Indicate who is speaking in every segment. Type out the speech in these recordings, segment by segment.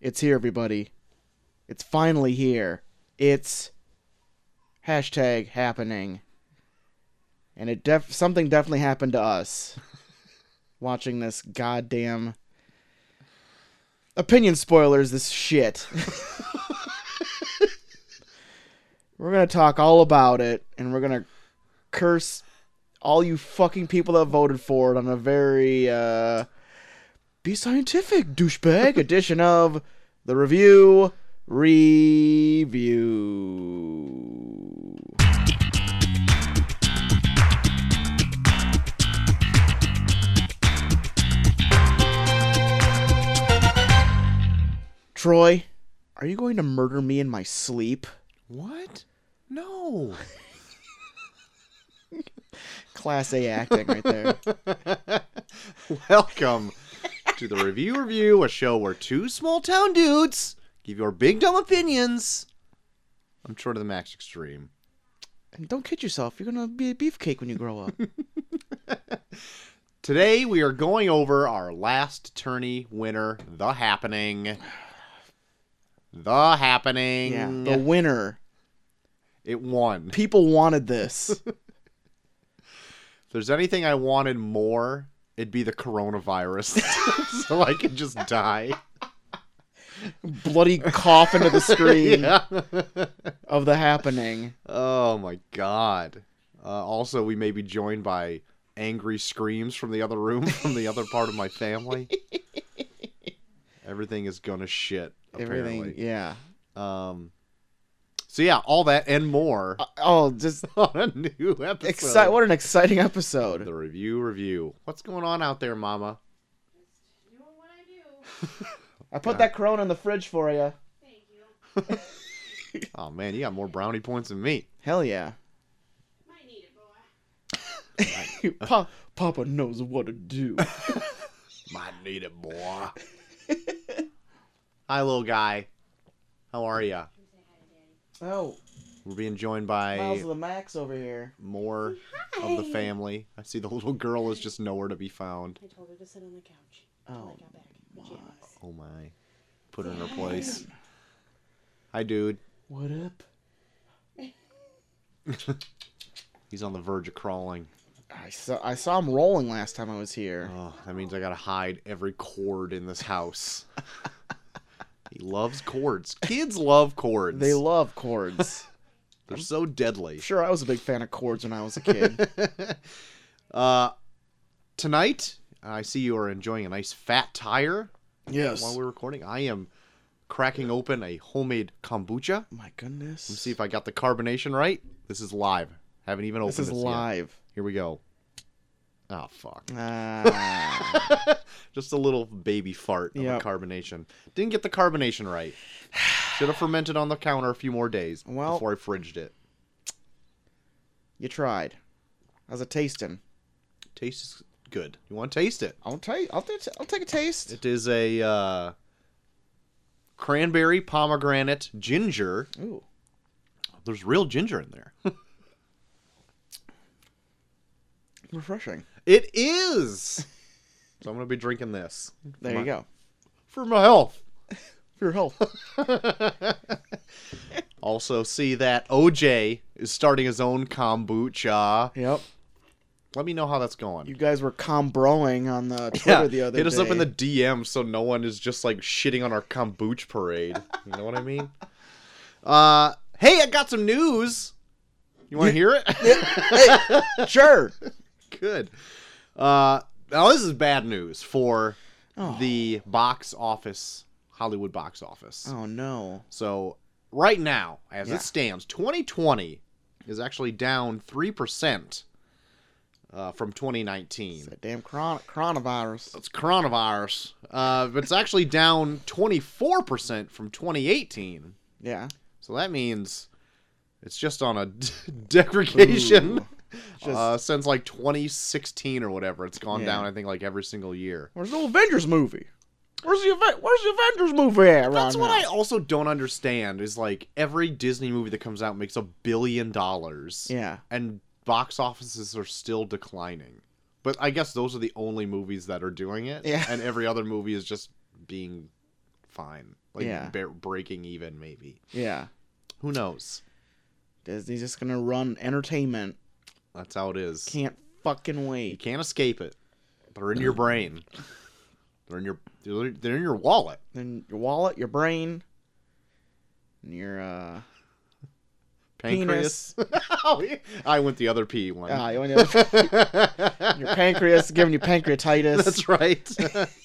Speaker 1: It's here, everybody. It's finally here. It's hashtag happening. And it def- something definitely happened to us watching this goddamn opinion spoilers. This shit. we're gonna talk all about it, and we're gonna curse all you fucking people that voted for it on a very uh, be scientific douchebag edition of the review review. Troy, are you going to murder me in my sleep?
Speaker 2: What? No.
Speaker 1: Class A acting right there.
Speaker 2: Welcome to the Review Review, a show where two small town dudes give your big dumb opinions. I'm sure to the max extreme.
Speaker 1: And don't kid yourself, you're gonna be a beefcake when you grow up.
Speaker 2: Today we are going over our last tourney winner, The Happening. The Happening.
Speaker 1: yeah. The winner.
Speaker 2: It won.
Speaker 1: People wanted this.
Speaker 2: If there's anything I wanted more, it'd be the coronavirus. so I could just die.
Speaker 1: Bloody cough into the screen
Speaker 2: Yeah.
Speaker 1: of the happening.
Speaker 2: Oh my god. Uh, also, we may be joined by angry screams from the other room, from the other part of my family. Everything is gonna shit. Apparently.
Speaker 1: Everything. Yeah.
Speaker 2: Um. So yeah, all that and more
Speaker 1: Oh, just
Speaker 2: on a new episode.
Speaker 1: excite! What an exciting episode.
Speaker 2: The review review. What's going on out there, Mama?
Speaker 3: Doing what I do.
Speaker 1: I put that Corona in the fridge for you.
Speaker 3: Thank you.
Speaker 2: Oh man, you got more brownie points than me.
Speaker 1: Hell yeah.
Speaker 3: Might need it, boy.
Speaker 1: Pa- Papa knows what to do.
Speaker 2: Might need it, boy. Hi, little guy. How are ya?
Speaker 3: Come say hi to Daddy.
Speaker 1: Oh,
Speaker 2: We're being joined by
Speaker 1: Miles of the Max over here.
Speaker 2: more of the
Speaker 3: Hi.
Speaker 2: family. I see the little girl is just nowhere to be found.
Speaker 3: I told her to sit on the couch until
Speaker 1: Oh,
Speaker 3: I got back. Pajamas.
Speaker 2: Oh my. Put her in her place. Hi, dude.
Speaker 1: What up?
Speaker 2: He's on the verge of crawling.
Speaker 1: I saw I saw him rolling last time I was here.
Speaker 2: Oh, that means I gotta hide every cord in this house. he loves cords. Kids love cords.
Speaker 1: They love cords.
Speaker 2: They're so deadly.
Speaker 1: sure, I was a big fan of cords when I was a kid.
Speaker 2: Uh, tonight, I see you are enjoying a nice fat tire
Speaker 1: yes.
Speaker 2: while we're recording. I am cracking open a homemade kombucha.
Speaker 1: My goodness.
Speaker 2: Let's see if I got the carbonation right. This is live. Haven't even opened
Speaker 1: this is
Speaker 2: yet.
Speaker 1: live.
Speaker 2: Here we go. Oh fuck!
Speaker 1: Ah.
Speaker 2: Just a little baby fart of a
Speaker 1: Yep.
Speaker 2: carbonation. Didn't get the carbonation right. Should have fermented on the counter a few more days
Speaker 1: Well-
Speaker 2: before I fridged it.
Speaker 1: you tried. How's it tasting?
Speaker 2: Tastes good. You want to taste it?
Speaker 1: I'll take. I'll, ta- I'll take a taste.
Speaker 2: It is a uh, cranberry, pomegranate, ginger.
Speaker 1: Ooh.
Speaker 2: There's real ginger in there.
Speaker 1: Refreshing.
Speaker 2: it is. So I'm gonna be drinking this.
Speaker 1: There
Speaker 2: My-
Speaker 1: you go.
Speaker 2: for my health.
Speaker 1: For your health.
Speaker 2: Also, see that OJ is starting his own kombucha.
Speaker 1: yep.
Speaker 2: Let me know how that's going.
Speaker 1: You guys were combroing on the Twitter the other
Speaker 2: hit
Speaker 1: day.
Speaker 2: us up in the DM so no one is just like shitting on our kombucha parade. You know what I mean? Uh, hey, I got some news. You want to hear it?
Speaker 1: the sure.
Speaker 2: Good. Uh, now this is bad news for
Speaker 1: Oh.
Speaker 2: the box office, Hollywood box office.
Speaker 1: Oh no.
Speaker 2: So right now, as
Speaker 1: Yeah.
Speaker 2: it stands, 2020 is actually down three percent uh, from 2019.
Speaker 1: It's that damn chron- coronavirus.
Speaker 2: It's coronavirus, uh, but it's actually down 24 percent from 2018.
Speaker 1: Yeah.
Speaker 2: So that means it's just on a d- degradation.
Speaker 1: Ooh. Just-
Speaker 2: uh, since like 2016 or whatever, it's gone
Speaker 1: Yeah.
Speaker 2: down. I think like every single year.
Speaker 1: Where's the Avengers movie? Where's the Aven- Where's the Avengers movie at? around
Speaker 2: That's what I
Speaker 1: now?
Speaker 2: also don't understand is like every Disney movie that comes out makes a billion dollars.
Speaker 1: Yeah.
Speaker 2: and box offices are still declining. But I guess those are the only movies that are doing it.
Speaker 1: Yeah.
Speaker 2: And every other movie is just being fine. Like
Speaker 1: Yeah.
Speaker 2: ba- breaking even maybe.
Speaker 1: Yeah.
Speaker 2: Who knows?
Speaker 1: Disney's just gonna run entertainment.
Speaker 2: That's how it is.
Speaker 1: Can't fucking
Speaker 2: you
Speaker 1: wait.
Speaker 2: can't escape it. They're in your brain. They're in your they're they're in your wallet.
Speaker 1: Then your wallet, your brain, and your uh
Speaker 2: Um, Pancreas. Oh, yeah. I went the other P one.
Speaker 1: ah, you only have- your pancreas giving you pancreatitis.
Speaker 2: That's right.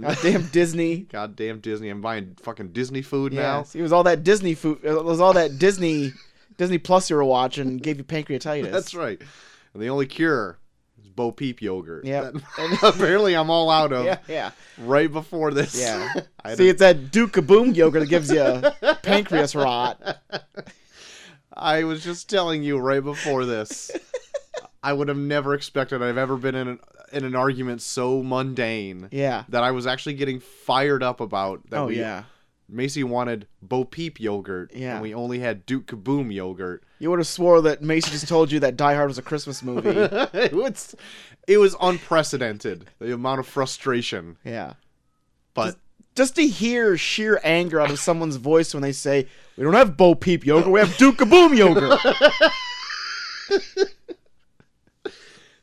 Speaker 1: Goddamn Disney.
Speaker 2: Goddamn Disney! I'm buying fucking Disney food now.
Speaker 1: Yes. It was all that Disney food. It was all that Disney Disney Plus you were watching gave you pancreatitis.
Speaker 2: That's right. And the only cure is Bo Peep yogurt.
Speaker 1: Yep.
Speaker 2: That- apparently, I'm all out of
Speaker 1: Yeah, yeah.
Speaker 2: right before this.
Speaker 1: Yeah.
Speaker 2: Oh, I had,
Speaker 1: See,
Speaker 2: a,
Speaker 1: it's that Duke Kaboom yogurt that gives you pancreas rot.
Speaker 2: I was just telling you right before this. I would have never expected I've ever been in an, in an argument so mundane
Speaker 1: Yeah.
Speaker 2: that I was actually getting fired up about that
Speaker 1: oh
Speaker 2: we
Speaker 1: yeah.
Speaker 2: Macy wanted Bo Peep yogurt
Speaker 1: Yeah.
Speaker 2: and we only had Duke Kaboom yogurt.
Speaker 1: You would have swore that Mason just told you that Die Hard was a Christmas movie.
Speaker 2: it was it was unprecedented the amount of frustration.
Speaker 1: Yeah.
Speaker 2: But
Speaker 1: Just to hear sheer anger out of someone's voice when they say, "We don't have Bo Peep yogurt, we have Duke Kaboom yogurt."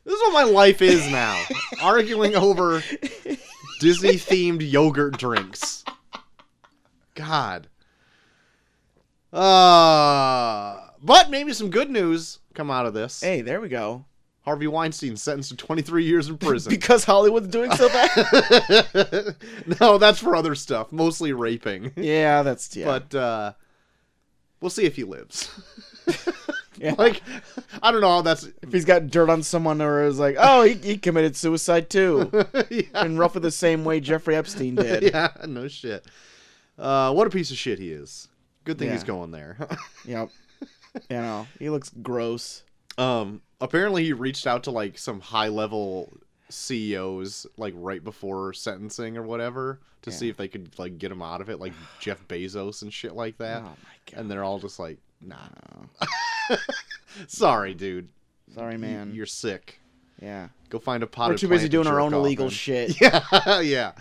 Speaker 2: This is what my life is now. arguing over Disney themed yogurt drinks. God. Uh but maybe some good news come out of this.
Speaker 1: hey, there we go.
Speaker 2: Harvey Weinstein sentenced to 23 years in prison.
Speaker 1: Because Hollywood's doing so bad.
Speaker 2: no, that's for other stuff, mostly raping.
Speaker 1: yeah, that's yeah.
Speaker 2: But uh we'll see if he lives.
Speaker 1: Yeah.
Speaker 2: Like I don't know how that's
Speaker 1: if he's got dirt on someone or is like, "Oh, he, he committed suicide too,"
Speaker 2: yeah.
Speaker 1: in roughly the same way Jeffrey Epstein did.
Speaker 2: yeah, no shit. Uh, what a piece of shit he is. Good thing he's
Speaker 1: Yeah.
Speaker 2: going there.
Speaker 1: Yep. You know, he looks gross.
Speaker 2: um, apparently he reached out to like some high level CEOs like right before sentencing or whatever to
Speaker 1: Yeah.
Speaker 2: see if they could like get him out of it, like Jeff Bezos and shit like that.
Speaker 1: Oh my god.
Speaker 2: And they're all just like, nah. Sorry, dude.
Speaker 1: Sorry,
Speaker 2: You-
Speaker 1: man.
Speaker 2: You're sick.
Speaker 1: yeah.
Speaker 2: Go find a pot.
Speaker 1: Mm. We're too busy doing our own illegal shit.
Speaker 2: Yeah, yeah.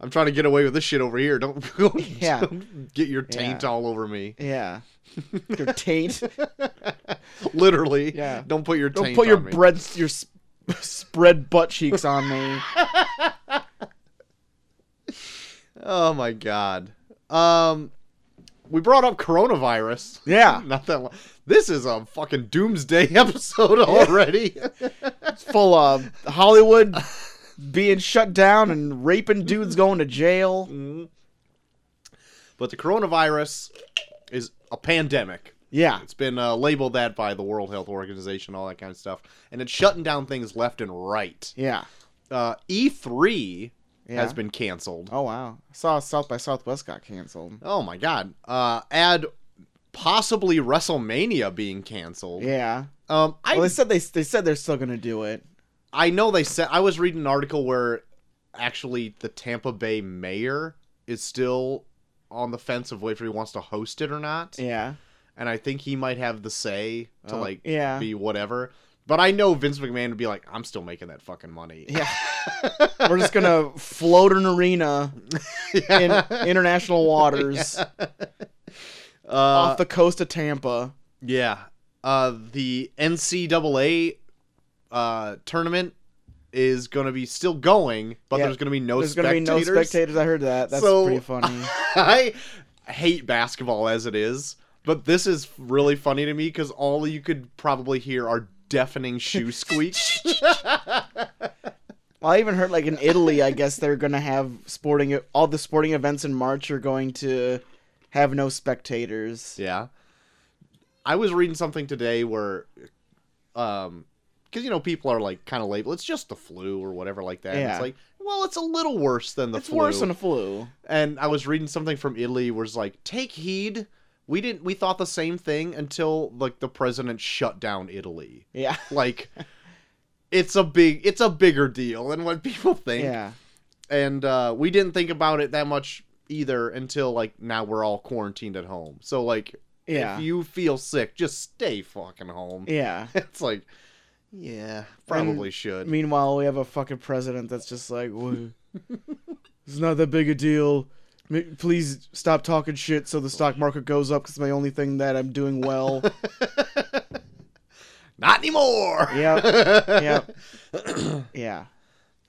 Speaker 2: I'm trying to get away with this shit over here. Don't go
Speaker 1: Yeah.
Speaker 2: don't get your taint
Speaker 1: Yeah.
Speaker 2: all over me.
Speaker 1: Yeah. Your taint.
Speaker 2: Literally.
Speaker 1: Yeah.
Speaker 2: Don't put your
Speaker 1: Don't
Speaker 2: taint
Speaker 1: put your
Speaker 2: on me.
Speaker 1: bread your s- spread butt cheeks on me.
Speaker 2: Oh my god. Um we brought up coronavirus.
Speaker 1: Yeah.
Speaker 2: Not that long. This is a fucking doomsday episode already.
Speaker 1: It's full of Hollywood being shut down and raping dudes going to jail.
Speaker 2: but the coronavirus is a pandemic.
Speaker 1: Yeah.
Speaker 2: It's been uh, labeled that by the World Health Organization, all that kind of stuff. And it's shutting down things left and right.
Speaker 1: Yeah.
Speaker 2: Uh, E3
Speaker 1: Yeah.
Speaker 2: has been canceled.
Speaker 1: Oh wow. I saw South by Southwest got canceled.
Speaker 2: Oh my god. Uh add possibly WrestleMania being canceled.
Speaker 1: Yeah.
Speaker 2: Um I
Speaker 1: Well, they said they they said they're still gonna do it.
Speaker 2: I know they said I was reading an article where actually the Tampa Bay mayor is still on the fence of whether he wants to host it or not.
Speaker 1: Yeah.
Speaker 2: And I think he might have the say to
Speaker 1: Oh,
Speaker 2: like
Speaker 1: yeah.
Speaker 2: be whatever. But I know Vince McMahon would be like, I'm still making that fucking money.
Speaker 1: Yeah. We're just gonna float an arena in international waters
Speaker 2: Uh,
Speaker 1: off the coast of Tampa.
Speaker 2: Yeah. Uh, the NCAA uh, tournament is going to be still going, but
Speaker 1: Yeah.
Speaker 2: there's going to be no
Speaker 1: There's gonna
Speaker 2: spectators.
Speaker 1: be no spectators. I heard that. That's
Speaker 2: So-
Speaker 1: pretty funny.
Speaker 2: I hate basketball as it is, but this is really funny to me because all you could probably hear are deafening shoe squeaks.
Speaker 1: Well, I even heard like in Italy, I guess they're gonna have sporting e, all the sporting events in March are going to have no spectators.
Speaker 2: yeah. I was reading something today where, um, because you know people are like kind of labeled it's just the flu or whatever like that. And
Speaker 1: Yeah.
Speaker 2: it's like, well, it's a little worse than the
Speaker 1: it's
Speaker 2: flu.
Speaker 1: worse than a flu.
Speaker 2: and I was reading something from Italy was like, take heed. We didn't. We thought the same thing until like the president shut down Italy.
Speaker 1: Yeah.
Speaker 2: Like, it's a big. It's a bigger deal than what people think.
Speaker 1: Yeah.
Speaker 2: And uh, we didn't think about it that much either until like now we're all quarantined at home. So like,
Speaker 1: Yeah.
Speaker 2: if you feel sick, just stay fucking home.
Speaker 1: yeah.
Speaker 2: It's like, yeah, probably should.
Speaker 1: Meanwhile, we have a fucking president that's just like, "Whoa, it's not that big a deal. M- Please stop talking shit so the stock market goes up. 'cause It's my only thing that I'm doing well.
Speaker 2: Not anymore.
Speaker 1: Yep, yeah.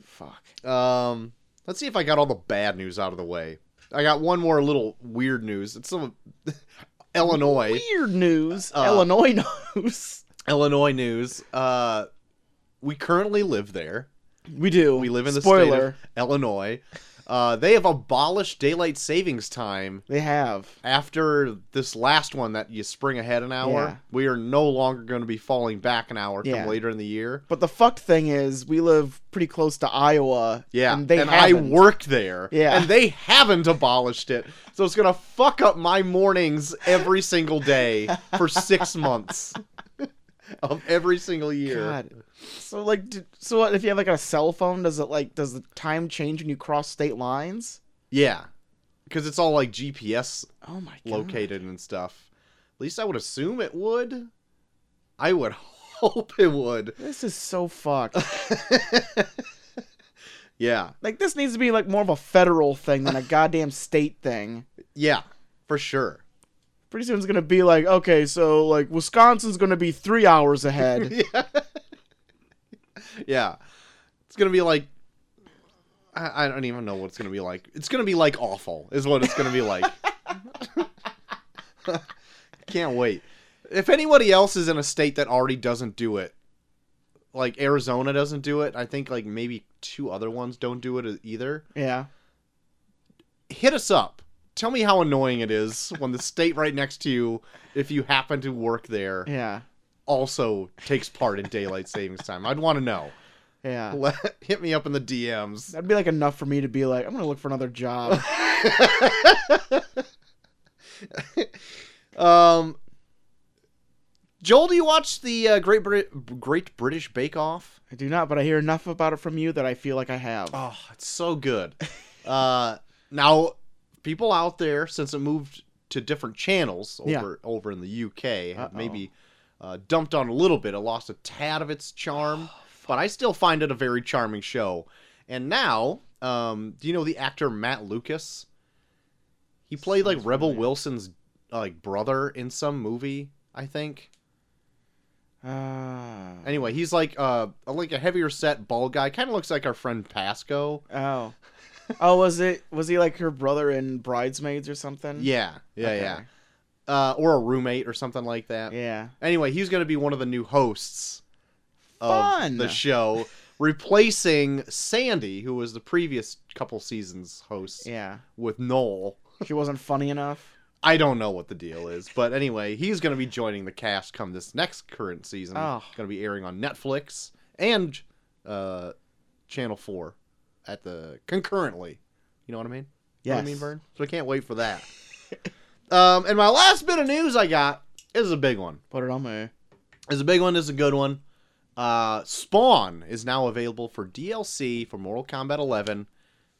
Speaker 1: Fuck.
Speaker 2: Um, let's see if I got all the bad news out of the way. I got one more little weird news. It's some Illinois,
Speaker 1: Weird news.
Speaker 2: Uh,
Speaker 1: Illinois news.
Speaker 2: Illinois news. Uh, we currently live there.
Speaker 1: We do.
Speaker 2: We live in the
Speaker 1: Spoiler.
Speaker 2: state of Illinois. Uh, they have abolished daylight savings time
Speaker 1: They have.
Speaker 2: after this last one that you spring ahead an hour.
Speaker 1: Yeah.
Speaker 2: We are no longer going to be falling back an hour
Speaker 1: Yeah.
Speaker 2: from later in the year.
Speaker 1: But the fucked thing is, we live pretty close to Iowa.
Speaker 2: Yeah,
Speaker 1: and they
Speaker 2: I
Speaker 1: haven't.
Speaker 2: work there.
Speaker 1: Yeah.
Speaker 2: and they haven't abolished it, so it's gonna fuck up my mornings every single day for six months of every single year.
Speaker 1: God. So like, d- so what if you have like a cell phone? Does it like does the time change when you cross state lines?
Speaker 2: Yeah, because it's all like GPS
Speaker 1: Oh my god.
Speaker 2: located and stuff. At least I would assume it would. I would hope it would.
Speaker 1: This is so fucked.
Speaker 2: Yeah,
Speaker 1: like this needs to be like more of a federal thing than a goddamn state thing.
Speaker 2: yeah, for sure.
Speaker 1: Pretty soon it's gonna be like, okay, so like Wisconsin's gonna be three hours ahead.
Speaker 2: yeah. yeah. It's gonna be like I, I don't even know what it's gonna be like. It's gonna be like awful is what it's gonna be like. Can't wait. If anybody else is in a state that already doesn't do it, like Arizona doesn't do it, I think like maybe two other ones don't do it e-, either.
Speaker 1: yeah.
Speaker 2: Hit us up. Tell me how annoying it is when the state right next to you, if you happen to work there,
Speaker 1: Yeah.
Speaker 2: also takes part in daylight savings time. I'd want to know.
Speaker 1: Yeah.
Speaker 2: Let, hit me up in the DMs.
Speaker 1: That'd be like enough for me to be like, I'm gonna look for another job.
Speaker 2: Um, Joel, do you watch the uh, Great Brit- Great British Bake Off?
Speaker 1: I do not, but I hear enough about it from you that I feel like I have.
Speaker 2: Oh, it's so good. Uh, now, people out there, since it moved to different channels over
Speaker 1: Yeah.
Speaker 2: over in the UK, have
Speaker 1: Uh-oh.
Speaker 2: maybe uh, dumped on a little bit. It lost a tad of its charm,
Speaker 1: Oh,
Speaker 2: but I still find it a very charming show. And now, um, do you know the actor Matt Lucas? He played like
Speaker 1: Sounds
Speaker 2: Rebel
Speaker 1: familiar.
Speaker 2: Wilson's uh, like brother in some movie, I think.
Speaker 1: Uh,
Speaker 2: Anyway, he's like uh like a heavier set bald guy. Kind of looks like our friend Pasco.
Speaker 1: oh. Oh, was it was he like her brother in Bridesmaids or something?
Speaker 2: Yeah, yeah,
Speaker 1: Okay.
Speaker 2: yeah. Uh, or a roommate or something like that.
Speaker 1: Yeah.
Speaker 2: Anyway, he's going to be one of the new hosts of
Speaker 1: Fun.
Speaker 2: the show, replacing Sandy, who was the previous couple seasons host
Speaker 1: Yeah.
Speaker 2: with Noel.
Speaker 1: She wasn't funny enough.
Speaker 2: I don't know what the deal is, but anyway, he's going to be joining the cast come this next current season.
Speaker 1: Oh.
Speaker 2: Going to be airing on Netflix and uh, Channel 4 at the concurrently. You know what I mean? You know
Speaker 1: Yes.
Speaker 2: what I mean, Vern? So I can't wait for that. um, and my last bit of news I got is a big one.
Speaker 1: Put it on me.
Speaker 2: It's a big one. It's a good one. Uh, Spawn is now available for DLC for Mortal Kombat 11.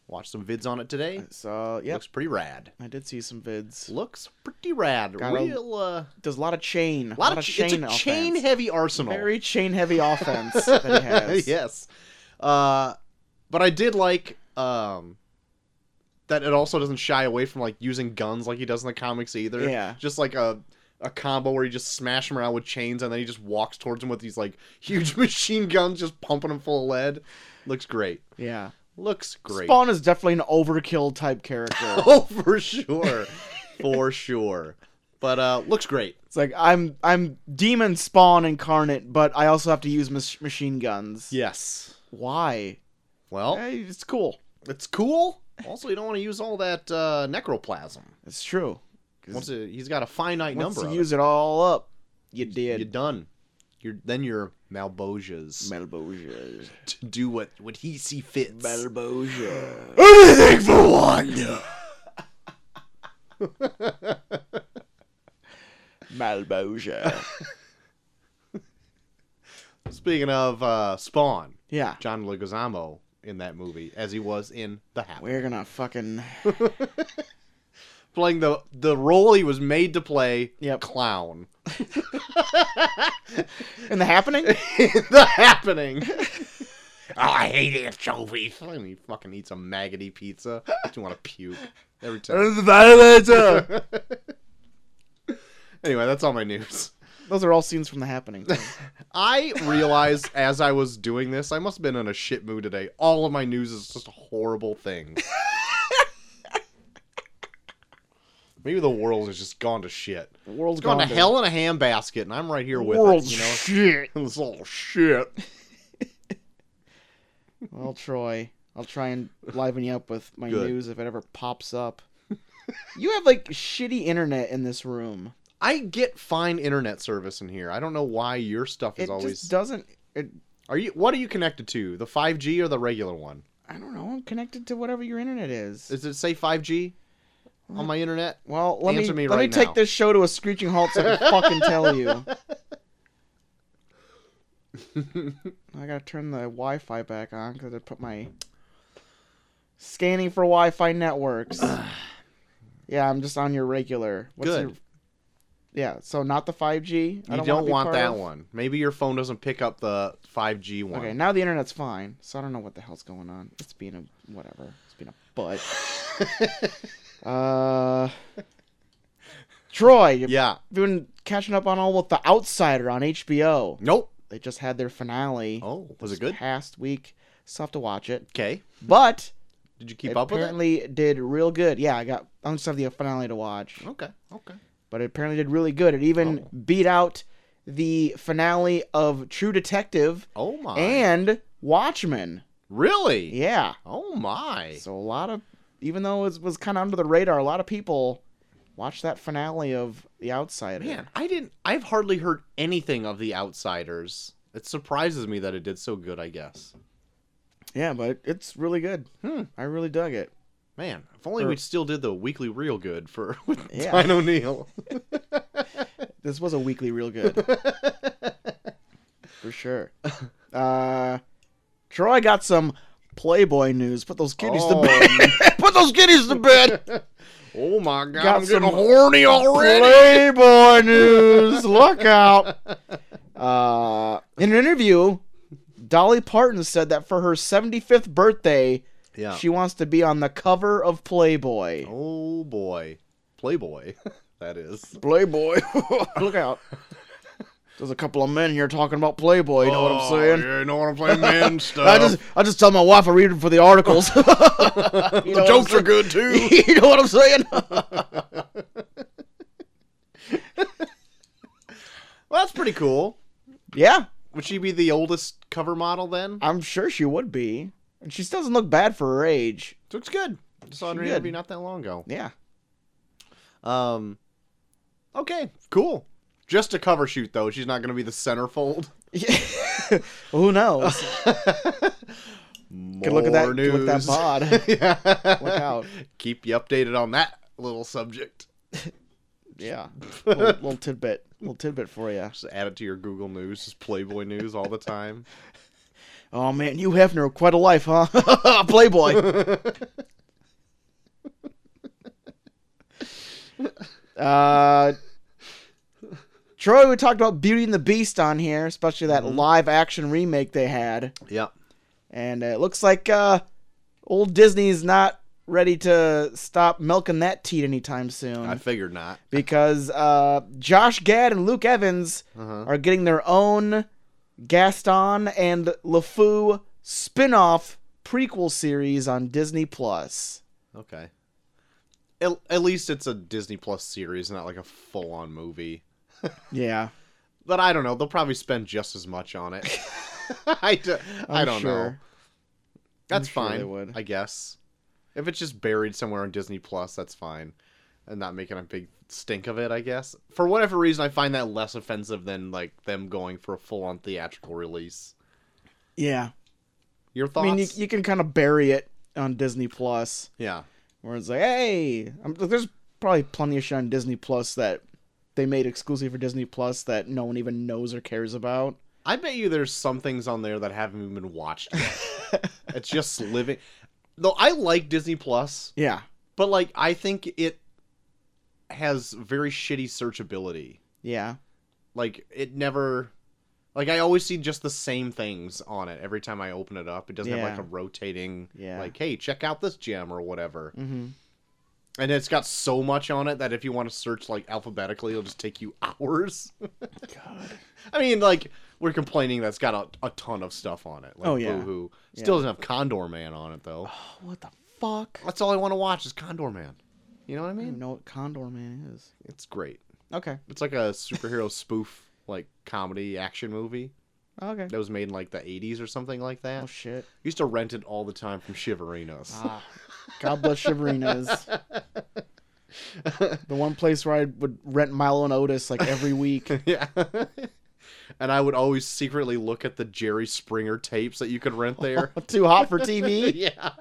Speaker 2: Watched some vids on it today.
Speaker 1: So Uh, yep,
Speaker 2: Looks pretty rad.
Speaker 1: I did see some vids.
Speaker 2: Looks pretty rad.
Speaker 1: Got a-
Speaker 2: Real, uh,
Speaker 1: Does a lot of chain.
Speaker 2: lot, of, ch-
Speaker 1: chain
Speaker 2: It's a
Speaker 1: offense.
Speaker 2: chain heavy arsenal.
Speaker 1: Very chain heavy offense that he has.
Speaker 2: yes. Uh, but I did like um, that it also doesn't shy away from like using guns like he does in the comics either.
Speaker 1: Yeah.
Speaker 2: Just like a a combo where you just smash him around with chains and then he just walks towards him with these like huge machine guns just pumping him full of lead. Looks great.
Speaker 1: Yeah.
Speaker 2: Looks great.
Speaker 1: Spawn is definitely an overkill type character.
Speaker 2: oh, for sure. for sure. But uh looks great.
Speaker 1: it's like I'm I'm demon spawn incarnate, but I also have to use mach- machine guns.
Speaker 2: Yes.
Speaker 1: Why?
Speaker 2: Well,
Speaker 1: Eh, it's cool.
Speaker 2: it's cool. Also, you don't want to use all that uh, necroplasm.
Speaker 1: It's true. 'Cause
Speaker 2: Once it, he's got a finite
Speaker 1: once
Speaker 2: number,
Speaker 1: you
Speaker 2: of
Speaker 1: use it all up, you
Speaker 2: it, you're
Speaker 1: did.
Speaker 2: done. You're then you're Malbosia's
Speaker 1: Malbosia.
Speaker 2: to do what what he see fits.
Speaker 1: Malbosia.
Speaker 2: Everything for one.
Speaker 1: Malbosia.
Speaker 2: Speaking of uh, Spawn,
Speaker 1: yeah.
Speaker 2: John Leguizamo in that movie, as he was in The Habit,
Speaker 1: We're gonna fucking
Speaker 2: playing the the role he was made to play,
Speaker 1: Yep.
Speaker 2: clown.
Speaker 1: in the happening.
Speaker 2: the happening. Oh, I hate anchovies. I mean, he fucking eats a maggoty pizza. I just want to puke every time.
Speaker 1: There's violence. uh.
Speaker 2: anyway, that's all my news.
Speaker 1: Those are all scenes from The Happening.
Speaker 2: I realized as I was doing this, I must have been in a shit mood today. All of my news is just horrible things. Maybe the world has just gone to shit.
Speaker 1: The world's
Speaker 2: It's gone, to hell in a handbasket, and I'm right here with it. You know,
Speaker 1: shit.
Speaker 2: this little shit.
Speaker 1: Well, Troy, I'll try and liven you up with my
Speaker 2: Good.
Speaker 1: news if it ever pops up. you have like shitty internet in this room.
Speaker 2: I get fine internet service in here. I don't know why your stuff
Speaker 1: It
Speaker 2: is
Speaker 1: just
Speaker 2: always.
Speaker 1: doesn't. It,
Speaker 2: Are you? What are you connected to? The 5G or the regular one?
Speaker 1: I don't know. I'm connected to whatever your internet is.
Speaker 2: Does it say 5G on my internet?
Speaker 1: well, let me,
Speaker 2: Answer me
Speaker 1: let
Speaker 2: right
Speaker 1: me take
Speaker 2: now.
Speaker 1: this show to a screeching halt so I can fucking tell you. I gotta turn the Wi-Fi back on because I put my scanning for Wi-Fi networks. yeah, I'm just on your regular.
Speaker 2: Good.
Speaker 1: Your... Yeah, so not the 5G. I
Speaker 2: You don't,
Speaker 1: wanna be
Speaker 2: want
Speaker 1: part
Speaker 2: that
Speaker 1: of.
Speaker 2: one. Maybe your phone doesn't pick up the 5G one.
Speaker 1: Okay, now the internet's fine, so I don't know what the hell's going on. It's being a whatever. It's being a butt. uh, Troy, you've
Speaker 2: yeah.
Speaker 1: been catching up on all with The Outsider on HBO.
Speaker 2: Nope.
Speaker 1: They just had their finale.
Speaker 2: Oh, was
Speaker 1: this
Speaker 2: it good?
Speaker 1: Past week, still have to watch it.
Speaker 2: Okay.
Speaker 1: But
Speaker 2: Did you keep
Speaker 1: it
Speaker 2: up with it?
Speaker 1: apparently did real good. Yeah, I got. I just have the finale to watch,
Speaker 2: Okay. Okay.
Speaker 1: but it apparently did really good. It even
Speaker 2: Oh.
Speaker 1: beat out the finale of True Detective
Speaker 2: Oh my.
Speaker 1: and Watchmen.
Speaker 2: really?
Speaker 1: Yeah.
Speaker 2: Oh my.
Speaker 1: So a lot of, even though it was kind of under the radar, a lot of people watched that finale of The Outsider.
Speaker 2: Man, I didn't. I've hardly heard anything of the Outsiders. It surprises me that it did so good. I guess.
Speaker 1: Yeah, but it's really good.
Speaker 2: Hmm.
Speaker 1: I really dug it.
Speaker 2: Man, if only
Speaker 1: Or-
Speaker 2: we still did the weekly real good for with
Speaker 1: Yeah.
Speaker 2: Brian O'Neill.
Speaker 1: This was a weekly real good. For sure. Uh, Troy got some Playboy news. Put those kiddies
Speaker 2: Oh.
Speaker 1: to bed. Put those kiddies to bed.
Speaker 2: oh my god,
Speaker 1: Got
Speaker 2: I'm getting
Speaker 1: some
Speaker 2: horny already.
Speaker 1: Playboy news. Look out. Uh, in an interview, Dolly Parton said that for her 75th birthday,
Speaker 2: Yeah.
Speaker 1: She wants to be on the cover of Playboy.
Speaker 2: Oh boy, Playboy. that is.
Speaker 1: Playboy. Look out. There's a couple of men here talking about Playboy, you know what I'm saying?
Speaker 2: Oh, Yeah, you know what I'm saying, man. Stuff.
Speaker 1: I just I just tell my wife I read it for the articles. You know what I'm saying?
Speaker 2: good too.
Speaker 1: you know what I'm saying?
Speaker 2: well, that's pretty cool.
Speaker 1: yeah,
Speaker 2: Would she be the oldest cover model then?
Speaker 1: I'm sure she would be. And she doesn't look bad for her age.
Speaker 2: Looks good. Just saw an
Speaker 1: She did.
Speaker 2: interview not that long ago.
Speaker 1: Yeah.
Speaker 2: Um. Okay, cool. Just a cover shoot though. She's not going to be the centerfold.
Speaker 1: Who knows?
Speaker 2: Good
Speaker 1: Could look at that. Could look at that bod.
Speaker 2: yeah.
Speaker 1: Look out.
Speaker 2: Keep you updated on that little subject.
Speaker 1: Yeah. Little, little tidbit. Little tidbit for you.
Speaker 2: Just add it to your Google News, just Playboy News all the time.
Speaker 1: Oh man, you Hefner, quite a life, huh? Playboy. uh, Troy, we talked about Beauty and the Beast on here, especially that live action remake they had,
Speaker 2: Yep.
Speaker 1: and uh, it looks like uh, old Disney's not ready to stop milking that teat anytime soon.
Speaker 2: I figured not.
Speaker 1: because uh, Josh Gad and Luke Evans
Speaker 2: Uh-huh.
Speaker 1: are getting their own Gaston and LeFou spin-off prequel series on Disney Plus.
Speaker 2: Okay. At, at least it's a Disney Plus series, not like a full on movie.
Speaker 1: Yeah,
Speaker 2: But I don't know. They'll probably spend just as much on it. I, d- I
Speaker 1: I'm
Speaker 2: don't know.
Speaker 1: sure.
Speaker 2: That's
Speaker 1: sure
Speaker 2: fine.
Speaker 1: they would.
Speaker 2: I guess. If it's just buried somewhere on Disney Plus, that's fine. And not making a big stink of it, I guess. For whatever reason, I find that less offensive than like them going for a full on theatrical release.
Speaker 1: Yeah,
Speaker 2: Your thoughts?
Speaker 1: I mean, you, you can kind of bury it on Disney Plus,
Speaker 2: yeah.
Speaker 1: where it's like, hey, I'm, there's probably plenty of shit on Disney Plus that they made exclusive for Disney Plus that no one even knows or cares about.
Speaker 2: I bet you there's some things on there that haven't even been watched yet. it's just living. Though I like Disney Plus,
Speaker 1: Yeah,
Speaker 2: but like I think it has very shitty searchability.
Speaker 1: yeah,
Speaker 2: Like it never Like I always see just the same things on it every time I open it up. It doesn't have like
Speaker 1: Yeah.
Speaker 2: a rotating
Speaker 1: Yeah.
Speaker 2: like, hey, check out this gem or whatever.
Speaker 1: Mm-hmm.
Speaker 2: And it's got so much on it that if you want to search like alphabetically, it'll just take you hours.
Speaker 1: God.
Speaker 2: I mean, like we're complaining that's got a, a ton of stuff on it. Like,
Speaker 1: Oh, yeah.
Speaker 2: Boohoo.
Speaker 1: Yeah.
Speaker 2: Still doesn't have Condor Man on it though.
Speaker 1: Oh, what the fuck?
Speaker 2: That's all I want to watch is Condor Man. You know what I
Speaker 1: I don't even
Speaker 2: mean?
Speaker 1: know what Condor Man is.
Speaker 2: It's great.
Speaker 1: Okay.
Speaker 2: It's like a superhero spoof, like comedy action movie
Speaker 1: Okay.
Speaker 2: that was made in like the 80s or something like that.
Speaker 1: Oh shit.
Speaker 2: used to rent it all the time from Shiverinos.
Speaker 1: Ah, God bless Shiverinas. the one place where I would rent Milo and Otis like every week.
Speaker 2: yeah. and I would always secretly look at the Jerry Springer tapes that you could rent there.
Speaker 1: Too hot for TV.
Speaker 2: yeah.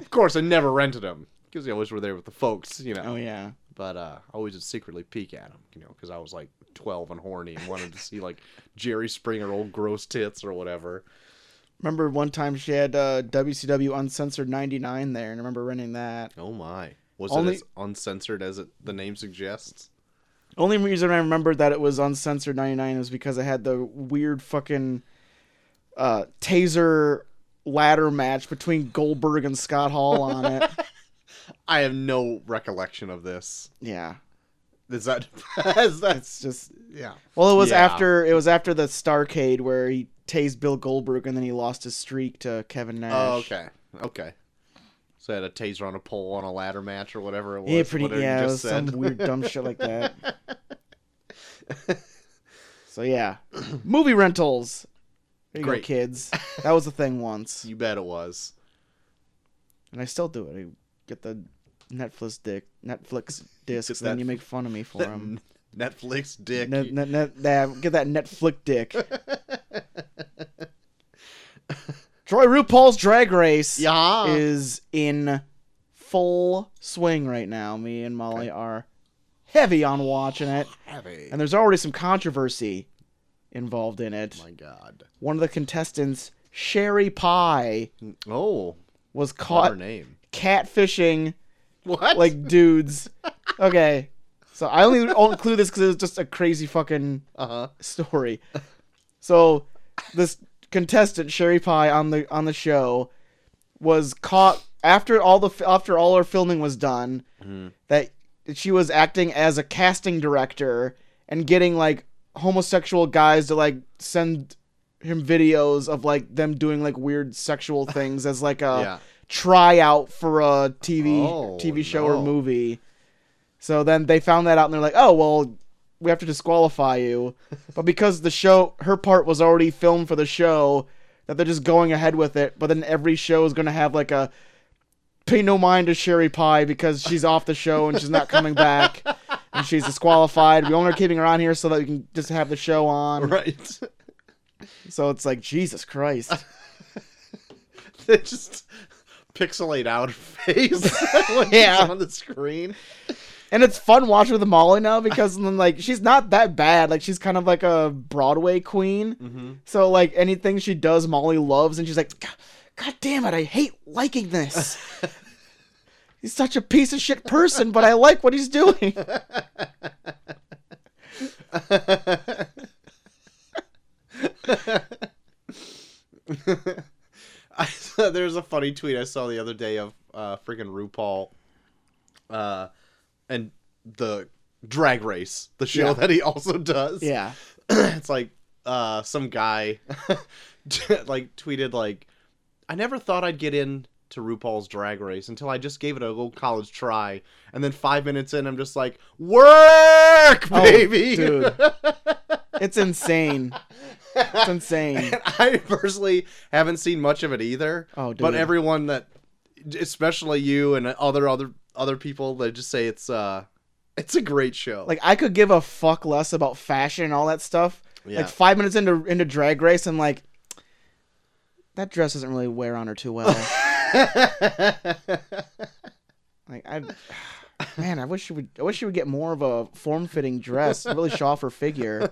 Speaker 2: of course, I never rented them because they always were there with the folks, you know.
Speaker 1: Oh yeah.
Speaker 2: But uh, I always would secretly peek at them, you know, because I was like 12 and horny and wanted to see like Jerry Springer old gross tits or whatever.
Speaker 1: Remember one time she had uh, WCW Uncensored '99 there, and I remember renting that.
Speaker 2: Oh my. Was
Speaker 1: Only-
Speaker 2: it as uncensored as it, the name suggests?
Speaker 1: Only reason I remembered that it was uncensored 99 was because I had the weird fucking uh, taser ladder match between Goldberg and Scott Hall on it.
Speaker 2: I have no recollection of this.
Speaker 1: yeah,
Speaker 2: Is that is that
Speaker 1: it's just
Speaker 2: yeah.
Speaker 1: well, it was
Speaker 2: Yeah.
Speaker 1: after it was after the Starcade where he tased Bill Goldberg and then he lost his streak to Kevin Nash.
Speaker 2: Oh, okay. Okay. So I had a taser on a pole on a ladder match or whatever it was.
Speaker 1: Yeah, pretty.
Speaker 2: whatever you
Speaker 1: Yeah, it
Speaker 2: just
Speaker 1: was
Speaker 2: said.
Speaker 1: some weird dumb shit like that. so yeah, movie rentals. There you
Speaker 2: Great.
Speaker 1: go, kids. That was a thing once,
Speaker 2: You bet it was.
Speaker 1: and I still do it. I get the Netflix dick, Netflix discs,
Speaker 2: Get
Speaker 1: and then
Speaker 2: that-
Speaker 1: you make fun of me for
Speaker 2: That
Speaker 1: them.
Speaker 2: Netflix dick.
Speaker 1: Net, net, net, that- get that Netflix dick. Troy RuPaul's Drag Race
Speaker 2: yeah.
Speaker 1: is in full swing right now. Me and Molly are heavy on watching it.
Speaker 2: Heavy.
Speaker 1: and there's already some controversy involved in it.
Speaker 2: Oh My God.
Speaker 1: One of the contestants, Sherry Pie,
Speaker 2: Oh,
Speaker 1: was
Speaker 2: clever
Speaker 1: caught
Speaker 2: name.
Speaker 1: catfishing
Speaker 2: What?
Speaker 1: like dudes. okay, so I only I'll include this because it's just a crazy fucking
Speaker 2: uh huh.
Speaker 1: story. So this contestant Sherry Pie on the on the show was caught after all the after all her filming was done
Speaker 2: Mm-hmm.
Speaker 1: that she was acting as a casting director and getting like homosexual guys to like send him videos of like them doing like weird sexual things as like a
Speaker 2: yeah.
Speaker 1: tryout for a TV
Speaker 2: Oh,
Speaker 1: TV show
Speaker 2: no.
Speaker 1: or movie. So then they found that out and they're like, "Oh, well, we have to disqualify you." but because the show her part was already filmed for the show, that they're just going ahead with it, but then every show is going to have like a pay no mind to Sherry Pie because she's off the show and she's not coming back. And she's disqualified. We only are keeping her on here so that we can just have the show on.
Speaker 2: Right.
Speaker 1: So it's like Jesus Christ.
Speaker 2: they just pixelate out her face when
Speaker 1: Yeah.
Speaker 2: she's on the screen.
Speaker 1: And it's fun watching with Molly now because then like she's not that bad. Like she's kind of like a Broadway queen.
Speaker 2: Mm-hmm.
Speaker 1: So like anything she does, Molly loves, and she's like, God, God damn it, I hate liking this. he's such a piece of shit person, but I like what he's doing.
Speaker 2: I saw, there was a funny tweet I saw the other day of uh, freaking RuPaul, uh, and the Drag Race, the show
Speaker 1: Yeah.
Speaker 2: that he also does.
Speaker 1: Yeah.
Speaker 2: it's like uh, some guy like tweeted like, I never thought I'd get in to RuPaul's Drag Race until I just gave it a little college try, and then five minutes in, I'm just like,
Speaker 1: Oh,
Speaker 2: work, baby.
Speaker 1: dude. It's insane. It's insane.
Speaker 2: And I personally haven't seen much of it either.
Speaker 1: Oh, dude.
Speaker 2: But everyone that, especially you and other other other people, they just say it's uh, it's a great show.
Speaker 1: Like I could give a fuck less about fashion and all that stuff.
Speaker 2: Yeah.
Speaker 1: Like five minutes into into drag race, I'm like, that dress doesn't really wear on her too well. like I, man, I wish she would. I wish she would get more of a form fitting dress. Really show off her figure.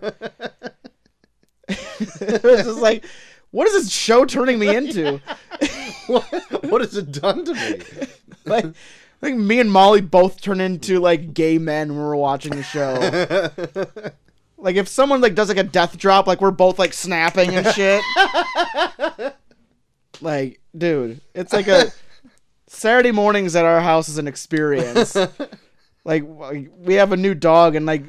Speaker 1: it's just like, what is this show turning me into?
Speaker 2: what, what has it done to me?
Speaker 1: Like, I think me and Molly both turn into like gay men when we're watching the show. Like if someone like does like a death drop, like we're both like snapping and shit. like, dude, it's like a Saturday mornings at our house is an experience. like w- we have a new dog, and like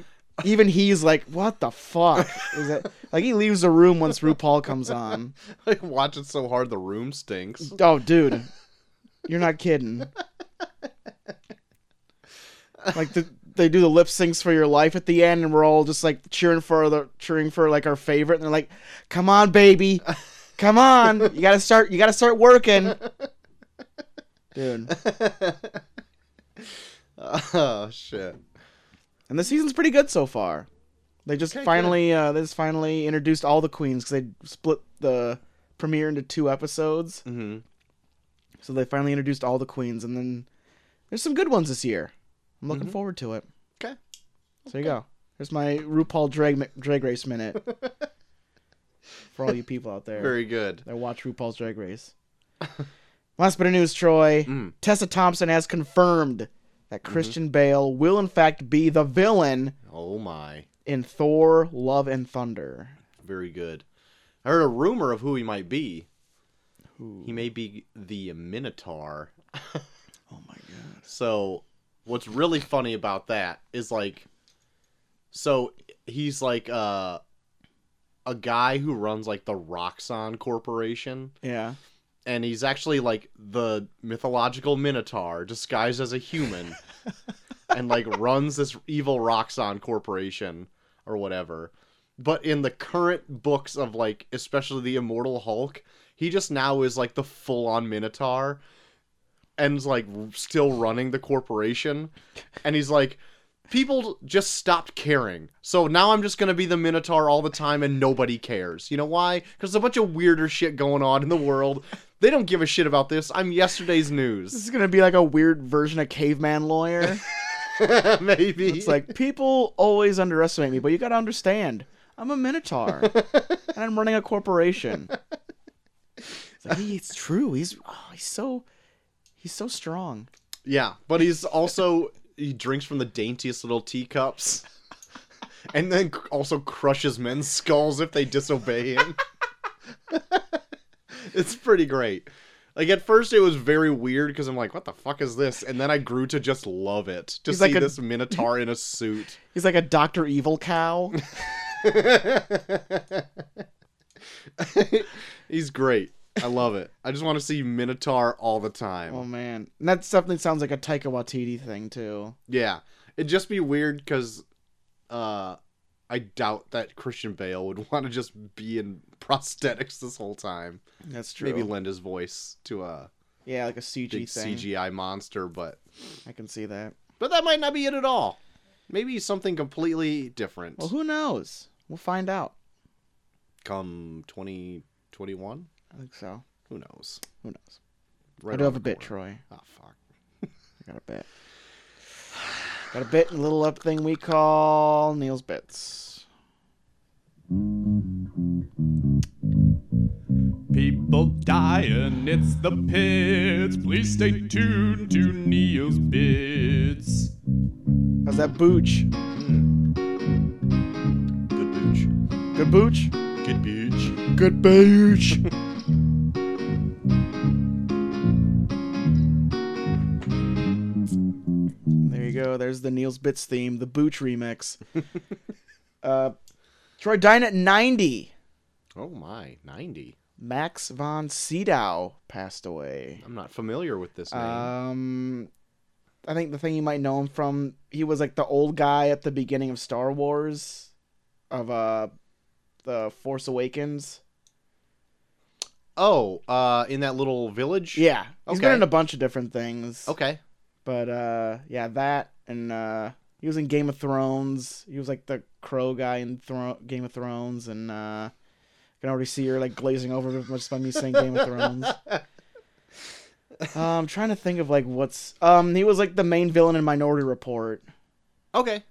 Speaker 1: even he's like, "What the fuck?" Is it like he leaves the room once RuPaul comes on?
Speaker 2: I watch it so hard the room stinks.
Speaker 1: Oh, dude, you're not kidding. Like the, they do the lip syncs for your life at the end, and we're all just like cheering for the cheering for like our favorite, and they're like, "Come on, baby, come on, you gotta start, you gotta start working." Dude,
Speaker 2: oh shit.
Speaker 1: and the season's pretty good so far. They just
Speaker 2: Okay, good.
Speaker 1: finally, uh, they just finally introduced all the queens because they split the premiere into two episodes.
Speaker 2: Mm-hmm.
Speaker 1: So they finally introduced all the queens, and then there's some good ones this year. I'm looking
Speaker 2: Mhm.
Speaker 1: forward to it.
Speaker 2: Okay.
Speaker 1: So you go. There's my RuPaul drag drag race minute for all you people out there
Speaker 2: Very good.
Speaker 1: that watch RuPaul's Drag Race. Last bit of news, Troy.
Speaker 2: Mm. Mm-hmm.
Speaker 1: Tessa Thompson has confirmed that Christian Bale will in fact be the villain
Speaker 2: Oh my.
Speaker 1: in Thor: Love and Thunder.
Speaker 2: Very good. I heard a rumor of who he might be.
Speaker 1: Who-
Speaker 2: He may be the Minotaur.
Speaker 1: Oh my god.
Speaker 2: So, what's really funny about that is like, so he's like uh, a guy who runs like the Roxxon Corporation,
Speaker 1: Yeah.
Speaker 2: and he's actually like the mythological Minotaur disguised as a human, and like runs this evil Roxxon Corporation or whatever. But in the current books of like, especially the Immortal Hulk, he just now is like the full on Minotaur and is like still running the corporation. And he's like, people just stopped caring. So now I'm just going to be the Minotaur all the time and nobody cares. You know why? Because there's a bunch of weirder shit going on in the world. They don't give a shit about this. I'm yesterday's
Speaker 1: This
Speaker 2: news.
Speaker 1: is gonna be like a weird version of Caveman Lawyer.
Speaker 2: Maybe.
Speaker 1: It's like people always underestimate me, but you gotta understand, I'm a minotaur, and I'm running a corporation. It's, like, he- it's true. He's oh, he's so he's so strong.
Speaker 2: Yeah, but he's also he drinks from the daintiest little teacups, and then c- also crushes men's skulls if they disobey him. it's pretty great. Like at first, it was very weird because I'm like, "What the fuck is this?" And then I grew to just love it. To
Speaker 1: He's
Speaker 2: see
Speaker 1: like a-
Speaker 2: this minotaur in a suit.
Speaker 1: He's like a Doctor Evil cow.
Speaker 2: he's great. I love it. I just want to see minotaur all the time.
Speaker 1: Oh man, and that definitely sounds like a Taika Waititi thing too.
Speaker 2: Yeah, it'd just be weird because, uh, I doubt that Christian Bale would want to just be in prosthetics this whole time.
Speaker 1: That's true.
Speaker 2: Maybe lend his voice to a
Speaker 1: yeah, like a CG
Speaker 2: big
Speaker 1: thing.
Speaker 2: CGI monster, but
Speaker 1: I can see that.
Speaker 2: but that might not be it at all. Maybe something completely different.
Speaker 1: Well, who knows? We'll find out.
Speaker 2: Come twenty twenty one,
Speaker 1: I think so.
Speaker 2: who knows?
Speaker 1: Who knows?
Speaker 2: Right
Speaker 1: I do
Speaker 2: around
Speaker 1: have a
Speaker 2: the
Speaker 1: bit,
Speaker 2: corner.
Speaker 1: Troy.
Speaker 2: Ah, fuck.
Speaker 1: I got a bit. Got a bit and a little up thing we call Neil's Bits.
Speaker 4: People dying, it's the pits. Please stay tuned to Neil's Bits.
Speaker 1: How's that booch?
Speaker 2: Good booch.
Speaker 1: Good booch?
Speaker 2: Good booch.
Speaker 1: Good booch. there you go. There's the Neil's Bits theme, the booch remix. uh, Troy Dine at 90.
Speaker 2: Oh my, ninety.
Speaker 1: Max von Sydow passed away.
Speaker 2: I'm not familiar with this name.
Speaker 1: Um, I think the thing you might know him from, he was like the old guy at the beginning of Star Wars, of uh, the Force Awakens.
Speaker 2: oh, uh, in that little village.
Speaker 1: Yeah, he's been
Speaker 2: Okay.
Speaker 1: in a bunch of different things.
Speaker 2: Okay.
Speaker 1: but uh, yeah, that and uh, he was in Game of Thrones. He was like the crow guy in Thro- Game of Thrones, and uh, I can already see her like glazing over with just by me saying Game of Thrones. Uh, I'm trying to think of like what's um he was like the main villain in Minority Report.
Speaker 2: Okay.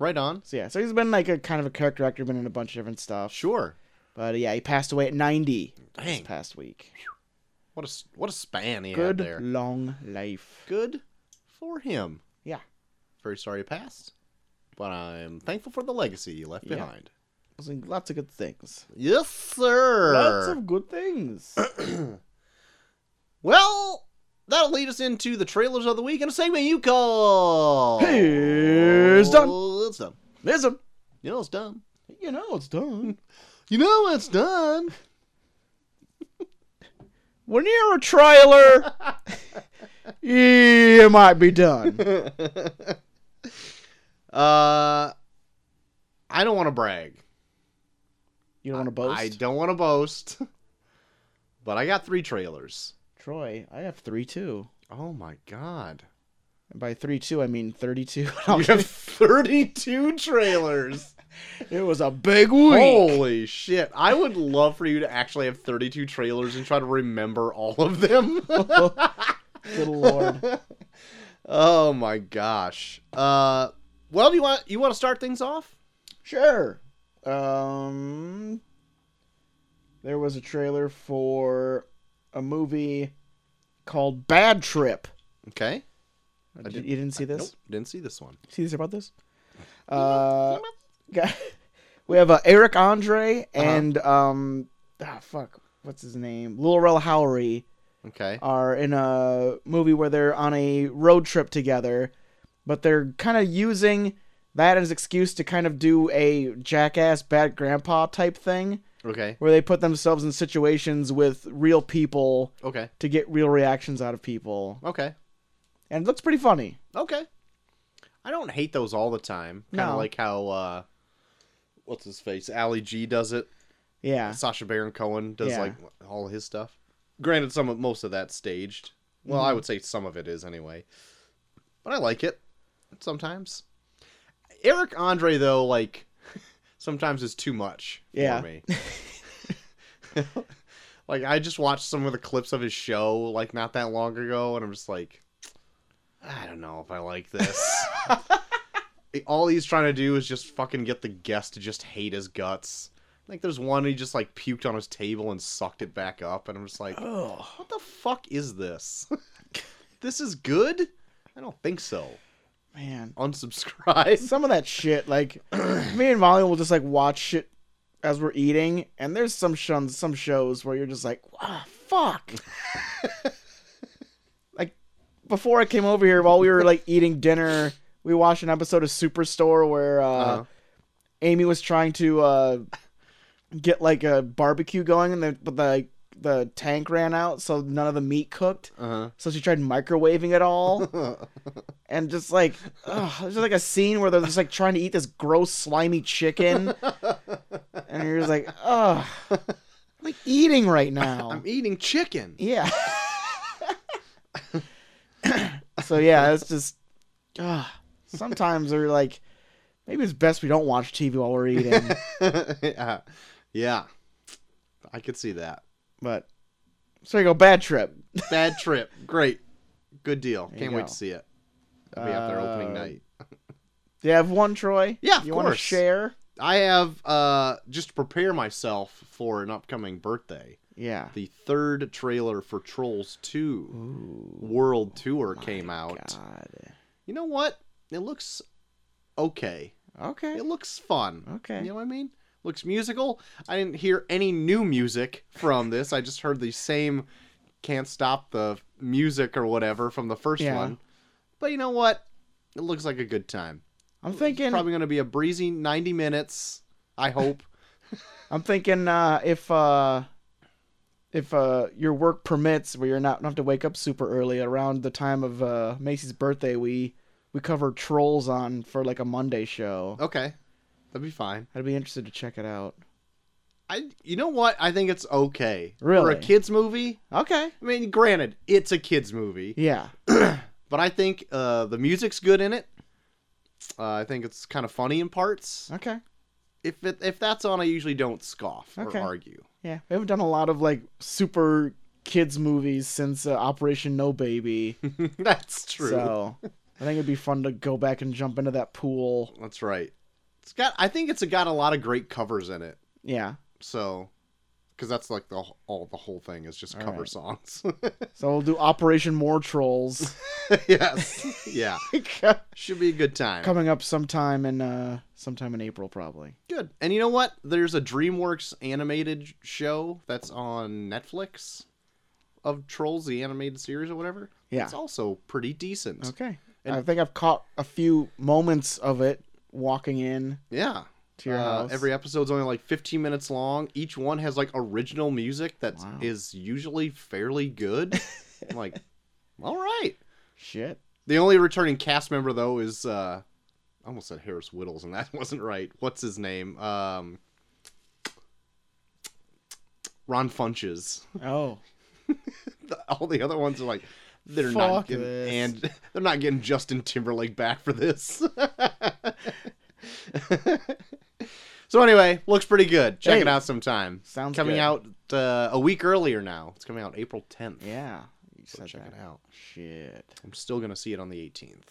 Speaker 2: Right on.
Speaker 1: So yeah, so he's been like a kind of a character actor, been in a bunch of different stuff.
Speaker 2: Sure.
Speaker 1: But yeah, he passed away at 90 this
Speaker 2: Dang.
Speaker 1: past week.
Speaker 2: What a s- what a span he
Speaker 1: Good
Speaker 2: had there.
Speaker 1: long life.
Speaker 2: Good for him.
Speaker 1: Yeah.
Speaker 2: Very sorry he passed. but I'm thankful for the legacy you left
Speaker 1: Yeah.
Speaker 2: behind.
Speaker 1: was in lots of good things.
Speaker 2: Yes, sir.
Speaker 1: Lots of good things.
Speaker 2: Oh. Well, that'll lead us into the trailers of the week and a segment you call.
Speaker 1: Here's Dom.
Speaker 2: It's done.
Speaker 1: Listen,
Speaker 2: You know it's done.
Speaker 1: you know it's done.
Speaker 2: You know it's done.
Speaker 1: When you're a trailer, you might be done.
Speaker 2: Uh, I don't want to brag.
Speaker 1: You don't want to boast,
Speaker 2: I don't want to boast, but I got three trailers.
Speaker 1: Troy. I have three two.
Speaker 2: Oh my god.
Speaker 1: And by three two, I mean thirty-two.
Speaker 2: You have 32 trailers.
Speaker 1: it was a big week.
Speaker 2: Holy shit. I would love for you to actually have 32 trailers and try to remember all of them.
Speaker 1: Good lord.
Speaker 2: oh my gosh. Uh well, do you want you want to start things off?
Speaker 1: Sure. Um, there was a trailer for a movie called Bad Trip.
Speaker 2: Okay.
Speaker 1: Did-
Speaker 2: did-
Speaker 1: you didn't see this?
Speaker 2: Nope, didn't see this one.
Speaker 1: See this about this? Uh, got- we have uh, Eric
Speaker 2: Uh-huh.
Speaker 1: Andre and um, ah, fuck, what's his name? Lil Rel Howery
Speaker 2: Okay.
Speaker 1: are in a movie where they're on a road trip together, but they're kind of using that as excuse to kind of do a jackass bad grandpa type thing
Speaker 2: Okay.
Speaker 1: where they put themselves in situations with real people
Speaker 2: Okay.
Speaker 1: to get real reactions out of people.
Speaker 2: Okay.
Speaker 1: And it looks pretty funny.
Speaker 2: Okay. I don't hate those all the time. Kind of
Speaker 1: No.
Speaker 2: like how uh what's his face? Ali G does it.
Speaker 1: Yeah.
Speaker 2: Sasha Baron Cohen does
Speaker 1: Yeah.
Speaker 2: like all his stuff. Granted, some of most of that's staged. Well,
Speaker 1: Mm-hmm.
Speaker 2: I would say some of it is anyway. But I like it sometimes. Eric Andre though, like sometimes is too much
Speaker 1: Yeah.
Speaker 2: for me. like I just watched some of the clips of his show like not that long ago, and I'm just like, I don't know if I like this. All he's trying to do is just fucking get the guest to just hate his guts. Like there's one he just like puked on his table and sucked it back up, and I'm just like,
Speaker 1: Ugh.
Speaker 2: what the fuck is this? this is good? I don't think so.
Speaker 1: Man.
Speaker 2: Unsubscribe.
Speaker 1: some of that shit, like me and Molly will just like watch shit as we're eating, and there's some shuns, some shows where you're just like, ah, fuck. like before I came over here, while we were like eating dinner, we watched an episode of Superstore where uh,
Speaker 2: Uh-huh.
Speaker 1: Amy was trying to uh, get like a barbecue going, and the but the the tank ran out, so none of the meat cooked.
Speaker 2: Uh
Speaker 1: So she tried microwaving it all
Speaker 2: huh.
Speaker 1: and just like ugh, there's like a scene where they're just like trying to eat this gross slimy chicken and you're just like ugh I'm, like eating right now
Speaker 2: I'm eating chicken.
Speaker 1: yeah so yeah it's just ugh. sometimes they're like maybe it's best we don't watch tv while we're eating
Speaker 2: yeah. yeah. I could see that.
Speaker 1: but so you go bad trip
Speaker 2: Bad trip. Great. Good deal.
Speaker 1: you
Speaker 2: Can't wait
Speaker 1: go.
Speaker 2: to see it. I'll be out there opening
Speaker 1: Uh,
Speaker 2: night.
Speaker 1: do you have one troy
Speaker 2: Yeah, of
Speaker 1: you wanna
Speaker 2: course.
Speaker 1: share
Speaker 2: I have uh just to prepare myself for an upcoming birthday.
Speaker 1: yeah
Speaker 2: The third trailer for Trolls 2 World Tour came out.
Speaker 1: God.
Speaker 2: You know what? It looks okay.
Speaker 1: okay
Speaker 2: It looks fun.
Speaker 1: Okay.
Speaker 2: You know what I mean? Looks musical. I didn't hear any new music from this. I just heard the same can't stop the music or whatever from the first
Speaker 1: Yeah.
Speaker 2: one. But you know what? It looks like a good time.
Speaker 1: i'm thinking
Speaker 2: Probably going to be a breezy 90 minutes, I hope.
Speaker 1: I'm thinking uh, if uh, if uh, your work permits, where you're not don't have to wake up super early around the time of uh, Macy's birthday, we we cover trolls on for like a Monday show.
Speaker 2: okay. That'd be fine.
Speaker 1: I'd be interested to check it out.
Speaker 2: I you know what? I think it's okay. For
Speaker 1: Really?
Speaker 2: a kids movie?
Speaker 1: Okay.
Speaker 2: I mean, granted, it's a kids movie.
Speaker 1: Yeah.
Speaker 2: but I think uh, the music's good in it. Uh, I think it's kind of funny in parts.
Speaker 1: Okay.
Speaker 2: If it, if that's on, I usually don't scoff
Speaker 1: Okay.
Speaker 2: or argue.
Speaker 1: Yeah. We haven't done a lot of like super kids movies since uh, Operation No Baby.
Speaker 2: that's true.
Speaker 1: So I think it'd be fun to go back and jump into that pool.
Speaker 2: That's right. It's got. I think it's got a lot of great covers in it.
Speaker 1: Yeah.
Speaker 2: So because that's like the wh- all the whole thing is just
Speaker 1: All
Speaker 2: cover
Speaker 1: right.
Speaker 2: songs.
Speaker 1: So we'll do Operation More Trolls
Speaker 2: yes, yeah, should be a good time.
Speaker 1: coming up sometime in uh sometime in April probably.
Speaker 2: Good. And you know what? There's a DreamWorks animated show that's on Netflix of Trolls, the animated series or whatever.
Speaker 1: Yeah.
Speaker 2: It's also pretty decent.
Speaker 1: Okay.
Speaker 2: And-
Speaker 1: I think I've caught a few moments of it walking in
Speaker 2: Yeah.
Speaker 1: to your
Speaker 2: Uh,
Speaker 1: house.
Speaker 2: every episode's only like 15 minutes long. Each one has like original music that is
Speaker 1: Wow.
Speaker 2: usually fairly good. I'm like, all right.
Speaker 1: shit.
Speaker 2: The only returning cast member though is uh, I almost said Harris Whittles, and that wasn't right. What's his name? Um, Ron Funches.
Speaker 1: Oh.
Speaker 2: The- all the other ones are like they're
Speaker 1: Fuck
Speaker 2: not getting,
Speaker 1: this.
Speaker 2: and they're not getting Justin Timberlake back for this. so anyway, looks pretty good. Check it
Speaker 1: Hey.
Speaker 2: out sometime.
Speaker 1: Sounds
Speaker 2: coming
Speaker 1: good.
Speaker 2: out uh, a week earlier now. It's coming out April 10th.
Speaker 1: Yeah. You
Speaker 2: so
Speaker 1: said
Speaker 2: check it
Speaker 1: that.
Speaker 2: out.
Speaker 1: Shit.
Speaker 2: I'm still gonna see it on the 18th.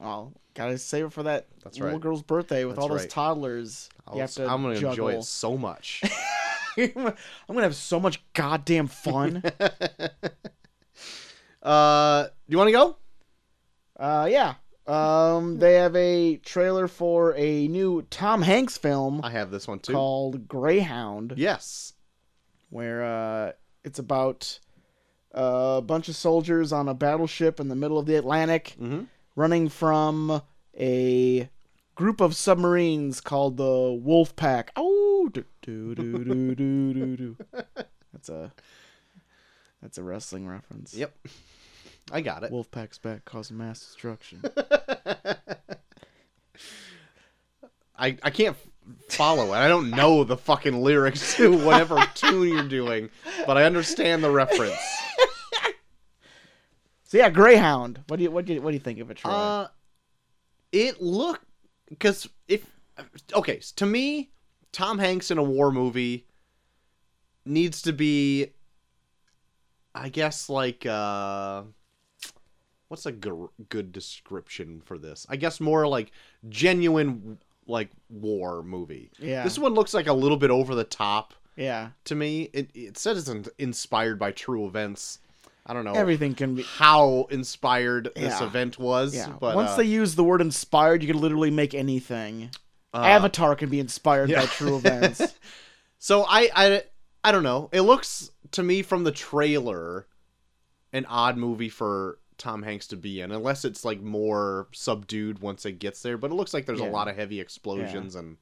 Speaker 1: Oh, gotta save it for that
Speaker 2: That's
Speaker 1: little
Speaker 2: right.
Speaker 1: girl's birthday with
Speaker 2: That's
Speaker 1: all those
Speaker 2: right.
Speaker 1: toddlers.
Speaker 2: I'll,
Speaker 1: You have to
Speaker 2: I'm gonna
Speaker 1: juggle.
Speaker 2: enjoy it so much.
Speaker 1: I'm gonna have so much goddamn fun.
Speaker 2: uh, do you want to go?
Speaker 1: uh, yeah. Um, they have a trailer for a new Tom Hanks film
Speaker 2: I have this one too.
Speaker 1: called Greyhound,
Speaker 2: Yes.
Speaker 1: where uh, it's about uh, a bunch of soldiers on a battleship in the middle of the Atlantic
Speaker 2: Mm-hmm.
Speaker 1: running from a group of submarines called the Wolf Pack. Oh, do do do do do do do. That's a that's a wrestling reference.
Speaker 2: Yep. I got it.
Speaker 1: Wolfpack's back causing mass destruction.
Speaker 2: I, I can't f- follow it. I don't know the fucking lyrics to whatever tune you're doing, but I understand the reference.
Speaker 1: So yeah, Greyhound. What do you what do you, what do you think of it, Troy?
Speaker 2: Uh, it look because if okay s- to me, Tom Hanks in a war movie needs to be, I guess like uh, what's a gr- good description for this? I guess more like genuine like war movie.
Speaker 1: yeah,
Speaker 2: This one looks like a little bit over the top.
Speaker 1: yeah.
Speaker 2: to me. It, it said it's in- inspired by true events. I don't know
Speaker 1: Everything can be.
Speaker 2: how inspired this
Speaker 1: Yeah.
Speaker 2: event was,
Speaker 1: Yeah.
Speaker 2: but
Speaker 1: Once
Speaker 2: uh,
Speaker 1: they use the word inspired, you can literally make anything.
Speaker 2: uh,
Speaker 1: Avatar can be inspired by
Speaker 2: yeah.
Speaker 1: true events.
Speaker 2: so I, I I don't know. It looks to me from the trailer an odd movie for Tom Hanks to be in, unless it's like more subdued once it gets there. But it looks like there's
Speaker 1: Yeah.
Speaker 2: a lot of heavy explosions and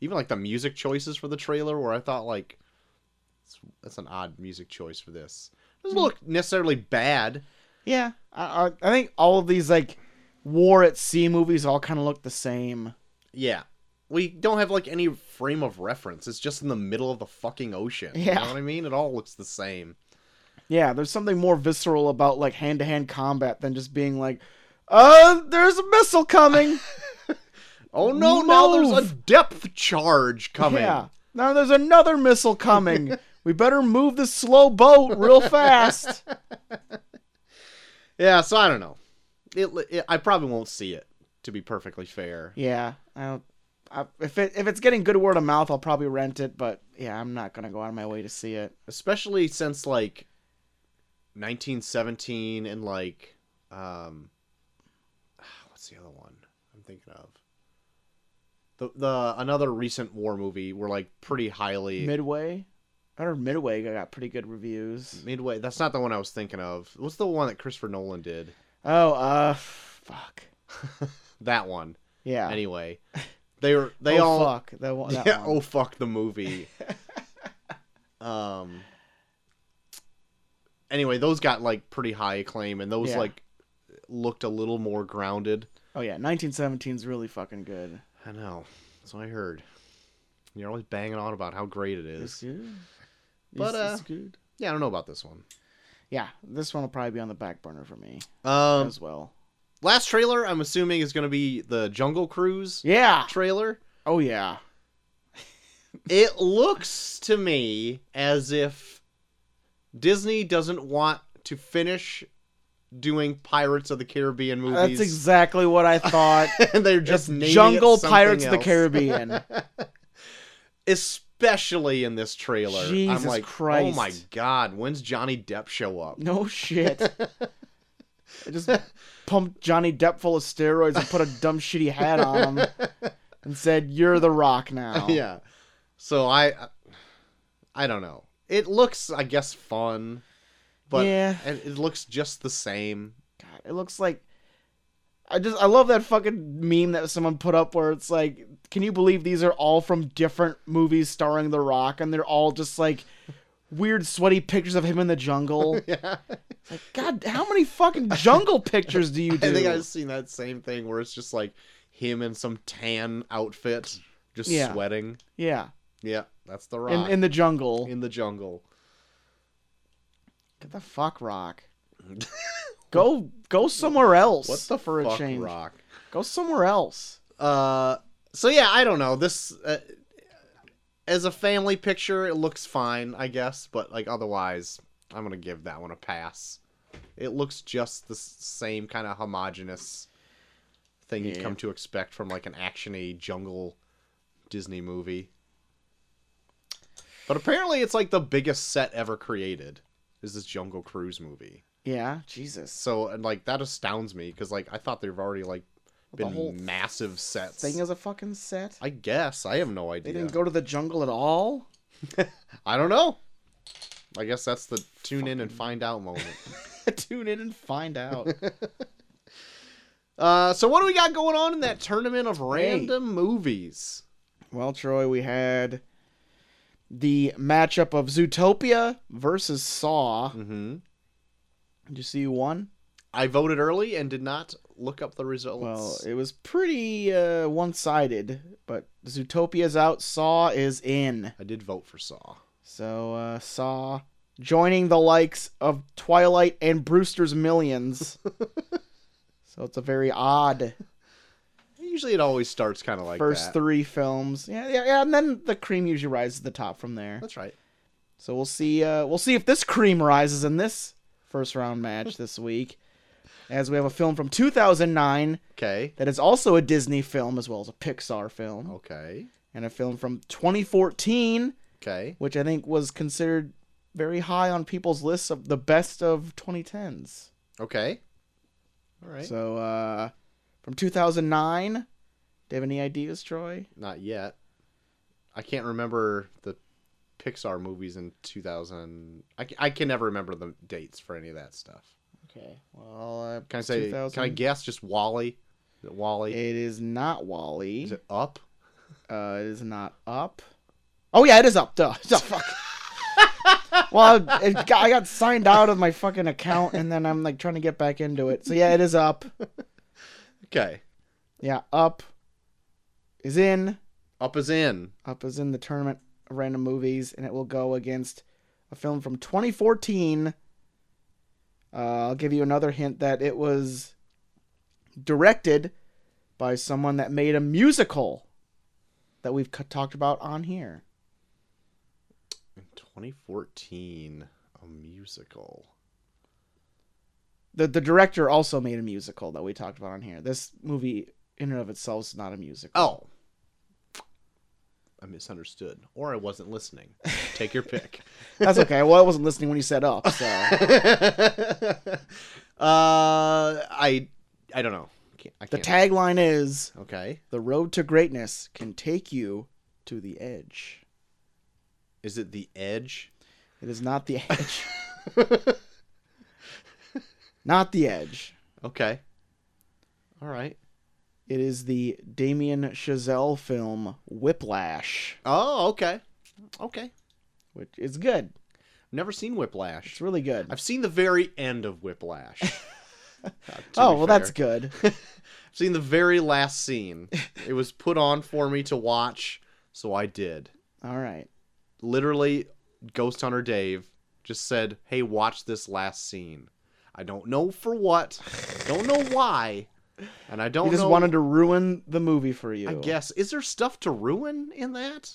Speaker 2: even like the music choices for the trailer, where I thought like that's, that's an odd music choice for this.
Speaker 1: Hmm.
Speaker 2: Doesn't look necessarily bad.
Speaker 1: yeah, I, I, I think all of these like war at sea movies all kind of look the same.
Speaker 2: Yeah. We don't have like any frame of reference. It's just in the middle of the fucking ocean. You
Speaker 1: Yeah.
Speaker 2: know what I mean? It all looks the same.
Speaker 1: Yeah, there's something more visceral about like hand to hand combat than just being like, "Uh, there's a missile coming."
Speaker 2: Oh no, now there's a
Speaker 1: Move.
Speaker 2: depth charge coming.
Speaker 1: Yeah. Now there's another missile coming. we better move this slow boat real fast.
Speaker 2: Yeah, so I don't know. It, it I probably won't see it to be perfectly fair.
Speaker 1: Yeah, I don't. I, if it if it's getting good word of mouth, I'll probably rent it. But yeah, I'm not gonna go out of my way to see it.
Speaker 2: Especially since like 1917 and like um what's the other one I'm thinking of? The, the another recent war movie were like pretty highly
Speaker 1: Midway, I heard Midway got pretty good reviews.
Speaker 2: Midway. That's not the one I was thinking of. What's the one that Christopher Nolan did?
Speaker 1: Oh, uh, fuck.
Speaker 2: That one.
Speaker 1: Yeah.
Speaker 2: Anyway, they were they
Speaker 1: oh,
Speaker 2: all.
Speaker 1: fuck that one. That
Speaker 2: yeah.
Speaker 1: one.
Speaker 2: Oh fuck the movie. um. Anyway, those got like pretty high acclaim, and those
Speaker 1: Yeah.
Speaker 2: like looked a little more grounded.
Speaker 1: Oh yeah, 1917's really fucking good.
Speaker 2: I know. That's what I heard. You're always banging on about how great it
Speaker 1: It's
Speaker 2: is.
Speaker 1: good. It's-
Speaker 2: But, uh,
Speaker 1: it's good.
Speaker 2: Yeah, I don't know about this one.
Speaker 1: Yeah, this one will probably be on the back burner for me
Speaker 2: Um,
Speaker 1: as well.
Speaker 2: last trailer I'm assuming is gonna be the Jungle Cruise
Speaker 1: Yeah.
Speaker 2: trailer.
Speaker 1: Oh yeah.
Speaker 2: it looks to me as if Disney doesn't want to finish doing Pirates of the Caribbean movies.
Speaker 1: That's exactly what I thought.
Speaker 2: and they're just
Speaker 1: It's
Speaker 2: naming it
Speaker 1: Jungle
Speaker 2: something
Speaker 1: Pirates of the
Speaker 2: else.
Speaker 1: Caribbean.
Speaker 2: Es- especially in this trailer.
Speaker 1: Jesus
Speaker 2: I'm like, oh
Speaker 1: Christ.
Speaker 2: my god, when's Johnny Depp show up?
Speaker 1: No shit. I just pumped Johnny Depp full of steroids and put a dumb shitty hat on him and said, "You're the Rock now."
Speaker 2: Yeah. So I, I don't know. It looks, I guess, fun, but
Speaker 1: Yeah.
Speaker 2: and it looks just the same.
Speaker 1: God, it looks like. I just I love that fucking meme that someone put up where it's like, can you believe these are all from different movies starring The Rock and they're all just like weird sweaty pictures of him in the jungle.
Speaker 2: Yeah.
Speaker 1: Like God, how many fucking jungle pictures do you do?
Speaker 2: I think I've seen that same thing where it's just like him in some tan outfit, just
Speaker 1: Yeah.
Speaker 2: sweating.
Speaker 1: yeah,
Speaker 2: Yeah, that's the rock
Speaker 1: in, in the jungle.
Speaker 2: in the jungle.
Speaker 1: Get the fuck, Rock. go go somewhere else.
Speaker 2: What the
Speaker 1: for
Speaker 2: fuck,
Speaker 1: a change?
Speaker 2: rock?
Speaker 1: Go somewhere else.
Speaker 2: Uh, so yeah, I don't know. This uh, as a family picture, it looks fine, I guess, but like otherwise, I'm gonna give that one a pass. It looks just the s- same kind of homogenous thing you've
Speaker 1: Yeah.
Speaker 2: come to expect from like an actiony jungle Disney movie. But apparently, it's like the biggest set ever created. Is this Jungle Cruise movie?
Speaker 1: Yeah, Jesus.
Speaker 2: So and like that astounds me because like I thought they've already like
Speaker 1: The
Speaker 2: been
Speaker 1: whole
Speaker 2: massive sets.
Speaker 1: Thing is a fucking set.
Speaker 2: I guess I have no
Speaker 1: They
Speaker 2: idea.
Speaker 1: didn't go to the jungle at all.
Speaker 2: I don't know. I guess that's the tune in and find out moment.
Speaker 1: Tune in and find out.
Speaker 2: uh, so what do we got going on in that tournament of random movies?
Speaker 1: well, Troy, we had the matchup of Zootopia versus Saw.
Speaker 2: Mm-hmm.
Speaker 1: Did you see who won?
Speaker 2: I voted early and did not look up the results.
Speaker 1: Well, it was pretty uh, one-sided, but Zootopia's out, Saw is in.
Speaker 2: I did vote for Saw.
Speaker 1: So uh, Saw joining the likes of Twilight and Brewster's Millions. so it's a very odd
Speaker 2: Usually, it always starts kind of like
Speaker 1: first
Speaker 2: that.
Speaker 1: three films. Yeah, yeah, yeah, and then the cream usually rises to the top from there.
Speaker 2: That's right.
Speaker 1: So we'll see. Uh, we'll see if this cream rises in this first round match this week, as we have a film from 2009
Speaker 2: Okay.
Speaker 1: that is also a Disney film as well as a Pixar film,
Speaker 2: Okay.
Speaker 1: and a film from 2014
Speaker 2: Okay.
Speaker 1: which I think was considered very high on people's lists of the best of 2010s.
Speaker 2: Okay. All right.
Speaker 1: So, uh, from 2009, do you have any ideas, Troy?
Speaker 2: Not yet. I can't remember the Pixar movies in 2000. I, ca- I can never remember the dates for any of that stuff.
Speaker 1: Okay, well, uh,
Speaker 2: Can I say? Can I guess? Just Wally. Is it Wally?
Speaker 1: It is not Wally.
Speaker 2: Is it Up?
Speaker 1: Uh, it is not up. Oh yeah, it is up. Duh. Duh, fuck. well, it got, I got signed out of my fucking account, and then I'm like trying to get back into it. So yeah, it is up.
Speaker 2: Okay.
Speaker 1: Yeah, up is in.
Speaker 2: Up is in.
Speaker 1: Up is in the tournament of random movies, and it will go against a film from 2014. Uh, I'll give you another hint that it was directed by someone that made a musical that we've c- talked about on here.
Speaker 2: In 2014, a musical.
Speaker 1: The the director also made a musical that we talked about on here. This movie in and of itself is not a musical.
Speaker 2: Oh. I misunderstood, or I wasn't listening. Take your pick.
Speaker 1: That's okay. Well, I wasn't listening when you said up, so
Speaker 2: uh, I I don't know. Can't, I
Speaker 1: the
Speaker 2: can't.
Speaker 1: tagline is
Speaker 2: okay.
Speaker 1: the road to greatness can take you to the edge.
Speaker 2: Is it The Edge?
Speaker 1: It is not the edge. not the edge.
Speaker 2: Okay. All right.
Speaker 1: It is the Damien Chazelle film Whiplash,
Speaker 2: Oh, okay. Okay.
Speaker 1: which is good.
Speaker 2: Never seen Whiplash.
Speaker 1: It's really good.
Speaker 2: I've seen the very end of Whiplash. Uh, to
Speaker 1: oh,
Speaker 2: be
Speaker 1: well,
Speaker 2: fair.
Speaker 1: that's good.
Speaker 2: I've seen the very last scene. it was put on for me to watch, so I did.
Speaker 1: All right.
Speaker 2: Literally, Ghost Hunter Dave just said, "Hey, watch this last scene." I don't know for what, I don't know why, and I don't
Speaker 1: He just
Speaker 2: know.
Speaker 1: wanted to ruin the movie for you.
Speaker 2: I guess is there stuff to ruin in that?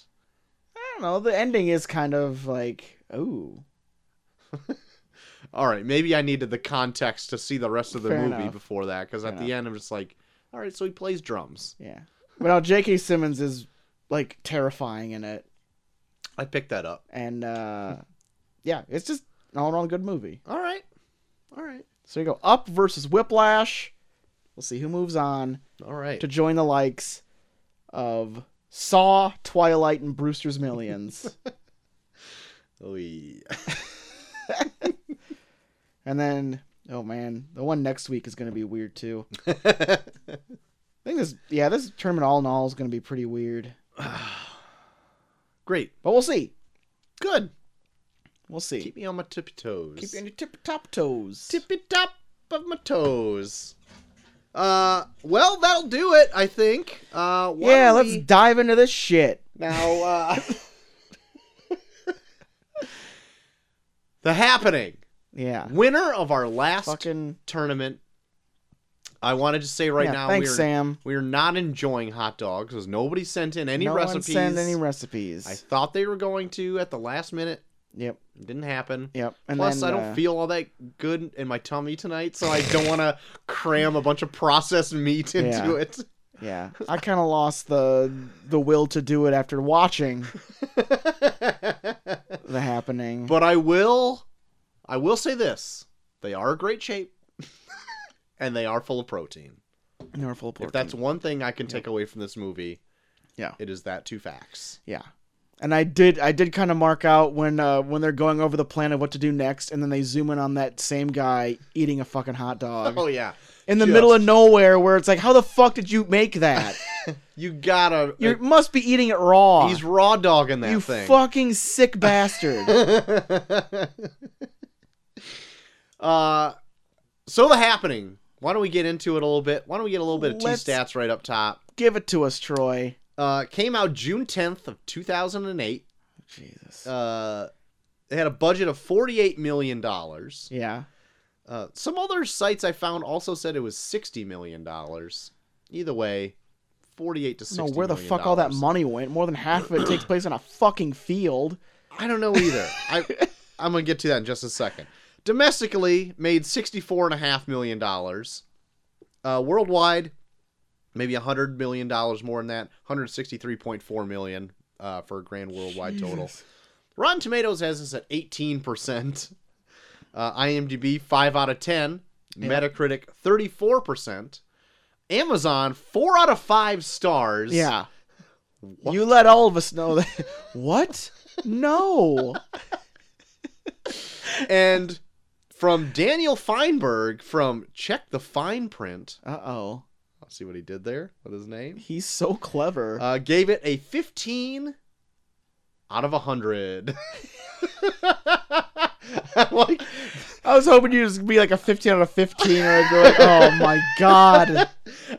Speaker 1: I don't know. The ending is kind of like, oh,
Speaker 2: all right, maybe I needed the context to see the rest of the
Speaker 1: Fair
Speaker 2: movie
Speaker 1: enough.
Speaker 2: before that because at
Speaker 1: Fair
Speaker 2: the end I'm just like, all right, so he plays drums.
Speaker 1: yeah. But now J.K. Simmons is like terrifying in it.
Speaker 2: I picked that up.
Speaker 1: And uh, yeah, it's just an all in all good movie.
Speaker 2: All right. All right.
Speaker 1: So you go Up versus Whiplash. We'll see who moves on
Speaker 2: All right.
Speaker 1: to join the likes of Saw, Twilight, and Brewster's Millions.
Speaker 2: Oy.
Speaker 1: and then, oh man, the one next week is going to be weird too. I think this, yeah, this tournament all in all is going to be pretty weird.
Speaker 2: Great.
Speaker 1: But we'll see.
Speaker 2: Good.
Speaker 1: We'll see.
Speaker 2: Keep me on my tippy toes.
Speaker 1: Keep you on your tip top toes.
Speaker 2: tippy top of my toes. Uh, well, that'll do it, I think. Uh, why
Speaker 1: yeah,
Speaker 2: don't
Speaker 1: let's
Speaker 2: we-
Speaker 1: dive into this shit.
Speaker 2: now. Uh... the happening
Speaker 1: Yeah.
Speaker 2: winner of our last
Speaker 1: Fucking
Speaker 2: tournament. I want to just say right
Speaker 1: yeah,
Speaker 2: now
Speaker 1: Thanks,
Speaker 2: we're
Speaker 1: Sam.
Speaker 2: we're not enjoying hot dogs because nobody sent in any
Speaker 1: no
Speaker 2: recipes.
Speaker 1: One send any recipes.
Speaker 2: I thought they were going to at the last minute.
Speaker 1: Yep.
Speaker 2: It didn't happen.
Speaker 1: Yep. And
Speaker 2: Plus,
Speaker 1: then,
Speaker 2: I don't
Speaker 1: uh,
Speaker 2: feel all that good in my tummy tonight, so I don't want to cram a bunch of processed meat into
Speaker 1: Yeah.
Speaker 2: it.
Speaker 1: Yeah, I kind of lost the the will to do it after watching the happening.
Speaker 2: but I will, I will say this: they are in great shape, and they are full of protein.
Speaker 1: they were full of
Speaker 2: If that's
Speaker 1: protein.
Speaker 2: one thing I can take away from this movie,
Speaker 1: Yeah.
Speaker 2: it is that two facts.
Speaker 1: yeah. And I did I did kind of mark out when uh, when they're going over the plan of what to do next, and then they zoom in on that same guy eating a fucking hot dog
Speaker 2: Oh yeah,
Speaker 1: in the middle of
Speaker 2: just-
Speaker 1: nowhere, where it's like, how the fuck did you make that?
Speaker 2: you gotta. uh,
Speaker 1: You must be eating it raw.
Speaker 2: he's raw dogging that
Speaker 1: you
Speaker 2: thing.
Speaker 1: fucking sick bastard.
Speaker 2: uh, so the happening. Why don't we get into it a little bit? Why don't we get a little bit of T
Speaker 1: Let's-
Speaker 2: stats right up top?
Speaker 1: Give it to us, Troy.
Speaker 2: Uh, came out June 10th of 2008.
Speaker 1: Jesus.
Speaker 2: Uh, it had a budget of 48 million dollars.
Speaker 1: yeah.
Speaker 2: Uh, some other sites I found also said it was 60 million dollars. Either way, 48 to 60.
Speaker 1: No, where the
Speaker 2: million
Speaker 1: fuck all that
Speaker 2: dollars.
Speaker 1: money went? More than half of it takes place on a fucking field.
Speaker 2: I don't know either. I, I'm gonna get to that in just a second. Domestically, made sixty-four and a half million dollars. Uh, worldwide, maybe a hundred million dollars more than that. Hundred sixty-three point four million uh, for a grand worldwide total. Rotten Tomatoes has this at eighteen percent. Uh, IMDb five out of ten. Metacritic thirty-four percent. Amazon four out of five stars.
Speaker 1: Yeah. You let all of us know that. what? No.
Speaker 2: and from Daniel Feinberg from Check the Fine Print.
Speaker 1: Uh oh.
Speaker 2: I'll see what he did there with his name.
Speaker 1: He's so clever.
Speaker 2: Uh, gave it a 15 out of 100. I'm like,
Speaker 1: I was hoping you'd just be like a 15 out of 15, or I'd be like, oh my god.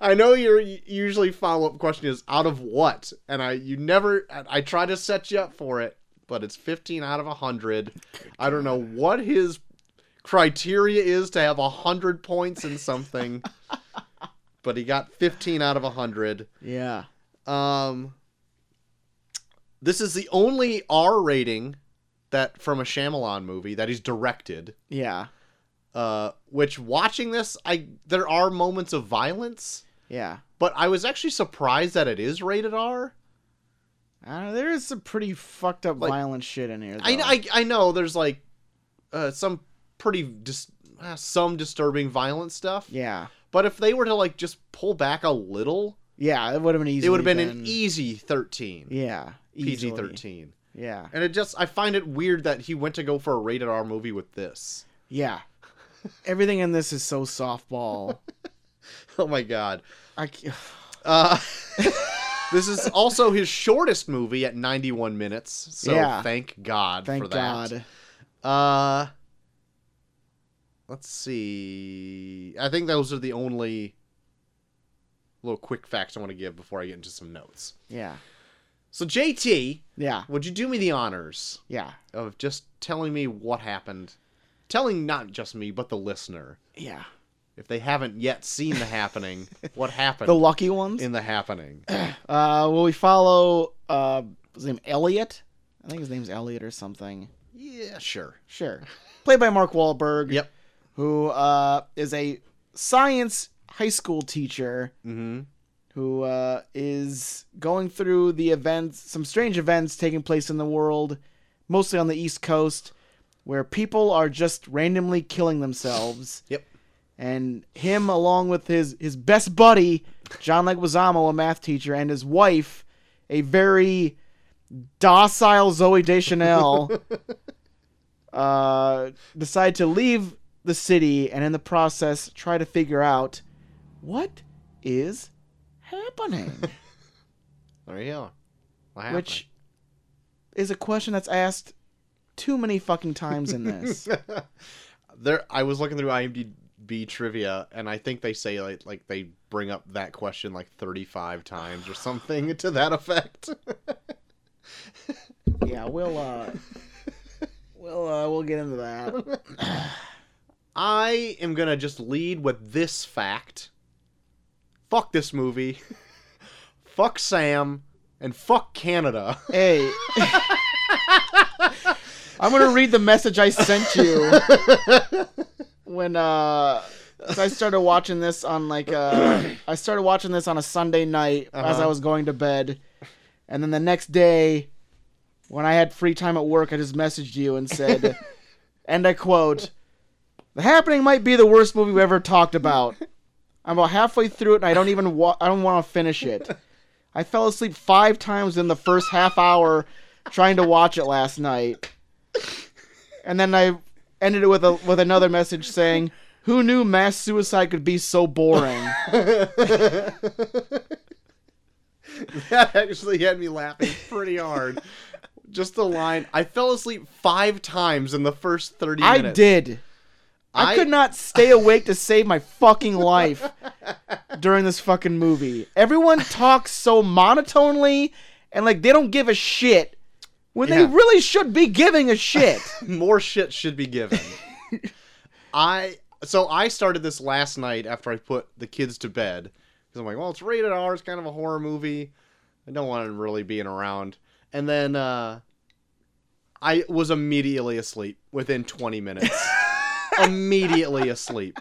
Speaker 2: I know your usually follow up question is out of what, and I you never I, I try to set you up for it, but it's 15 out of 100. I don't know what his criteria is to have 100 points in something, but he got 15 out of 100.
Speaker 1: Yeah.
Speaker 2: Um, this is the only R rating that from a Shyamalan movie that he's directed.
Speaker 1: Yeah.
Speaker 2: Uh, which watching this, I there are moments of violence,
Speaker 1: Yeah.
Speaker 2: but I was actually surprised that it is rated R.
Speaker 1: Uh, there is some pretty fucked up
Speaker 2: Like-
Speaker 1: violent shit in here. Though.
Speaker 2: I I, I know there's like uh, some pretty dis- uh, some disturbing violent stuff,
Speaker 1: Yeah.
Speaker 2: but if they were to like just pull back a little,
Speaker 1: Yeah. It would have been easy.
Speaker 2: it would have been an e- easy 13.
Speaker 1: Yeah.
Speaker 2: PG
Speaker 1: easily.
Speaker 2: 13.
Speaker 1: Yeah.
Speaker 2: And it just I find it weird that he went to go for a rated R movie with this.
Speaker 1: Yeah. Everything in this is so softball.
Speaker 2: Oh my god.
Speaker 1: I c-
Speaker 2: Uh This is also his shortest movie at 91 minutes. So
Speaker 1: Yeah.
Speaker 2: thank God
Speaker 1: thank
Speaker 2: for that.
Speaker 1: God.
Speaker 2: Uh Let's see. I think those are the only little quick facts I want to give before I get into some notes.
Speaker 1: Yeah.
Speaker 2: So JT,
Speaker 1: Yeah.
Speaker 2: would you do me the honors
Speaker 1: Yeah.
Speaker 2: of just telling me what happened? Telling not just me, but the listener.
Speaker 1: Yeah.
Speaker 2: if they haven't yet seen the happening, what happened
Speaker 1: The lucky ones.
Speaker 2: in the happening?
Speaker 1: Uh, well, we follow uh, his name Elliot. I think his name's Elliot or something.
Speaker 2: yeah, sure.
Speaker 1: Sure, played by Mark Wahlberg.
Speaker 2: Yep.
Speaker 1: Who uh, is a science high school teacher
Speaker 2: Mm-hmm.
Speaker 1: who uh, is going through the events, some strange events taking place in the world, mostly on the East Coast, where people are just randomly killing themselves.
Speaker 2: Yep.
Speaker 1: And him, along with his his best buddy, John Leguizamo, a math teacher, and his wife, a very docile Zoe Deschanel, uh, decide to leave the city and, in the process, try to figure out what is happening.
Speaker 2: There you are. What happened?
Speaker 1: which is a question that's asked too many fucking times in this.
Speaker 2: there I was looking through IMDb trivia and I think they say like like they bring up that question like 35 times or something to that effect.
Speaker 1: yeah, we'll uh we'll uh we'll get into that.
Speaker 2: I am going to just lead with this fact. Fuck this movie. fuck Sam and fuck Canada.
Speaker 1: Hey. I'm going to read the message I sent you when uh 'cause I started watching this on like uh I started watching this on a Sunday night as I
Speaker 2: Uh-huh.
Speaker 1: was going to bed. And then the next day when I had free time at work, I just messaged you and said and I quote, "The happening might be the worst movie we ever talked about. I'm about halfway through it and I don't even wa- I don't want to finish it. I fell asleep five times in the first half hour trying to watch it last night, and then I ended it with a with another message saying." Who knew mass suicide could be so boring?
Speaker 2: that actually had me laughing pretty hard. Just the line, I fell asleep 5 times in the first 30
Speaker 1: I
Speaker 2: minutes.
Speaker 1: did. I,
Speaker 2: I-
Speaker 1: could not stay awake to save my fucking life during this fucking movie. Everyone talks so monotonely and like they don't give a shit when they
Speaker 2: Yeah.
Speaker 1: really should be giving a shit.
Speaker 2: more shit should be given. I so I started this last night after I put the kids to bed because I'm like, well, it's rated R. It's kind of a horror movie. I don't want it really being around. And then uh, I was immediately asleep within 20 minutes. immediately asleep.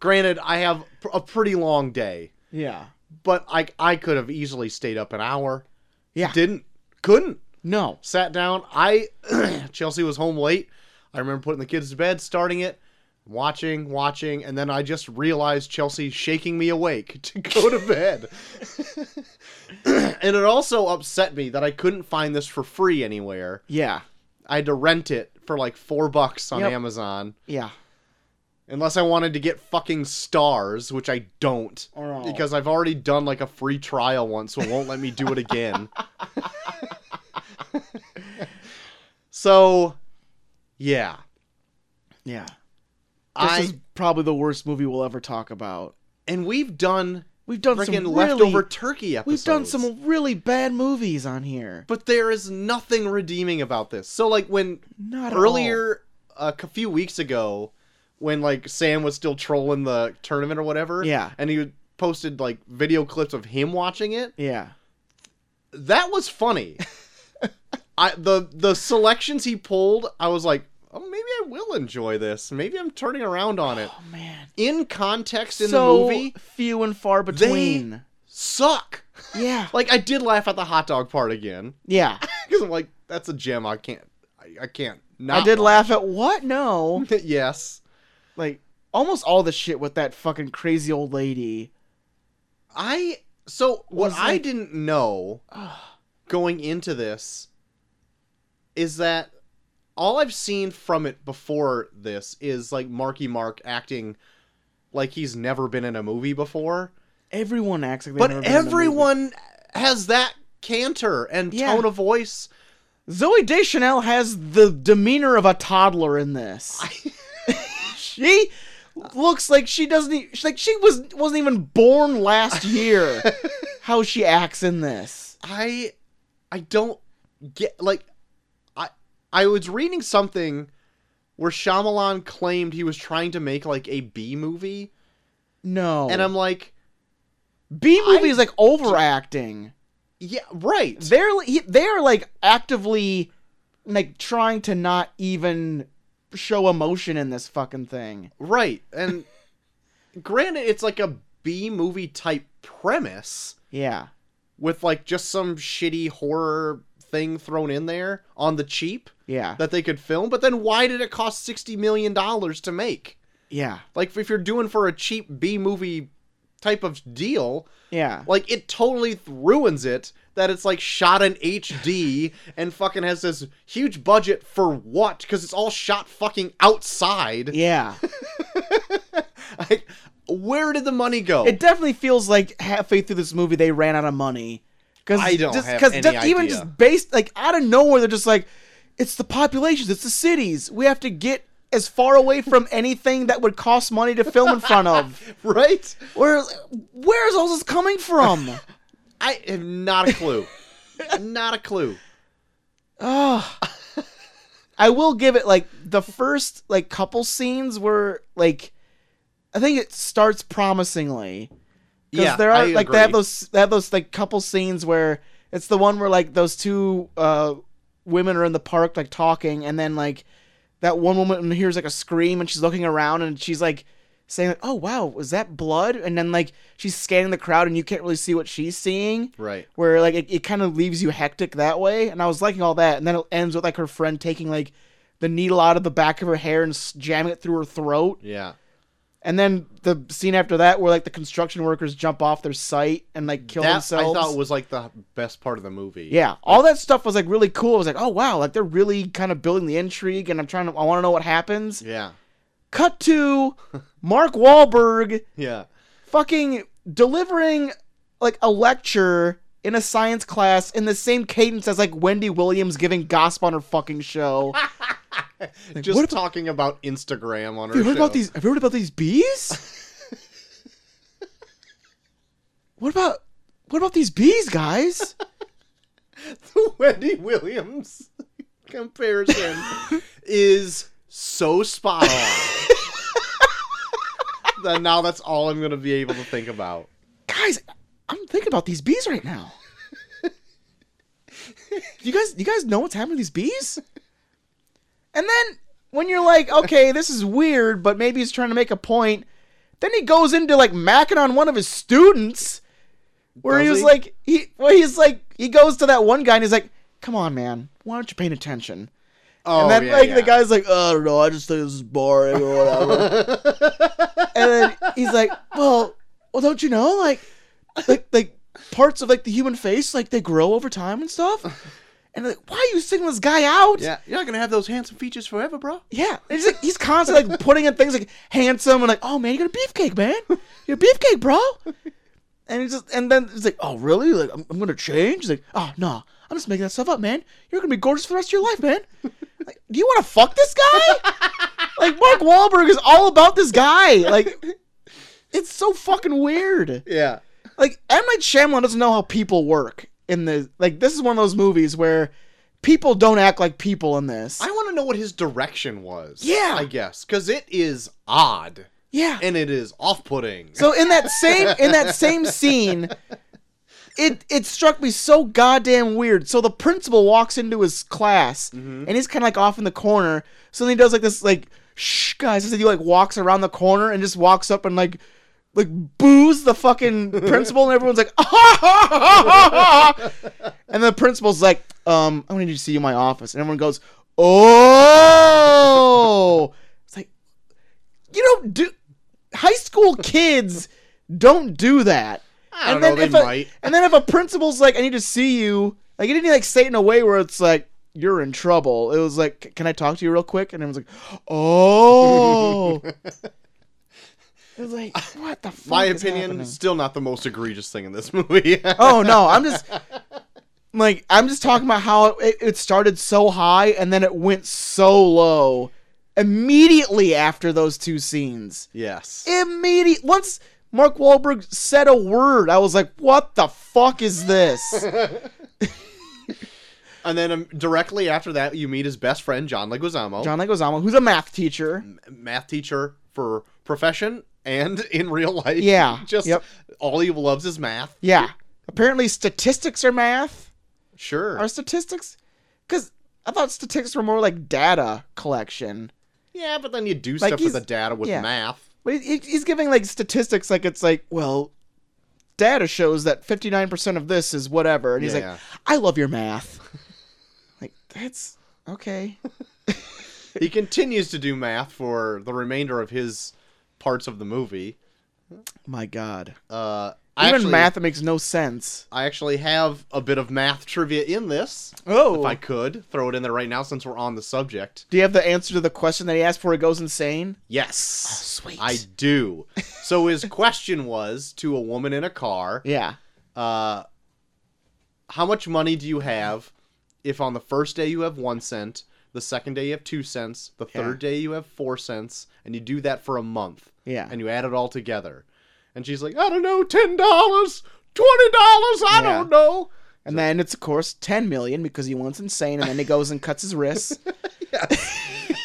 Speaker 2: Granted, I have pr- a pretty long day,
Speaker 1: yeah.
Speaker 2: but I I could have easily stayed up an hour.
Speaker 1: Yeah.
Speaker 2: Didn't. Couldn't
Speaker 1: No.
Speaker 2: sat down. I Chelsea was home late. I remember putting the kids to bed, starting it, watching, watching, and then I just realized Chelsea shaking me awake to go to bed. and it also upset me that I couldn't find this for free anywhere.
Speaker 1: Yeah.
Speaker 2: I had to rent it for like 4 bucks on
Speaker 1: Yep.
Speaker 2: Amazon.
Speaker 1: Yeah.
Speaker 2: Unless I wanted to get fucking stars, which I don't.
Speaker 1: Oh.
Speaker 2: Because I've already done like a free trial once, so it won't let me do it again. so, yeah.
Speaker 1: Yeah. This
Speaker 2: I,
Speaker 1: is probably the worst movie we'll ever talk about.
Speaker 2: and we've done
Speaker 1: We've done some
Speaker 2: freaking
Speaker 1: really,
Speaker 2: leftover turkey episodes.
Speaker 1: We've done some really bad movies on here.
Speaker 2: But there is nothing redeeming about this. So, like, when
Speaker 1: Not at all.
Speaker 2: earlier, uh, a few weeks ago, when like Sam was still trolling the tournament or whatever,
Speaker 1: Yeah.
Speaker 2: and he posted like video clips of him watching it.
Speaker 1: Yeah.
Speaker 2: that was funny. I the the selections he pulled, I was like, oh, maybe I will enjoy this. Maybe I'm turning around on it.
Speaker 1: Oh man.
Speaker 2: In context in
Speaker 1: so
Speaker 2: the movie,
Speaker 1: few and far between.
Speaker 2: suck.
Speaker 1: Yeah.
Speaker 2: Like I did laugh at the hot dog part again
Speaker 1: Yeah.
Speaker 2: because I'm like, that's a gem. I can't, I, I can't. Not
Speaker 1: I did
Speaker 2: watch."
Speaker 1: laugh at what? No.
Speaker 2: yes,
Speaker 1: Like almost all the shit with that fucking crazy old lady.
Speaker 2: I. So what
Speaker 1: Was
Speaker 2: I
Speaker 1: like-
Speaker 2: didn't know going into this is that all I've seen from it before this is like Marky Mark acting like he's never been in a movie before.
Speaker 1: Everyone acts like they
Speaker 2: but everyone has that canter and
Speaker 1: Yeah.
Speaker 2: tone of voice.
Speaker 1: Zoe Deschanel has the demeanor of a toddler in this. she looks like she doesn't. E- she's like she was wasn't even born last year. how she acts in this?
Speaker 2: I I don't get like I I was reading something where Shyamalan claimed he was trying to make like a B movie
Speaker 1: No.
Speaker 2: and I'm like
Speaker 1: B movie is like overacting.
Speaker 2: yeah right
Speaker 1: they're li- he- they're like actively like trying to not even show emotion in this fucking thing.
Speaker 2: Right. And granted, it's like a B movie type premise
Speaker 1: Yeah.
Speaker 2: with like just some shitty horror thing thrown in there on the cheap
Speaker 1: Yeah.
Speaker 2: that they could film, but then why did it cost 60 million dollars to make?
Speaker 1: Yeah.
Speaker 2: Like if you're doing for a cheap B movie type of deal,
Speaker 1: Yeah.
Speaker 2: like it totally th- ruins it that it's like shot in HD and fucking has this huge budget for what? Because it's all shot fucking outside.
Speaker 1: Yeah.
Speaker 2: Like, where did the money go?
Speaker 1: It definitely feels like halfway through this movie they ran out of money. Cause
Speaker 2: I don't
Speaker 1: just,
Speaker 2: have
Speaker 1: cause
Speaker 2: any
Speaker 1: just- even
Speaker 2: idea.
Speaker 1: just based like out of nowhere they're just like, it's the populations, it's the cities. We have to get as far away from anything that would cost money to film in front of.
Speaker 2: right?
Speaker 1: Where where is all this coming from?
Speaker 2: I have not a clue. not a clue.
Speaker 1: Oh. I will give it like the first like couple scenes were like I think it starts promisingly. Because there are
Speaker 2: I
Speaker 1: like they have
Speaker 2: agree.
Speaker 1: those they have those like couple scenes where it's the one where like those two uh women are in the park like talking and then like that one woman hears like a scream and she's looking around and she's like saying like oh wow was that blood and then like she's scanning the crowd and you can't really see what she's seeing
Speaker 2: Right.
Speaker 1: where like it, it kind of leaves you hectic that way and i was liking all that and then it ends with like her friend taking like the needle out of the back of her hair and s- jamming it through her throat
Speaker 2: Yeah.
Speaker 1: and then the scene after that where like the construction workers jump off their site and like kill
Speaker 2: that
Speaker 1: themselves
Speaker 2: I thought was like the best part of the movie.
Speaker 1: yeah all that stuff was like really cool i was like oh wow like they're really kind of building the intrigue and i'm trying to i want to know what happens
Speaker 2: Yeah.
Speaker 1: cut to mark Wahlberg
Speaker 2: Yeah.
Speaker 1: fucking delivering like a lecture in a science class in the same cadence as like Wendy Williams giving gossip on her fucking show.
Speaker 2: Just
Speaker 1: what about-
Speaker 2: talking about Instagram on
Speaker 1: Have
Speaker 2: her
Speaker 1: you heard about
Speaker 2: show.
Speaker 1: these? Have you heard about these bees? what about what about these bees, guys?
Speaker 2: Wendy Williams comparison is so spot on. that now that's all I'm gonna be able to think about.
Speaker 1: guys, I'm thinking about these bees right now. you guys, you guys know what's happening to these bees? And then when you're like, okay, this is weird, but maybe he's trying to make a point. Then he goes into like macking on one of his students, where he
Speaker 2: Does
Speaker 1: was
Speaker 2: he?
Speaker 1: like, he, well, he's like, he goes to that one guy and he's like, come on, man, why aren't you paying attention?
Speaker 2: Oh,
Speaker 1: And then
Speaker 2: yeah,
Speaker 1: like
Speaker 2: yeah.
Speaker 1: the guy's like, oh, I don't know, I just think this is boring or whatever. and then he's like, well, well, don't you know, like, like, like parts of like the human face, like they grow over time and stuff. And like, why are you singling this guy out?
Speaker 2: Yeah, you're not gonna have those handsome features forever, bro.
Speaker 1: Yeah. And he's like, he's constantly like putting in things like handsome and like, oh man, you got a beefcake, man. You're a beefcake, bro. And he's just, and then it's like, oh really? Like, I'm, I'm gonna change. He's like, oh no, I'm just making that stuff up, man. You're gonna be gorgeous for the rest of your life, man. Like, do you want to fuck this guy? like, Mark Wahlberg is all about this guy. Like, it's so fucking weird.
Speaker 2: Yeah.
Speaker 1: Like, M Night Shyamalan doesn't know how people work in the like. This is one of those movies where people don't act like people in this.
Speaker 2: I want to know what his direction was.
Speaker 1: Yeah.
Speaker 2: I guess because it is odd
Speaker 1: yeah.
Speaker 2: and it is off-putting.
Speaker 1: So in that same in that same scene, it it struck me so goddamn weird. So the principal walks into his class and he's kind of like off in the corner. So then he does like this like shh guys, and then he like walks around the corner and just walks up and like like boos the fucking principal and everyone's like ah, ha, ha, ha, ha, ha. and the principal's like um I need to see you in my office and everyone goes oh it's like you don't do high school kids don't do that.
Speaker 2: I don't know, they
Speaker 1: if a,
Speaker 2: might.
Speaker 1: And then if a principal's like, I need to see you, like it didn't like say it in a way where it's like, you're in trouble. It was like, "C- can I talk to you real quick? And everyone's like, oh. it was like, what the fuck?
Speaker 2: My
Speaker 1: is
Speaker 2: opinion,
Speaker 1: happening?"
Speaker 2: still not the most egregious thing in this movie.
Speaker 1: oh no, I'm just like I'm just talking about how it, it started so high and then it went so low immediately after those two scenes
Speaker 2: yes.
Speaker 1: immediate once Mark Wahlberg said a word, I was like, "What the fuck is this?"
Speaker 2: And then um, directly after that, you meet his best friend, John Leguizamo,
Speaker 1: John Leguizamo, who's a math teacher,
Speaker 2: math teacher for profession and in real life.
Speaker 1: Yeah,
Speaker 2: Just
Speaker 1: yep.
Speaker 2: all he loves is math.
Speaker 1: yeah. Apparently, statistics are math.
Speaker 2: Sure.
Speaker 1: Are statistics? Because I thought statistics were more like data collection.
Speaker 2: Yeah, but then you do
Speaker 1: Like
Speaker 2: stuff with
Speaker 1: he's-
Speaker 2: the data with
Speaker 1: yeah.
Speaker 2: math.
Speaker 1: But he- he, he's giving like statistics, like it's like, well, data shows that fifty nine percent of this is whatever, and he's
Speaker 2: Yeah.
Speaker 1: like, I love your math. like that's okay.
Speaker 2: He continues to do math for the remainder of his parts of the movie.
Speaker 1: My God,
Speaker 2: Uh, I
Speaker 1: even
Speaker 2: actually,
Speaker 1: math that makes no sense.
Speaker 2: I actually have a bit of math trivia in this.
Speaker 1: Oh,
Speaker 2: If I could throw it in there right now, since we're on the subject.
Speaker 1: do you have the answer to the question that he asked before he goes insane?
Speaker 2: Yes.
Speaker 1: Oh, sweet.
Speaker 2: I do. So his question was to a woman in a car,
Speaker 1: Yeah.
Speaker 2: uh, how much money do you have if on the first day you have one cent, the second day you have two cents, the
Speaker 1: Yeah.
Speaker 2: third day you have four cents, and you do that for a month.
Speaker 1: Yeah.
Speaker 2: And you add it all together. And she's like, I don't know, ten dollars, twenty dollars, I
Speaker 1: Yeah.
Speaker 2: don't know.
Speaker 1: And then it's of course ten million because he went insane, and then he goes and cuts his wrists.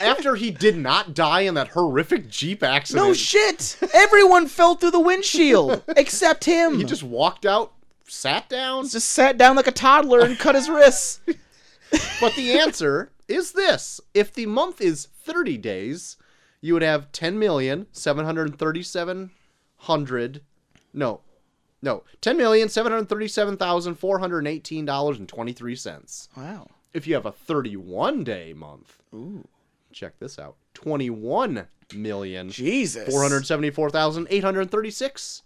Speaker 2: After he did not die in that horrific Jeep accident.
Speaker 1: no shit! Everyone fell through the windshield except him.
Speaker 2: he just walked out, sat down,
Speaker 1: just sat down like a toddler and cut his wrists.
Speaker 2: But the answer is this. If the month is 30 days, you would have 10,737,100 no. No, $10,737,418.23.
Speaker 1: Wow.
Speaker 2: If you have a 31 day month,
Speaker 1: Ooh.
Speaker 2: check this out. 21 million
Speaker 1: Jesus.
Speaker 2: four hundred seventy four thousand eight hundred thirty six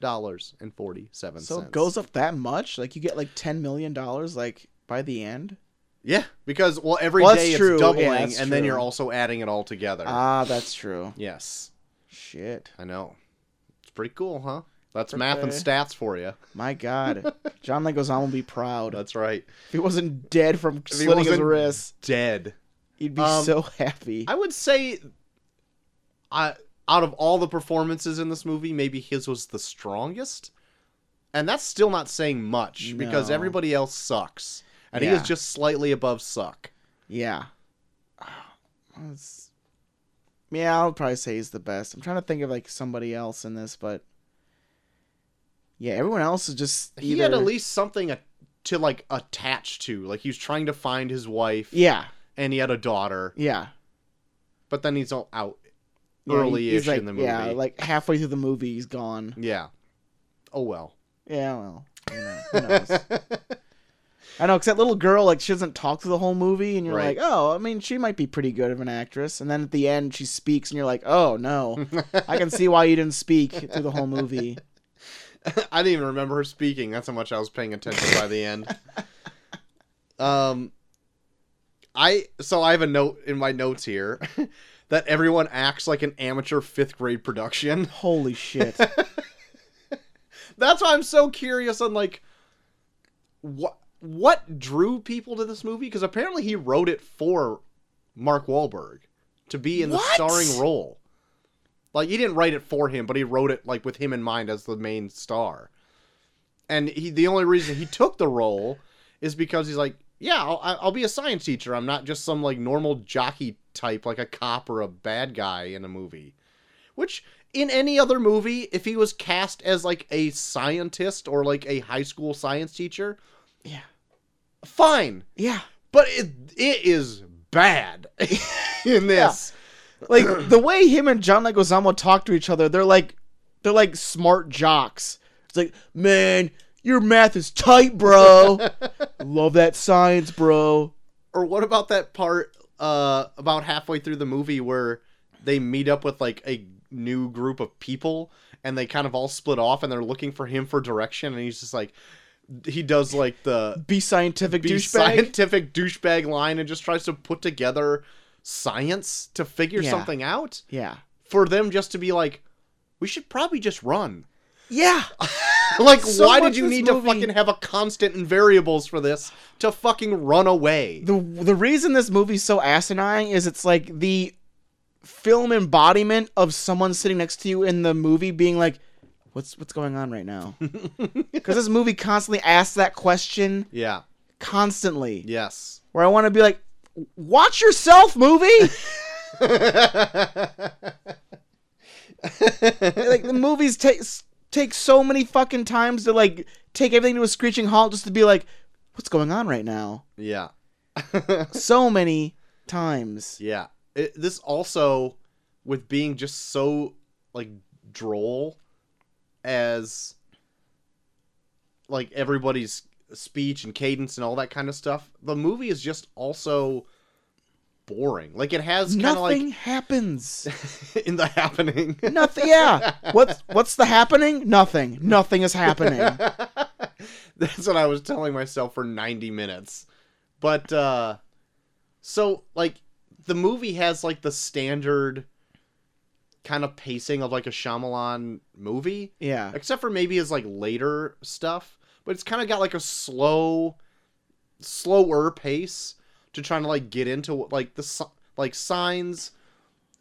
Speaker 2: dollars and forty seven
Speaker 1: So
Speaker 2: cents.
Speaker 1: it goes up that much? Like you get like ten million dollars like by the end?
Speaker 2: Yeah, because well every day
Speaker 1: Well, that's
Speaker 2: it's
Speaker 1: true. Yeah,
Speaker 2: doubling and
Speaker 1: that's
Speaker 2: then
Speaker 1: true.
Speaker 2: you're also adding it all together.
Speaker 1: Ah, that's true.
Speaker 2: yes.
Speaker 1: Shit.
Speaker 2: I know. It's pretty cool, huh? That's
Speaker 1: Pretty.
Speaker 2: math and stats for you.
Speaker 1: My God. John Leguizamo would be proud.
Speaker 2: That's right.
Speaker 1: If he wasn't dead from
Speaker 2: he
Speaker 1: slitting his
Speaker 2: wasn't-
Speaker 1: wrists,
Speaker 2: Dead.
Speaker 1: he'd be
Speaker 2: Um,
Speaker 1: so happy.
Speaker 2: I would say, I out of all the performances in this movie, maybe his was the strongest, and that's still not saying much because
Speaker 1: No.
Speaker 2: everybody else sucks, and he
Speaker 1: Yeah.
Speaker 2: is just slightly above suck.
Speaker 1: yeah. Ah, that's- Yeah, I'll probably say he's the best. I'm trying to think of like somebody else in this, but yeah, everyone else is just
Speaker 2: He had
Speaker 1: either-
Speaker 2: at least something a, to like attach to. Like he was trying to find his wife,
Speaker 1: Yeah,
Speaker 2: and he had a daughter,
Speaker 1: yeah.
Speaker 2: but then he's all out
Speaker 1: Yeah, he-
Speaker 2: early-ish
Speaker 1: he's like,
Speaker 2: in the movie.
Speaker 1: Yeah, like halfway through the movie, he's gone.
Speaker 2: yeah. Oh well.
Speaker 1: Yeah, well, you know, who knows? I know, 'cause that little girl, like, she doesn't talk through the whole movie, and you're
Speaker 2: Right.
Speaker 1: like, oh, I mean, she might be pretty good of an actress. And then at the end, she speaks, and you're like, oh, no. I can see why you didn't speak through the whole movie.
Speaker 2: I didn't even remember her speaking. That's how much I was paying attention by the end. Um, I so I have a note in my notes here that everyone acts like an amateur fifth grade production.
Speaker 1: Holy shit.
Speaker 2: That's why I'm so curious on like what what drew people to this movie because apparently he wrote it for Mark Wahlberg to be in
Speaker 1: What?
Speaker 2: the starring role. Like he didn't write it for him, but he wrote it like with him in mind as the main star. And he the only reason he took the role is because he's like, yeah, I'll, I- I'll be a science teacher. I'm not just some like normal jockey type, like a cop or a bad guy in a movie. Which in any other movie, if he was cast as like a scientist or like a high school science teacher,
Speaker 1: Yeah.
Speaker 2: fine.
Speaker 1: Yeah.
Speaker 2: But it it is bad in this.
Speaker 1: Like, the way him and John Leguizamo talk to each other, they're like, they're like smart jocks. It's like, man, your math is tight, bro. Love that science, bro.
Speaker 2: Or what about that part uh about halfway through the movie where they meet up with like a new group of people and they kind of all split off and they're looking for him for direction and he's just like he does like the
Speaker 1: Be scientific,
Speaker 2: be
Speaker 1: douchebag.
Speaker 2: scientific douchebag line and just tries to put together science to figure
Speaker 1: Yeah.
Speaker 2: something out
Speaker 1: yeah.
Speaker 2: for them just to be like we should probably just run
Speaker 1: Yeah.
Speaker 2: like
Speaker 1: So
Speaker 2: why did
Speaker 1: much
Speaker 2: you
Speaker 1: this
Speaker 2: need
Speaker 1: movie-
Speaker 2: to fucking have a constant and variables for this to fucking run away
Speaker 1: the the reason this movie's so asinine is it's like the film embodiment of someone sitting next to you in the movie being like what's what's going on right now because this movie constantly asks that question
Speaker 2: yeah
Speaker 1: constantly
Speaker 2: yes
Speaker 1: where i want to be like watch yourself movie like the movies take take so many fucking times to like take everything to a screeching halt just to be like what's going on right now
Speaker 2: yeah
Speaker 1: so many times
Speaker 2: Yeah. It, this also, with being just so like droll as like everybody's speech and cadence and all that kind of stuff. The movie is just also boring. Like it has kind of
Speaker 1: Nothing
Speaker 2: like
Speaker 1: happens.
Speaker 2: in the happening.
Speaker 1: Nothing. Yeah. What's what's the happening? Nothing. Nothing is happening.
Speaker 2: That's what I was telling myself for 90 minutes. But uh so like the movie has like the standard kind of pacing of like a Shyamalan movie,
Speaker 1: Yeah.
Speaker 2: except for maybe his like later stuff, but it's kind of got like a slow slower pace to trying to like get into what- like the si- like signs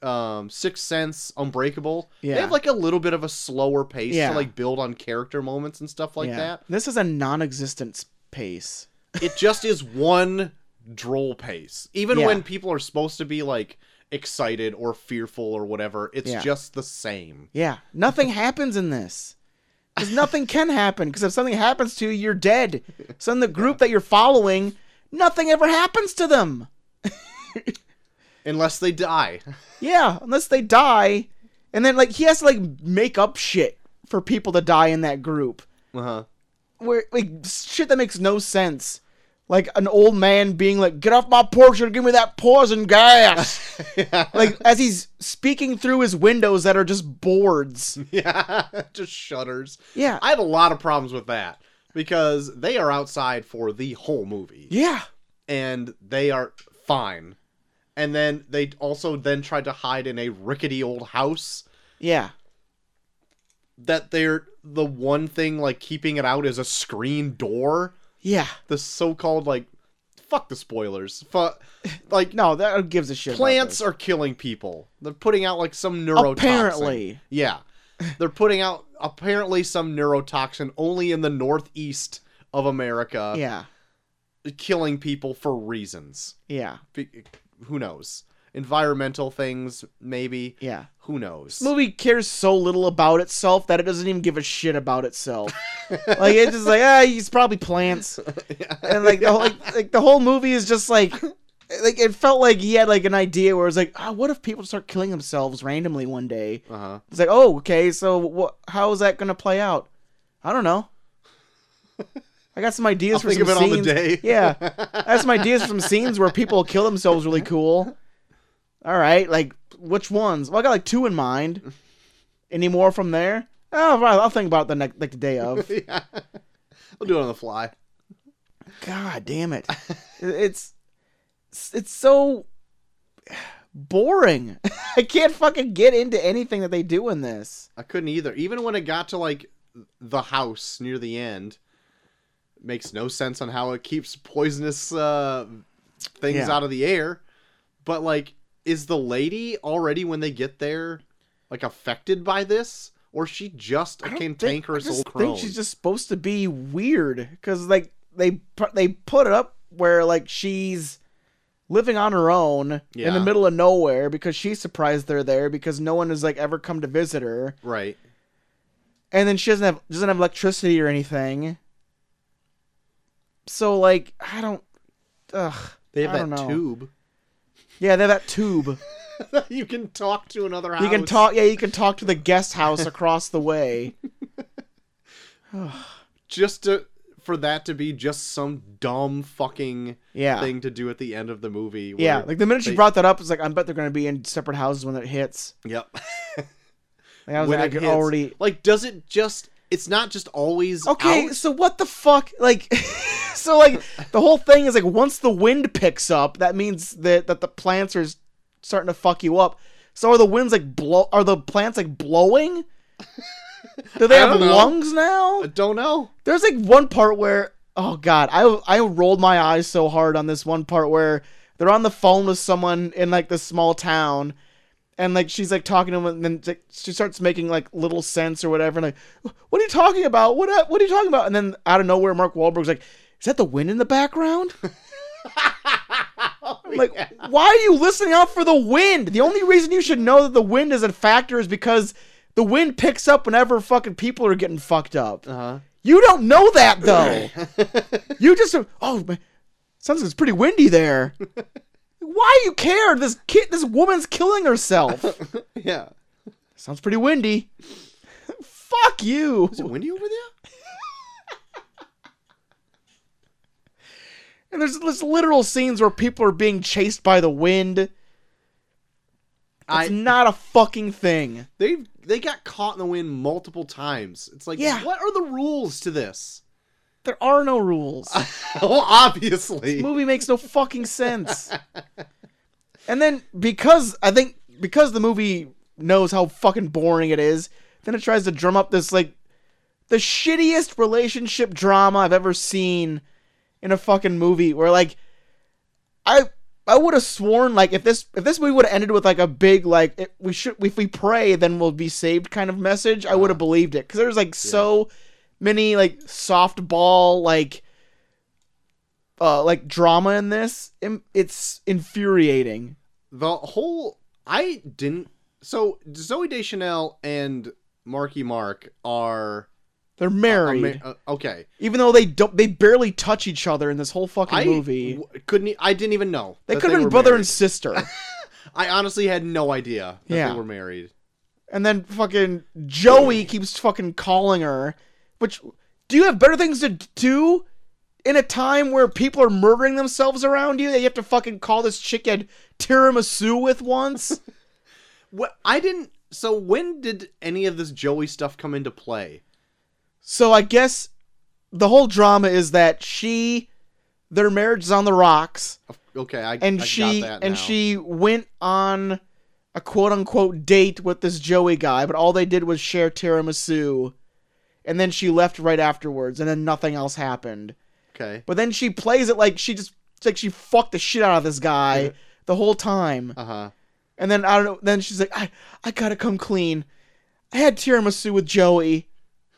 Speaker 2: um sixth sense unbreakable
Speaker 1: Yeah.
Speaker 2: they have like a little bit of a slower pace
Speaker 1: Yeah.
Speaker 2: to like build on character moments and stuff like
Speaker 1: yeah.
Speaker 2: that
Speaker 1: This is a non-existent s- pace.
Speaker 2: it just is one droll pace. Even
Speaker 1: Yeah.
Speaker 2: when people are supposed to be like excited or fearful or whatever, it's
Speaker 1: Yeah.
Speaker 2: just the same.
Speaker 1: Yeah. Nothing happens in this. Because nothing can happen. Because if something happens to you, you're dead. So in the group that you're following, nothing ever happens to them.
Speaker 2: Unless they die.
Speaker 1: Yeah, unless they die, and then like he has to like make up shit for people to die in that group.
Speaker 2: Uh-huh.
Speaker 1: Where like shit that makes no sense. Like an old man being like, "Get off my porch and give me that poison gas." like as he's speaking through his windows that are just boards.
Speaker 2: yeah. just shudders.
Speaker 1: Yeah.
Speaker 2: I have a lot of problems with that because they are outside for the whole movie
Speaker 1: Yeah.
Speaker 2: and they are fine. And then they also then tried to hide in a rickety old house
Speaker 1: Yeah.
Speaker 2: that they're the one thing like keeping it out is a screen door.
Speaker 1: Yeah.
Speaker 2: the so-called like fuck the spoilers fuck like
Speaker 1: No, that who gives a shit. about
Speaker 2: plants
Speaker 1: this.
Speaker 2: are killing people they're putting out like some neurotoxin
Speaker 1: Apparently.
Speaker 2: yeah they're putting out apparently some neurotoxin only in the northeast of america
Speaker 1: Yeah.
Speaker 2: killing people for reasons
Speaker 1: Yeah.
Speaker 2: Be- who knows environmental things maybe
Speaker 1: Yeah.
Speaker 2: who knows
Speaker 1: movie cares so little about itself that it doesn't even give a shit about itself. like it's just like ah, he's probably plants, and like the whole, like, like the whole movie is just like like it felt like he had like an idea where it's like ah, what if people start killing themselves randomly one day?
Speaker 2: uh-huh
Speaker 1: It's like oh okay, so what? How is that gonna play out? I don't know. I got some ideas
Speaker 2: I'll
Speaker 1: for
Speaker 2: think
Speaker 1: some
Speaker 2: of it on
Speaker 1: scenes.
Speaker 2: the day.
Speaker 1: Yeah, I have some ideas for some scenes where people kill themselves. Really cool. All right, like which ones? Well, I got like two in mind. Any more from there? Oh, well, I'll think about it the next, like the day of.
Speaker 2: yeah i'll do it on the fly
Speaker 1: God damn it! It's it's so boring. I can't fucking get into anything that they do in this.
Speaker 2: I couldn't either. Even when it got to like the house near the end, it makes no sense on how it keeps poisonous uh, things
Speaker 1: Yeah.
Speaker 2: out of the air. But like, is the lady already when they get there like affected by this, or is she just a cantankerous
Speaker 1: I just
Speaker 2: old crone?
Speaker 1: think she's just supposed to be weird because like they pu- they put it up where like she's living on her own in
Speaker 2: Yeah.
Speaker 1: the middle of nowhere because she's surprised they're there because no one has like ever come to visit her
Speaker 2: right.
Speaker 1: and then she doesn't have doesn't have electricity or anything. So like I don't. Ugh,
Speaker 2: They have
Speaker 1: I don't
Speaker 2: that
Speaker 1: know.
Speaker 2: tube.
Speaker 1: Yeah, they have that tube.
Speaker 2: you can talk to another house.
Speaker 1: You can talk. Yeah, you can talk to the guest house across the way.
Speaker 2: just to for that to be just some dumb fucking
Speaker 1: Yeah.
Speaker 2: thing to do at the end of the movie.
Speaker 1: Yeah,
Speaker 2: where
Speaker 1: like the minute she
Speaker 2: they-
Speaker 1: brought that up, it's like I bet they're gonna be in separate houses when it hits.
Speaker 2: Yep.
Speaker 1: Like, I was
Speaker 2: when
Speaker 1: like, I
Speaker 2: it
Speaker 1: could
Speaker 2: hits.
Speaker 1: already.
Speaker 2: like does it just it's not just always
Speaker 1: Okay,
Speaker 2: out?
Speaker 1: so what the fuck? Like, so like the whole thing is like once the wind picks up, that means that that the plants are starting to fuck you up. So are the winds like blow? Are the plants like blowing? Do they
Speaker 2: I
Speaker 1: have
Speaker 2: don't know. Uh,
Speaker 1: lungs now?
Speaker 2: I don't know.
Speaker 1: There's like one part where oh god, I I rolled my eyes so hard on this one part where they're on the phone with someone in like this small town and like she's like talking to him and then like, she starts making like little sense or whatever and like what are you talking about? What up- what are you talking about? And then out of nowhere Mark Wahlberg's like is that the wind in the background? I'm like, why are you listening out for the wind? The only reason you should know that the wind is a factor is because the wind picks up whenever fucking people are getting fucked up.
Speaker 2: Uh-huh.
Speaker 1: You don't know that though. you just oh man, sounds like it's pretty windy there. Why you care? This kid, this woman's killing herself.
Speaker 2: Yeah.
Speaker 1: Sounds pretty windy. Fuck you.
Speaker 2: Is it windy over there?
Speaker 1: And there's this literal scenes where people are being chased by the wind. It's
Speaker 2: I
Speaker 1: not a fucking thing.
Speaker 2: they they got caught in the wind multiple times. It's like,
Speaker 1: Yeah.
Speaker 2: what are the rules to this?
Speaker 1: There are no rules.
Speaker 2: well, obviously.
Speaker 1: This movie makes no fucking sense. and then because I think because the movie knows how fucking boring it is, then it tries to drum up this like the shittiest relationship drama I've ever seen in a fucking movie where like I I would have sworn like if this if this movie would have ended with like a big like it, we should if we pray then we'll be saved kind of message I would have believed it because there was like so many like softball like uh, like drama in this. im- It's infuriating.
Speaker 2: the whole I didn't so Zoe Deschanel and Marky Mark are
Speaker 1: They're married,
Speaker 2: ama- uh, okay.
Speaker 1: even though they don't. They barely touch each other in this whole fucking
Speaker 2: I
Speaker 1: movie.
Speaker 2: w- couldn't. e- I didn't even know
Speaker 1: They
Speaker 2: that
Speaker 1: could have been
Speaker 2: were
Speaker 1: brother and
Speaker 2: married.
Speaker 1: sister,
Speaker 2: I honestly had no idea that
Speaker 1: Yeah.
Speaker 2: they were married.
Speaker 1: and then fucking Joey keeps fucking calling her. Which do you have better things to do in a time where people are murdering themselves around you? That you have to fucking call this chick you had tiramisu with once.
Speaker 2: What I didn't. So when did any of this Joey stuff come into play?
Speaker 1: So I guess the whole drama is that she, their marriage is on the rocks.
Speaker 2: Okay, I
Speaker 1: and
Speaker 2: I
Speaker 1: she
Speaker 2: got that
Speaker 1: and
Speaker 2: now.
Speaker 1: she went on a quote unquote date with this Joey guy, but all they did was share tiramisu, and then she left right afterwards, and then nothing else happened.
Speaker 2: okay.
Speaker 1: But then she plays it like she just like she fucked the shit out of this guy the whole time,
Speaker 2: Uh huh.
Speaker 1: and then I don't know. Then she's like, I I gotta come clean. I had tiramisu with Joey.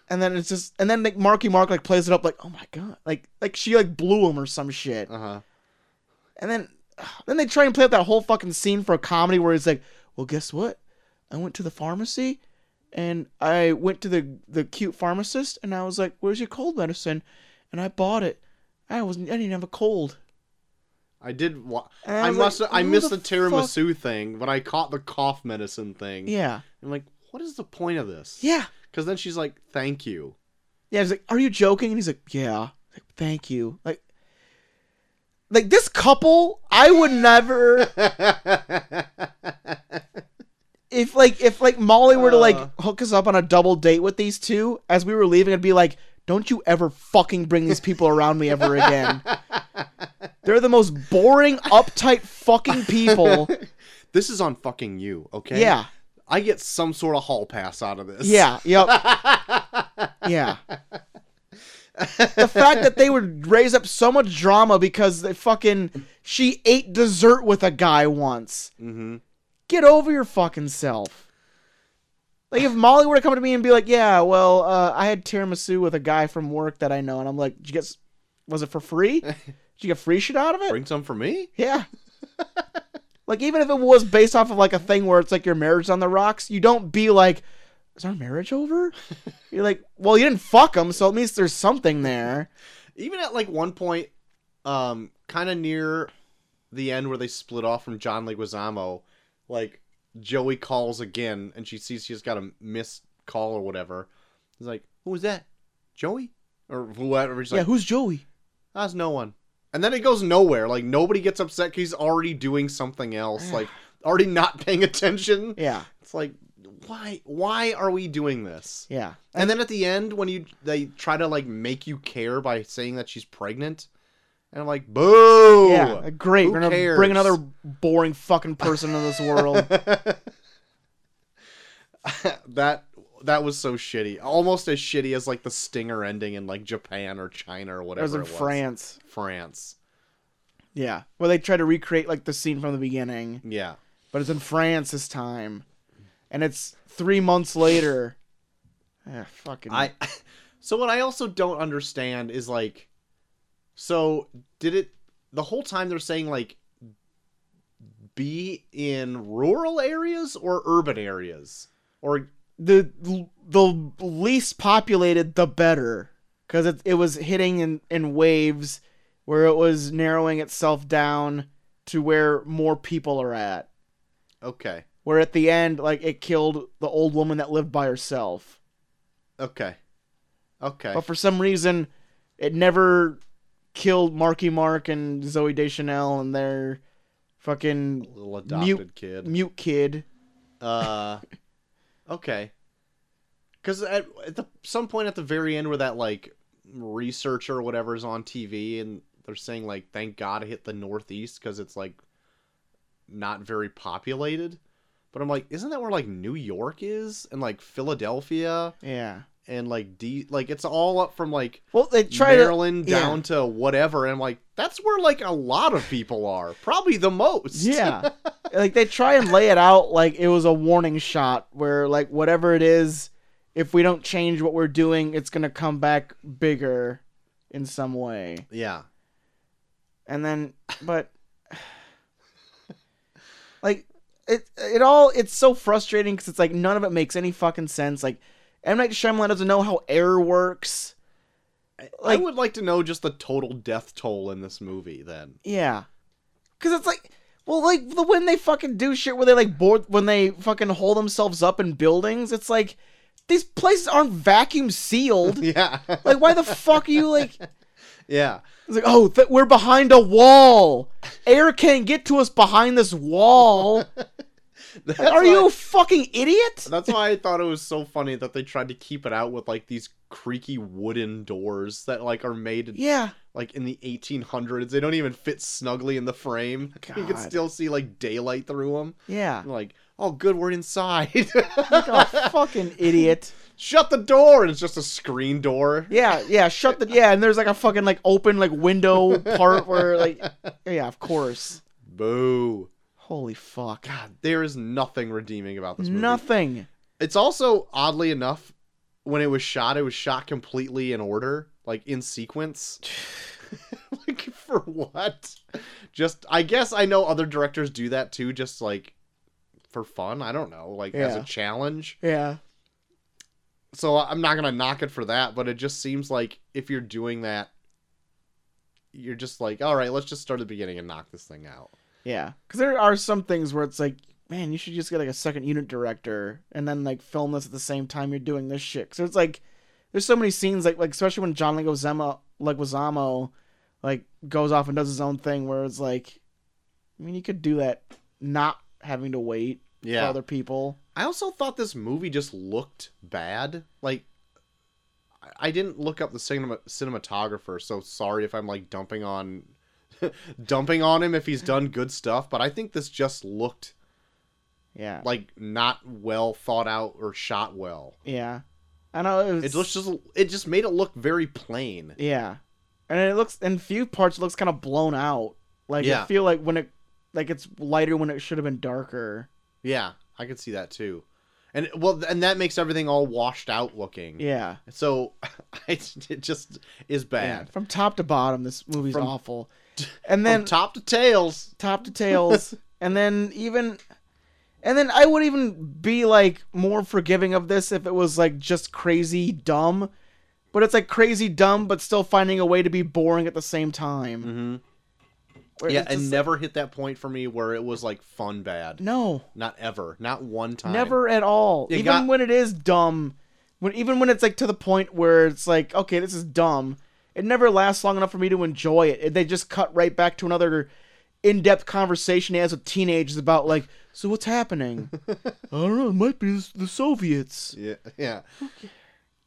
Speaker 1: And then it's just, and then like Marky Mark like plays it up like, oh my god, like like she like blew him or some shit.
Speaker 2: Uh huh.
Speaker 1: And then then they try and play up that whole fucking scene for a comedy where he's like, "Well, guess what? I went to the pharmacy and I went to the the cute pharmacist and I was like, "Where's your cold medicine?" And I bought it. I wasn't I didn't have a cold.
Speaker 2: I did. Wa-
Speaker 1: And I
Speaker 2: I
Speaker 1: was
Speaker 2: must.
Speaker 1: like,
Speaker 2: I
Speaker 1: who
Speaker 2: missed
Speaker 1: the
Speaker 2: the, tiramisu thing, but I caught the cough medicine thing.
Speaker 1: Yeah.
Speaker 2: I'm like, what is the point of this?
Speaker 1: Yeah.
Speaker 2: Because then she's like, "Thank you."
Speaker 1: Yeah, he's like, "Are you joking?" And he's like, "Yeah." Like, "Thank you." Like like this couple, I would never if like if like Molly were to
Speaker 2: Uh.
Speaker 1: like hook us up on a double date with these two as we were leaving, I'd be like, "Don't you ever fucking bring these people around me ever again." They're the most boring, uptight fucking people.
Speaker 2: this is on fucking you, okay?
Speaker 1: Yeah,
Speaker 2: I get some sort of hall pass out of this.
Speaker 1: yeah, yep, yeah. The fact that they would raise up so much drama because they fucking she ate dessert with a guy once.
Speaker 2: hmm
Speaker 1: get over your fucking self. Like if Molly were to come to me and be like, "Yeah, well, uh, I had tiramisu with a guy from work that I know," and I'm like, "Did you get? s- Was it for free? Did you get free shit out of it?"
Speaker 2: Bring some for me.
Speaker 1: Yeah. like even if it was based off of like a thing where it's like your marriage on the rocks, you don't be like, "Is our marriage over?" You're like, "Well, you didn't fuck him, so at least there's something there."
Speaker 2: Even at like one point, um, kind of near the end where they split off from John Leguizamo, like Joey calls again and she sees she's got a missed call or whatever. He's like, "Who was that? Joey or whoever?" He's
Speaker 1: yeah,
Speaker 2: like,
Speaker 1: who's Joey?
Speaker 2: "That's no one." And then it goes nowhere. Like nobody gets upset. 'cause he's already doing something else. Like already not paying attention.
Speaker 1: Yeah,
Speaker 2: It's like, why? Why are we doing this?
Speaker 1: yeah.
Speaker 2: And then at the end, when you they try to like make you care by saying that she's pregnant, and I'm like, boo.
Speaker 1: Yeah, great.
Speaker 2: Who
Speaker 1: We're gonna
Speaker 2: cares?
Speaker 1: bring another boring fucking person into this world.
Speaker 2: that that was so shitty. Almost as shitty as like the stinger ending in like Japan or China or
Speaker 1: It
Speaker 2: whatever.
Speaker 1: was in
Speaker 2: it was.
Speaker 1: France.
Speaker 2: France.
Speaker 1: Yeah, where they try to recreate like the scene from the beginning,
Speaker 2: Yeah.
Speaker 1: but it's in France this time, and it's three months later. Ah, fucking.
Speaker 2: I so what I also don't understand is like so did it the whole time they're saying like be in rural areas or urban areas or
Speaker 1: the the least populated, the better, because it it was hitting in in waves, where it was narrowing itself down to where more people are at.
Speaker 2: okay
Speaker 1: where at the end, like it killed the old woman that lived by herself.
Speaker 2: Okay. Okay.
Speaker 1: But for some reason, it never killed Marky Mark and Zoe Deschanel and their fucking
Speaker 2: Little adopted
Speaker 1: mute
Speaker 2: kid.
Speaker 1: mute kid.
Speaker 2: Uh, okay. Because at, at the, some point at the very end, where that like researcher or whatever is on TV, and they're saying like, "Thank God I hit the Northeast because it's like not very populated." But I'm like, isn't that where like New York is and like Philadelphia
Speaker 1: Yeah.
Speaker 2: and like D like it's all up from like
Speaker 1: Well, they tried to
Speaker 2: Maryland
Speaker 1: yeah.
Speaker 2: down to whatever, and I'm like, that's where like a lot of people are, probably the most.
Speaker 1: Yeah. like they try and lay it out like it was a warning shot where like whatever it is, if we don't change what we're doing, it's gonna come back bigger in some way.
Speaker 2: yeah.
Speaker 1: And then but like it it all it's so frustrating cuz it's like none of it makes any fucking sense. Like M Night Shyamalan doesn't know how air works.
Speaker 2: I
Speaker 1: Like-
Speaker 2: would like to know just the total death toll in this movie. Then
Speaker 1: Yeah. Cause it's like well, like the when they fucking do shit where they like board when they fucking hold themselves up in buildings, it's like these places aren't vacuum sealed.
Speaker 2: yeah,
Speaker 1: like why the fuck are you like it's
Speaker 2: yeah,
Speaker 1: like oh th- we're behind a wall. Air can't get to us behind this wall.
Speaker 2: That's
Speaker 1: Like, are
Speaker 2: why-
Speaker 1: you a fucking idiot?
Speaker 2: That's why I thought it was so funny that they tried to keep it out with like these creaky wooden doors that like are made
Speaker 1: Yeah.
Speaker 2: like in the 1800s. They don't even fit snugly in the frame. You can
Speaker 1: God.
Speaker 2: still see like daylight through them.
Speaker 1: Yeah.
Speaker 2: like, oh, good, we're inside.
Speaker 1: Like a fucking idiot.
Speaker 2: Shut the door, and it's just a screen door.
Speaker 1: Yeah, yeah, shut the yeah, and there's like a fucking like open like window part where like yeah, of course.
Speaker 2: Boo.
Speaker 1: Holy fuck.
Speaker 2: God, there is nothing redeeming about this movie.
Speaker 1: Nothing.
Speaker 2: It's also oddly enough, when it was shot, it was shot completely in order, like in sequence. like for what? Just I guess I know other directors do that too, just like for fun. I don't know, like as a
Speaker 1: Yeah.
Speaker 2: challenge.
Speaker 1: Yeah.
Speaker 2: So I'm not gonna knock it for that, but it just seems like if you're doing that, you're just like, all right, let's just start at the beginning and knock this thing out.
Speaker 1: Yeah. Because there are some things where it's like, man, you should just get like a second unit director and then like film this at the same time you're doing this shit. So it's like, there's so many scenes like like especially when John Leguizamo Leguizamo like goes off and does his own thing where it's like, I mean, you could do that not having to wait for other people.
Speaker 2: I also thought this movie just looked bad. Like, I- I didn't look up the cinema- cinematographer, so sorry if I'm like dumping on, dumping on him if he's done good stuff. But I think this just looked
Speaker 1: Yeah.
Speaker 2: like not well thought out or shot well.
Speaker 1: yeah. I know it was.
Speaker 2: It just just it just made it look very plain.
Speaker 1: Yeah, and it looks in few parts it looks kind of blown out. Like I
Speaker 2: Yeah.
Speaker 1: feel like when it like it's lighter when it should have been darker.
Speaker 2: Yeah, I could see that too. And well, and that makes everything all washed out looking.
Speaker 1: Yeah,
Speaker 2: So it just is
Speaker 1: yeah.
Speaker 2: bad
Speaker 1: From top to bottom, this movie's
Speaker 2: From-
Speaker 1: awful. And
Speaker 2: then
Speaker 1: then top-,
Speaker 2: top to tails.
Speaker 1: to tails, and then even, and then I would even be like more forgiving of this if it was like just crazy dumb. But it's like crazy dumb, but still finding a way to be boring at the same time.
Speaker 2: Mhm.
Speaker 1: Where
Speaker 2: Yeah,
Speaker 1: it's
Speaker 2: and
Speaker 1: just like,
Speaker 2: never hit that point for me where it was like fun bad.
Speaker 1: no,
Speaker 2: Not ever. Not one time.
Speaker 1: Never at all.
Speaker 2: You
Speaker 1: even
Speaker 2: got-
Speaker 1: when it is dumb, when even when it's like to the point where it's like, okay, this is dumb. It never lasts long enough for me to enjoy it. They just cut right back to another in-depth conversation he has with teenagers about like, so what's happening? I don't know. It might be this- the Soviets.
Speaker 2: Yeah. Yeah.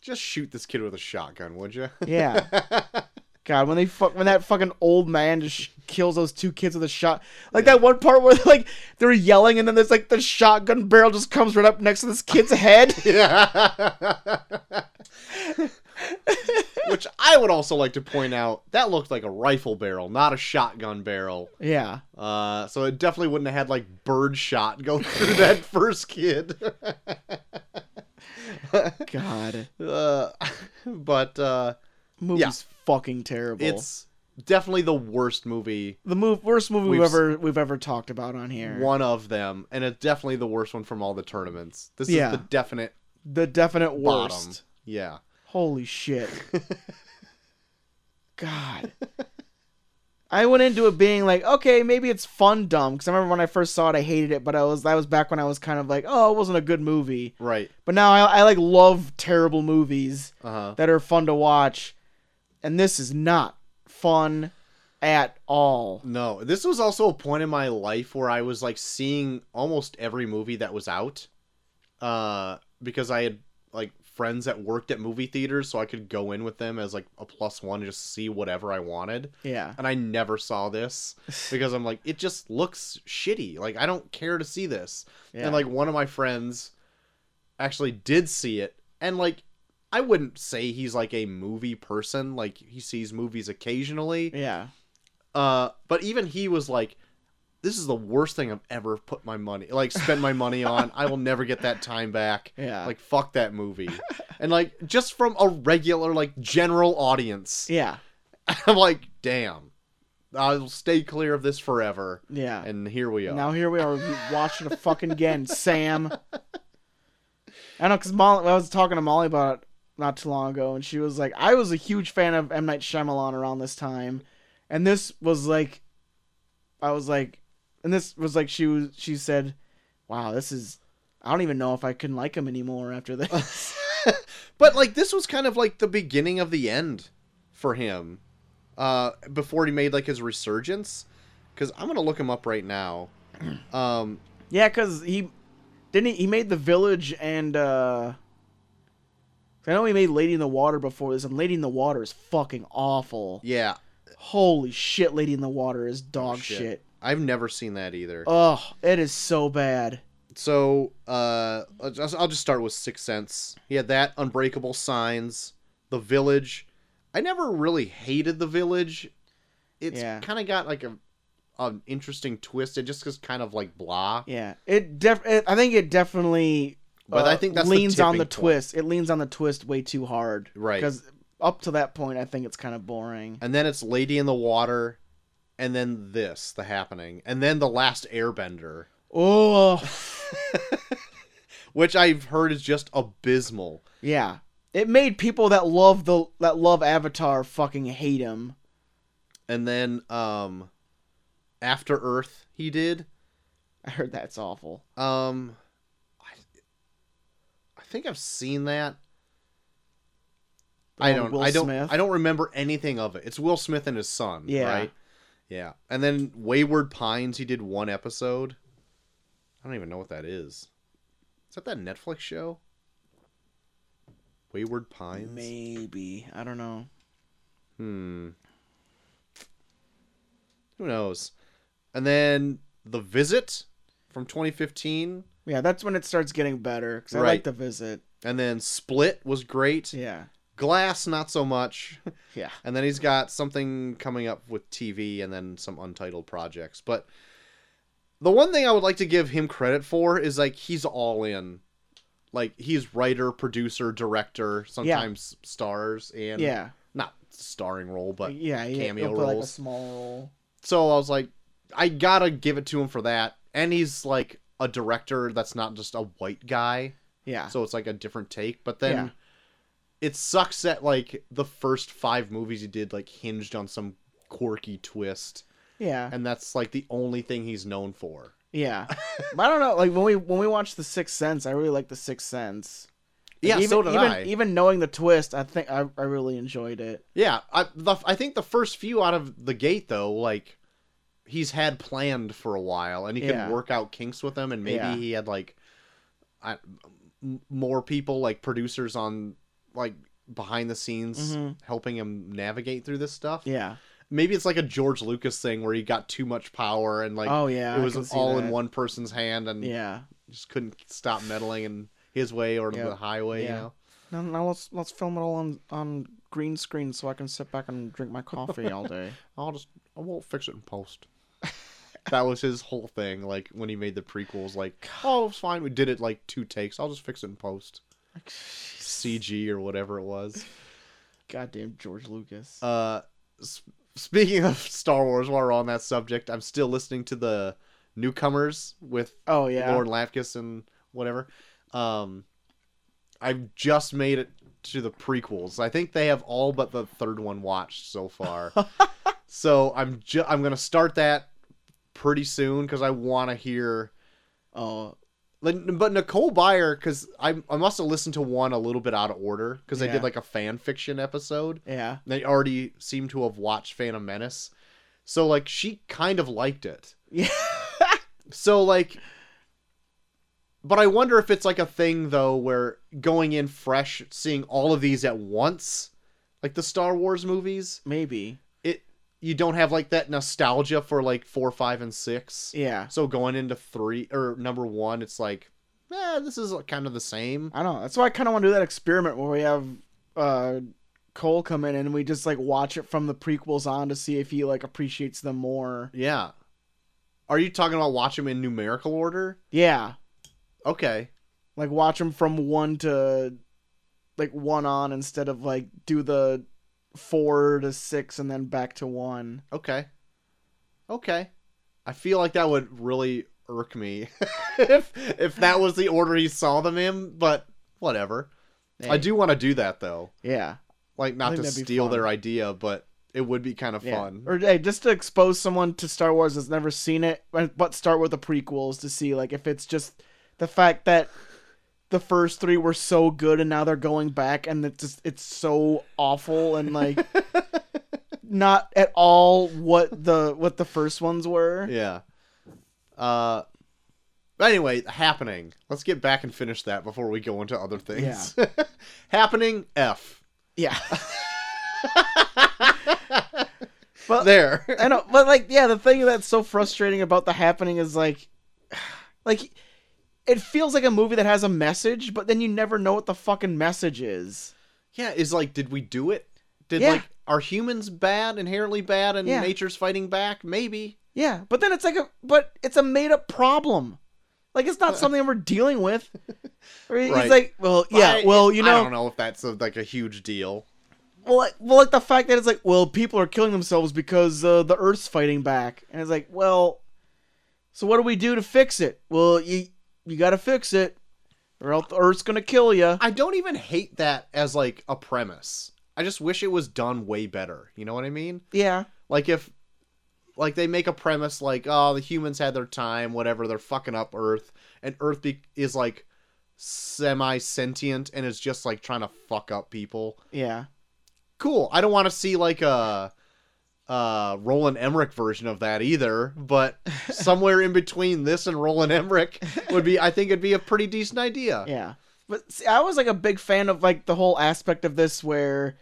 Speaker 2: Just shoot this kid with a shotgun, would you?
Speaker 1: Yeah. God, when they fuck, when that fucking old man just sh- kills those two kids with a shot, like that one part where like they're yelling and then there's like the shotgun barrel just comes right up next to this kid's head.
Speaker 2: yeah. Which I would also like to point out that looked like a rifle barrel, not a shotgun barrel.
Speaker 1: yeah.
Speaker 2: Uh, so it definitely wouldn't have had like bird shot go through that first kid.
Speaker 1: God.
Speaker 2: uh, but uh,
Speaker 1: movie's
Speaker 2: Yeah.
Speaker 1: fucking terrible.
Speaker 2: it's definitely the worst movie
Speaker 1: the move worst movie we've,
Speaker 2: We've s-
Speaker 1: ever we've ever talked about on here.
Speaker 2: one of them, and it's definitely the worst one from all the tournaments. This
Speaker 1: Yeah.
Speaker 2: is the definite
Speaker 1: the definite worst.
Speaker 2: bottom. Yeah.
Speaker 1: Holy shit. God. I went into it being like, okay, maybe it's fun dumb because I remember when I first saw it, I hated it, but I was that was back when I was kind of like, oh, it wasn't a good movie.
Speaker 2: Right.
Speaker 1: But now I, I like love terrible movies
Speaker 2: Uh huh.
Speaker 1: that are fun to watch, and this is not fun at all.
Speaker 2: No, this was also a point in my life where I was like seeing almost every movie that was out, uh, because I had like friends that worked at movie theaters, so I could go in with them as like a plus one and just see whatever I wanted.
Speaker 1: Yeah.
Speaker 2: And I never saw this because I'm like, it just looks shitty. Like I don't care to see this.
Speaker 1: Yeah.
Speaker 2: And like one of my friends actually did see it, and like I wouldn't say he's like a movie person. Like he sees movies occasionally.
Speaker 1: Yeah.
Speaker 2: Uh, but even he was like, "This is the worst thing I've ever put my money, like, spent my money on. I will never get that time back.
Speaker 1: Yeah.
Speaker 2: Like, fuck that movie." and like, just from a regular, like, general audience,
Speaker 1: Yeah.
Speaker 2: I'm like, "Damn, I'll stay clear of this forever."
Speaker 1: Yeah.
Speaker 2: And here we are.
Speaker 1: Now here we are we watching it fucking again, Sam. I know, cause Molly, I was talking to Molly about it not too long ago, and she was like, "I was a huge fan of M Night Shyamalan around this time, and this was like, I was like, and this was like she was she said, wow, this is, I don't even know if I can like him anymore after this.
Speaker 2: but like, this was kind of like the beginning of the end for him. Uh, before he made like his resurgence, because I'm gonna look him up right now. Um,
Speaker 1: yeah, cause he didn't he, he made The Village and uh, 'cause I know he made Lady in the Water before this, and Lady in the Water is fucking awful.
Speaker 2: yeah,
Speaker 1: Holy shit, Lady in the Water is dog
Speaker 2: Oh,
Speaker 1: shit.
Speaker 2: shit. I've never seen that either.
Speaker 1: Oh, it is so bad.
Speaker 2: So, uh, I'll just- I'll just start with Sixth Sense. He had that, Unbreakable Signs, The Village. I never really hated The Village. It's
Speaker 1: Yeah.
Speaker 2: kind of got like a an interesting twist. It just is kind of like blah.
Speaker 1: Yeah. It def it, I think it definitely
Speaker 2: But I
Speaker 1: uh,
Speaker 2: think that's the
Speaker 1: leans on
Speaker 2: tipping
Speaker 1: the
Speaker 2: point.
Speaker 1: twist. It leans on the twist way too hard.
Speaker 2: Right.
Speaker 1: Cuz up to that point I think it's kind of boring.
Speaker 2: And then it's Lady in the Water, and then this, The Happening, and then The Last Airbender,
Speaker 1: Oh,
Speaker 2: which I've heard is just abysmal.
Speaker 1: yeah. It made people that love the that love Avatar fucking hate him.
Speaker 2: And then um, After Earth, he did.
Speaker 1: I heard that's awful.
Speaker 2: Um, I, I think I've seen that.
Speaker 1: The
Speaker 2: I
Speaker 1: one with
Speaker 2: don't.
Speaker 1: Will
Speaker 2: I don't.
Speaker 1: Smith?
Speaker 2: I don't remember anything of it. It's Will Smith and his son.
Speaker 1: Yeah.
Speaker 2: Right. Yeah. And then Wayward Pines. He did one episode. I don't even know what that is. Is that that Netflix show? Wayward Pines.
Speaker 1: Maybe. I don't know.
Speaker 2: Hmm. Who knows? And then The Visit from 2015.
Speaker 1: Yeah, that's when it starts getting better cuz I like
Speaker 2: Right.
Speaker 1: the visit.
Speaker 2: And then Split was great.
Speaker 1: Yeah.
Speaker 2: Glass, not so much.
Speaker 1: Yeah.
Speaker 2: And then he's got something coming up with TV and then some untitled projects. But the one thing I would like to give him credit for is like he's all in. Like he's writer, producer, director, sometimes stars and
Speaker 1: Yeah.
Speaker 2: not starring role, but
Speaker 1: yeah, yeah,
Speaker 2: cameo
Speaker 1: he'll play, Like a
Speaker 2: roles.
Speaker 1: small role.
Speaker 2: so I was like, I gotta give it to him for that. And he's like a director that's not just a white guy
Speaker 1: Yeah.
Speaker 2: so it's like a different take but then
Speaker 1: Yeah.
Speaker 2: it sucks that like the first five movies he did like hinged on some quirky twist
Speaker 1: yeah.
Speaker 2: and that's like the only thing he's known for
Speaker 1: Yeah, but I don't know. Like when we when we watched The Sixth Sense, I really liked The Sixth Sense.
Speaker 2: yeah
Speaker 1: even,
Speaker 2: so did
Speaker 1: even, e-
Speaker 2: i
Speaker 1: Even knowing the twist, I think I, I really enjoyed it.
Speaker 2: yeah I, the, I think the first few out of the gate though like he's had planned for a while and he
Speaker 1: Yeah.
Speaker 2: could work out kinks with them and maybe
Speaker 1: Yeah.
Speaker 2: he had like I, m- more people like producers on like behind the scenes
Speaker 1: Mhm.
Speaker 2: helping him navigate through this stuff
Speaker 1: Yeah.
Speaker 2: maybe it's like a George Lucas thing where he got too much power and like
Speaker 1: oh yeah.
Speaker 2: it
Speaker 1: I
Speaker 2: was
Speaker 1: can see
Speaker 2: all in
Speaker 1: that.
Speaker 2: one person's hand and
Speaker 1: Yeah.
Speaker 2: just couldn't stop meddling in his way or
Speaker 1: Yeah.
Speaker 2: the highway,
Speaker 1: Yeah.
Speaker 2: you know.
Speaker 1: Now, now let's let's film it all on on green screen so I can sit back and drink my coffee all day.
Speaker 2: I'll just I won't fix it in post. that was his whole thing like when he made the prequels like oh it's fine we did it like two takes I'll just fix it in post. CG or whatever it was.
Speaker 1: Goddamn George Lucas.
Speaker 2: Uh s speaking of Star Wars while we're on that subject, I'm still listening to the newcomers with
Speaker 1: oh yeah.
Speaker 2: Lauren Lapkus and whatever. Um, I've just made it to the prequels. I think they have all but the third one watched so far. So I'm ju- I'm gonna start that pretty soon because I want to hear.
Speaker 1: Oh,
Speaker 2: Like, But Nicole Byer, because I I must have listened to one a little bit out of order because they
Speaker 1: Yeah.
Speaker 2: did like a fan fiction episode.
Speaker 1: yeah.
Speaker 2: They already seem to have watched Phantom Menace, so like she kind of liked it.
Speaker 1: Yeah.
Speaker 2: So like but I wonder if it's like a thing though where going in fresh seeing all of these at once like the Star Wars movies,
Speaker 1: Maybe.
Speaker 2: it you don't have like that nostalgia for like 4, 5 and 6.
Speaker 1: Yeah.
Speaker 2: So going into 3 or number 1 it's like eh, this is kind of the same.
Speaker 1: I don't know. That's why I kind of want to do that experiment where we have uh, Cole come in and we just like watch it from the prequels on to see if he like appreciates them more.
Speaker 2: Yeah. Are you talking about watch them in numerical order?
Speaker 1: Yeah.
Speaker 2: Okay.
Speaker 1: Like watch them from one to like one on instead of like do the four to six and then back to one.
Speaker 2: Okay. Okay. I feel like that would really irk me if if that was the order he saw them in, but whatever. I
Speaker 1: Hey.
Speaker 2: do want to do that though.
Speaker 1: Yeah.
Speaker 2: Like not
Speaker 1: think
Speaker 2: to
Speaker 1: that'd be
Speaker 2: steal
Speaker 1: fun.
Speaker 2: their idea, but it would be kind of
Speaker 1: Yeah.
Speaker 2: fun.
Speaker 1: Or hey, just to expose someone to Star Wars that's never seen it, but but start with the prequels to see like if it's just the fact that the first three were so good and now they're going back and it's just it's so awful and like not at all what the what the first ones were.
Speaker 2: yeah. Uh but anyway, happening. Let's get back and finish that before we go into other things. happening F.
Speaker 1: Yeah.
Speaker 2: there.
Speaker 1: I know, but like, yeah, the thing that's so frustrating about the happening is like, like, it feels like a movie that has a message, but then you never know what the fucking message is.
Speaker 2: Yeah, is like, did we do it? Did
Speaker 1: Yeah.
Speaker 2: like, are humans bad, inherently bad, and
Speaker 1: Yeah.
Speaker 2: nature's fighting back? Maybe.
Speaker 1: Yeah, but then it's like a, but it's a made up problem. Like it's
Speaker 2: Uh.
Speaker 1: not something we're dealing with. Or He's
Speaker 2: Right.
Speaker 1: like, well, yeah,
Speaker 2: I-
Speaker 1: well, you
Speaker 2: I
Speaker 1: know,
Speaker 2: don't know if that's a, like a huge deal.
Speaker 1: well, like, well, like the fact that it's like, well, people are killing themselves because uh, the Earth's fighting back, and it's like, well, so what do we do to fix it? Well, you you got to fix it, or else the Earth's gonna kill you.
Speaker 2: I don't even hate that as like a premise. I just wish it was done way better. You know what I mean?
Speaker 1: Yeah.
Speaker 2: Like if, like they make a premise like, oh, the humans had their time, whatever. They're fucking up Earth, and Earth be- is like semi sentient and is just like trying to fuck up people.
Speaker 1: Yeah.
Speaker 2: cool. I don't want to see like a uh Roland Emmerich version of that either, but somewhere in between this and Roland Emmerich would be I think it'd be a pretty decent idea.
Speaker 1: Yeah. But see, I was like a big fan of like the whole aspect of this where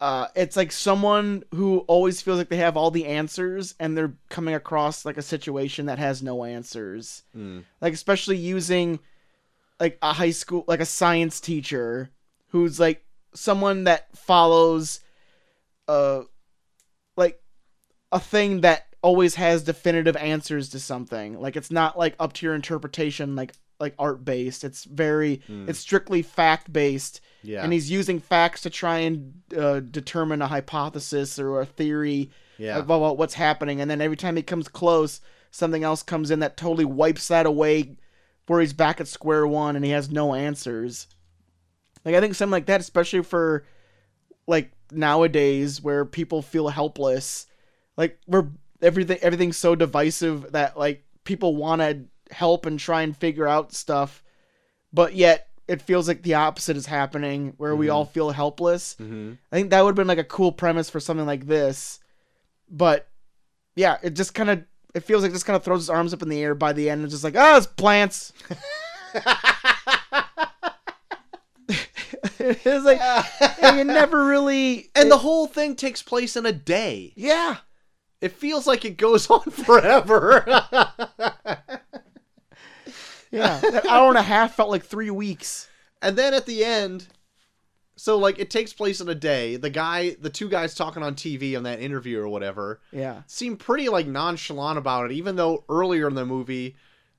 Speaker 1: uh, it's like someone who always feels like they have all the answers and they're coming across like a situation that has no answers.
Speaker 2: Mm.
Speaker 1: Like especially using like a high school like a science teacher who's like someone that follows uh like a thing that always has definitive answers to something. Like it's not like up to your interpretation like like art based. It's very
Speaker 2: Mm.
Speaker 1: it's strictly fact based
Speaker 2: Yeah.
Speaker 1: and he's using facts to try and uh, determine a hypothesis or a theory
Speaker 2: yeah.
Speaker 1: about what's happening and then every time he comes close something else comes in that totally wipes that away where he's back at square one and he has no answers like i think something like that especially for like nowadays where people feel helpless like where everything everything's so divisive that like people want to help and try and figure out stuff but yet it feels like the opposite is happening where we
Speaker 2: Mhm.
Speaker 1: all feel helpless
Speaker 2: hmm
Speaker 1: I think that would have been like a cool premise for something like this. But yeah, it just kind of it feels like it just kind of throws his arms up in the air by the end and just like, "Oh, it's plants."
Speaker 2: Mm-hmm.
Speaker 1: it's like you never really
Speaker 2: and the whole thing takes place in a day.
Speaker 1: yeah.
Speaker 2: It feels like it goes on forever.
Speaker 1: Yeah. That hour and a half felt like 3 weeks.
Speaker 2: And then at the end, so like it takes place in a day. The guy, the two guys talking on TV on that interview or whatever,
Speaker 1: Yeah.
Speaker 2: seem pretty like nonchalant about it. Even though earlier in the movie,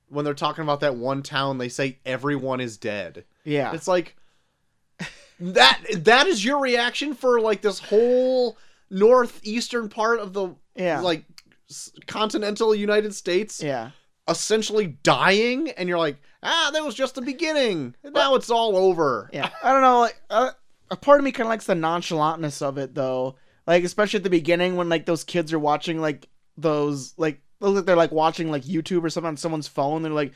Speaker 2: when they're talking about that one town, they say everyone is dead.
Speaker 1: Yeah.
Speaker 2: It's like that. That is your reaction for like this whole northeastern part of the
Speaker 1: Yeah.
Speaker 2: like s- continental United States
Speaker 1: yeah.
Speaker 2: essentially dying, and you're like, ah, that was just the beginning. Now it's all over.
Speaker 1: Yeah. I don't know like uh, a part of me kind of likes the nonchalantness of it though. Like especially at the beginning when like those kids are watching like those like looks like they're like watching like YouTube or something on someone's phone. They're like,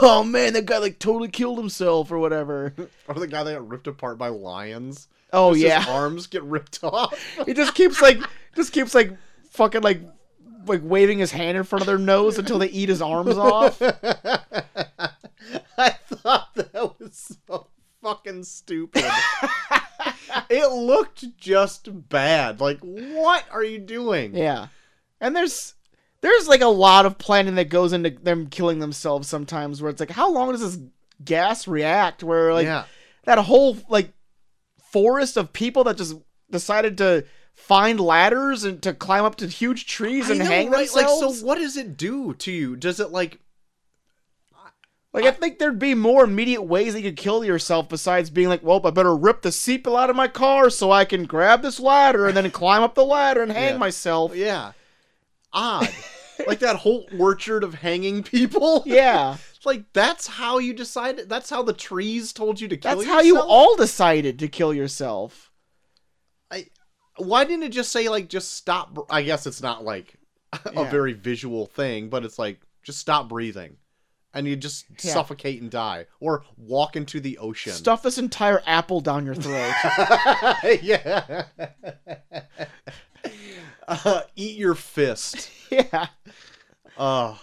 Speaker 1: oh man, that guy like totally killed himself or whatever.
Speaker 2: Or the guy that got ripped apart by lions.
Speaker 1: Oh
Speaker 2: Just
Speaker 1: yeah,
Speaker 2: His arms get ripped off.
Speaker 1: he just keeps like just keeps like fucking like like waving his hand in front of their nose until they eat his arms off.
Speaker 2: I thought that was so fucking stupid. it looked just bad. Like, what are you doing?
Speaker 1: Yeah, and there's there's like a lot of planning that goes into them killing themselves sometimes. Where it's like, how long does this gas react? Where like
Speaker 2: Yeah.
Speaker 1: that whole like forest of people that just decided to find ladders and to climb up to huge trees
Speaker 2: I
Speaker 1: and
Speaker 2: know,
Speaker 1: hang
Speaker 2: right?
Speaker 1: themselves.
Speaker 2: Like, so what does it do to you? Does it like
Speaker 1: Like, I think there'd be more immediate ways that you could kill yourself besides being like, well, I better rip the seatbelt out of my car so I can grab this ladder and then climb up the ladder and hang
Speaker 2: Yeah.
Speaker 1: myself.
Speaker 2: yeah. Odd. like that whole orchard of hanging people.
Speaker 1: Yeah.
Speaker 2: Like that's how you decided that's how the trees told you to kill
Speaker 1: That's how
Speaker 2: yourself.
Speaker 1: you all decided to kill yourself.
Speaker 2: why didn't it just say like just stop br- i guess it's not like a
Speaker 1: Yeah.
Speaker 2: very visual thing but it's like just stop breathing and you just
Speaker 1: Yeah.
Speaker 2: suffocate and die or walk into the ocean
Speaker 1: Stuff this entire apple down your throat.
Speaker 2: yeah uh, eat your fist
Speaker 1: yeah.
Speaker 2: uh,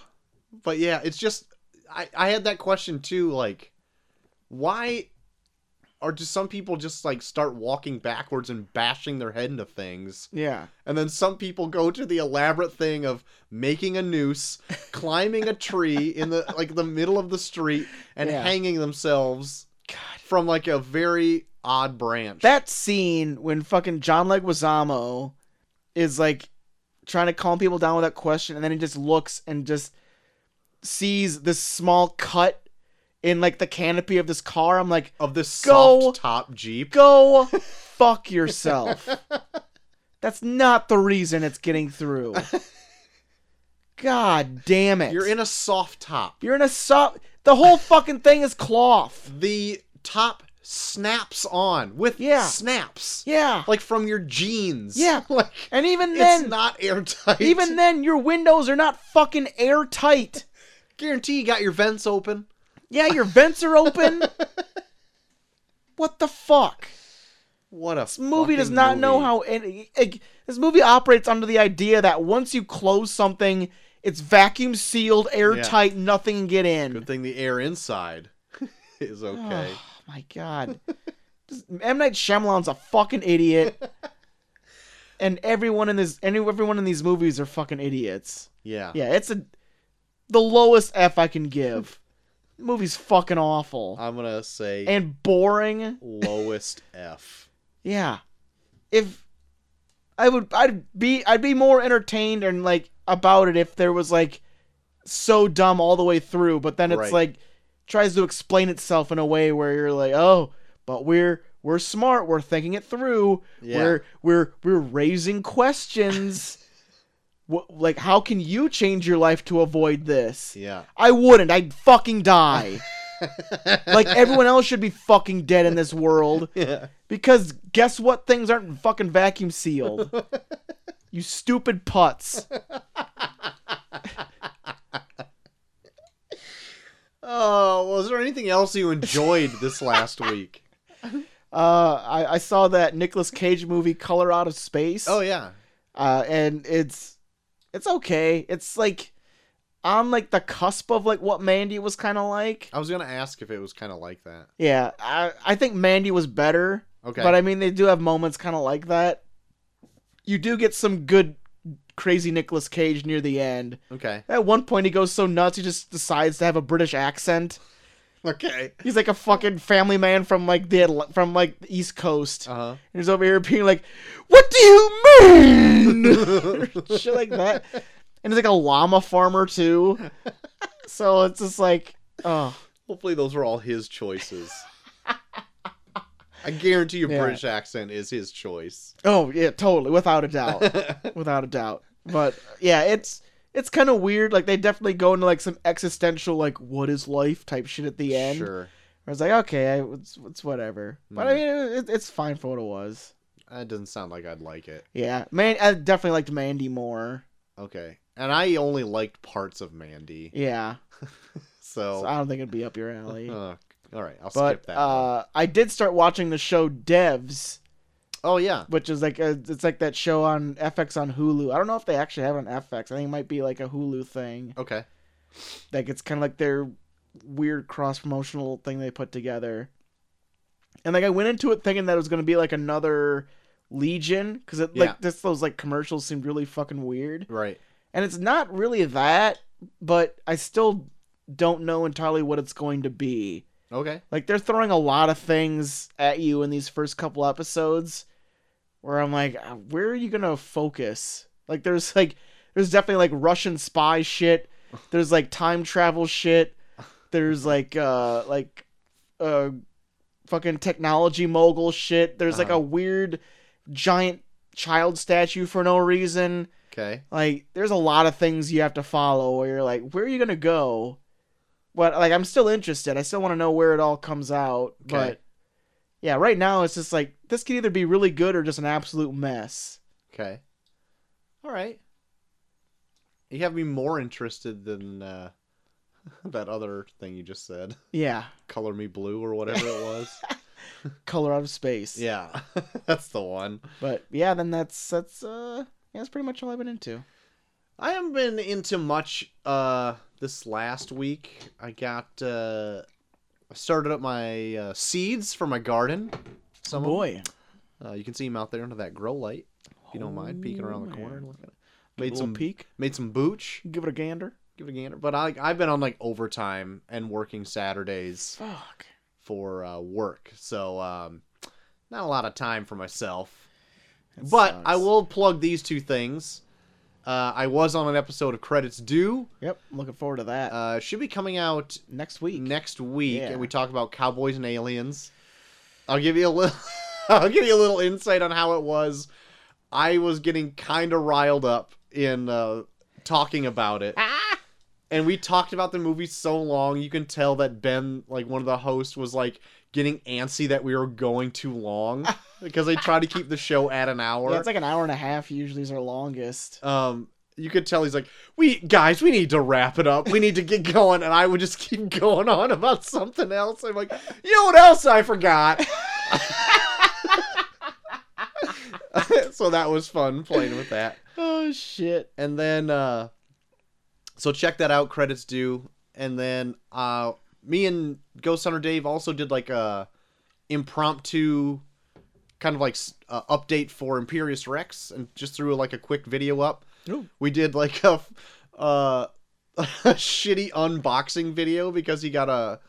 Speaker 2: but yeah it's just I, I had that question too like why or do some people just like start walking backwards and bashing their head into things
Speaker 1: Yeah.
Speaker 2: And then some people go to the elaborate thing of making a noose, climbing a tree in the like the middle of the street and
Speaker 1: Yeah.
Speaker 2: hanging themselves from like a very odd branch.
Speaker 1: That scene when fucking John Leguizamo is like trying to calm people down with that question, and then he just looks and just sees this small cut in like the canopy of this car. I'm like,
Speaker 2: of this
Speaker 1: Go-
Speaker 2: soft top Jeep.
Speaker 1: go fuck yourself. That's not the reason it's getting through. God damn it.
Speaker 2: You're in a soft top.
Speaker 1: You're in a soft. The whole fucking thing is cloth.
Speaker 2: The top snaps on with
Speaker 1: Yeah.
Speaker 2: snaps.
Speaker 1: Yeah.
Speaker 2: Like from your jeans.
Speaker 1: Yeah.
Speaker 2: Like
Speaker 1: And even
Speaker 2: it's
Speaker 1: then,
Speaker 2: not airtight.
Speaker 1: even then, your windows are not fucking airtight.
Speaker 2: guarantee you got your vents open.
Speaker 1: Yeah, your vents are open. what the fuck?
Speaker 2: What a
Speaker 1: This movie does
Speaker 2: fucking
Speaker 1: not know
Speaker 2: movie.
Speaker 1: how any, like, this movie operates under the idea that once you close something, it's vacuum sealed, airtight, nothing can get in.
Speaker 2: Good thing the air inside is okay.
Speaker 1: Oh my god. Just- M Night Shyamalan's a fucking idiot. and everyone in this any everyone in these movies are fucking idiots.
Speaker 2: yeah.
Speaker 1: Yeah, it's a the lowest F I can give. The movie's fucking awful
Speaker 2: I'm gonna say
Speaker 1: and boring.
Speaker 2: lowest F.
Speaker 1: Yeah. If I would I'd be I'd be more entertained and like about it if there was like so dumb all the way through, but then it's
Speaker 2: Right.
Speaker 1: like tries to explain itself in a way where you're like, "Oh, but we're we're smart. We're thinking it through.
Speaker 2: Yeah.
Speaker 1: We're we're we're raising questions. Wh- like how can you change your life to avoid this?"
Speaker 2: Yeah.
Speaker 1: I wouldn't. I'd fucking die. like everyone else should be fucking dead in this world.
Speaker 2: Yeah.
Speaker 1: Because guess what? Things aren't fucking vacuum sealed. you stupid putz.
Speaker 2: Oh, was there anything else you enjoyed this last week?
Speaker 1: Uh, I, I saw that Nicolas Cage movie, Color Out of Space.
Speaker 2: Oh yeah.
Speaker 1: Uh, and it's it's okay. It's like on like the cusp of like what Mandy was kind of like.
Speaker 2: I was gonna ask if it was kind of like that.
Speaker 1: Yeah, I I think Mandy was better.
Speaker 2: Okay.
Speaker 1: But I mean, they do have moments kind of like that. You do get some good, crazy Nicolas Cage near the end.
Speaker 2: okay.
Speaker 1: At one point, he goes so nuts, he just decides to have a British accent.
Speaker 2: Okay.
Speaker 1: He's like a fucking family man from like the Atl- from like the East Coast.
Speaker 2: Uh huh.
Speaker 1: And he's over here being like, "What do you mean?" Shit like that. And he's like a llama farmer too. So it's just like, oh,
Speaker 2: Hopefully those were all his choices. I guarantee your
Speaker 1: Yeah.
Speaker 2: British accent is his choice.
Speaker 1: oh yeah, totally, without a doubt.
Speaker 2: yeah.
Speaker 1: without a doubt. But yeah, it's it's kind of weird. Like they definitely go into like some existential, like what is life type shit at the end.
Speaker 2: Sure. Hmm.
Speaker 1: I was like, okay, I, it's, it's whatever. But I mean, it, it's fine for what it was.
Speaker 2: That doesn't sound like I'd like it.
Speaker 1: Yeah, man, I definitely liked Mandy more.
Speaker 2: Okay. And I only liked parts of Mandy.
Speaker 1: Yeah, so
Speaker 2: So,
Speaker 1: I don't think it'd be up your alley.
Speaker 2: uh, all right, I'll skip
Speaker 1: but
Speaker 2: that. one.
Speaker 1: uh, I did start watching the show Devs,
Speaker 2: oh yeah.
Speaker 1: which is like a, it's like that show on FX on Hulu. I don't know if they actually have it on FX. I think it might be like a Hulu thing.
Speaker 2: Okay.
Speaker 1: Like it's kind of like their weird cross promotional thing they put together. And like I went into it thinking that it was gonna be like another Legion because it
Speaker 2: Yeah.
Speaker 1: like just those like commercials seemed really fucking weird.
Speaker 2: Right.
Speaker 1: And it's not really that, but I still don't know entirely what it's going to be.
Speaker 2: Okay.
Speaker 1: Like they're throwing a lot of things at you in these first couple episodes where I'm like, "Uh, where are you going to focus? Like there's like there's definitely like Russian spy shit. There's like time travel shit. There's like uh like uh fucking technology mogul shit. There's like
Speaker 2: Uh-huh.
Speaker 1: a weird giant child statue for no reason.
Speaker 2: Okay.
Speaker 1: Like, there's a lot of things you have to follow where you're like, where are you gonna go? But like, I'm still interested. I still want to know where it all comes out.
Speaker 2: Okay.
Speaker 1: But yeah, right now it's just like this could either be really good or just an absolute mess.
Speaker 2: Okay. All right. You have me more interested than uh, that other thing you just said.
Speaker 1: Yeah,
Speaker 2: Color me blue or whatever it was.
Speaker 1: color out of space.
Speaker 2: yeah, that's the one.
Speaker 1: But yeah, then that's that's uh yeah, that's pretty much all I've been into.
Speaker 2: I haven't been into much uh this last week. I got uh I started up my uh, seeds for my garden. Some of 'em.
Speaker 1: Boy,
Speaker 2: Uh, you can see them out there under that grow light. If you don't mind peeking around the
Speaker 1: Oh,
Speaker 2: corner
Speaker 1: man.
Speaker 2: and looking at it.
Speaker 1: made
Speaker 2: Made some
Speaker 1: peek.
Speaker 2: made some booch.
Speaker 1: Give it a gander.
Speaker 2: Give it a gander. But I I've been on like overtime and working Saturdays
Speaker 1: Fuck.
Speaker 2: for uh, work. So um not a lot of time for myself.
Speaker 1: That
Speaker 2: but
Speaker 1: sucks.
Speaker 2: I will plug these two things. Uh, I was on an episode of Credits Due.
Speaker 1: Yep, I'm looking forward to that
Speaker 2: Uh, should be coming out
Speaker 1: next week.
Speaker 2: next week,
Speaker 1: Yeah.
Speaker 2: and we talk about cowboys and aliens. I'll give you a little, I'll give you a little insight on how it was. I was getting kind of riled up in uh, talking about it,
Speaker 1: Ah!
Speaker 2: and we talked about the movie so long. You can tell that Ben, like one of the hosts, was like getting antsy that we were going too long because they try to keep the show at an hour.
Speaker 1: yeah, it's like an hour and a half usually is our longest.
Speaker 2: Um, you could tell he's like, "We guys, we need to wrap it up. We need to get going." And I would just keep going on about something else. I'm like, "You know what else I forgot?" so that was fun playing with that.
Speaker 1: Oh shit.
Speaker 2: And then, uh, so check that out. Credits due. And then, uh, me and Ghost Hunter Dave also did like a impromptu kind of like s- uh, update for Imperious Rex, and just threw like a quick video up.
Speaker 1: Ooh.
Speaker 2: We did like a, f- uh, a shitty unboxing video because he got a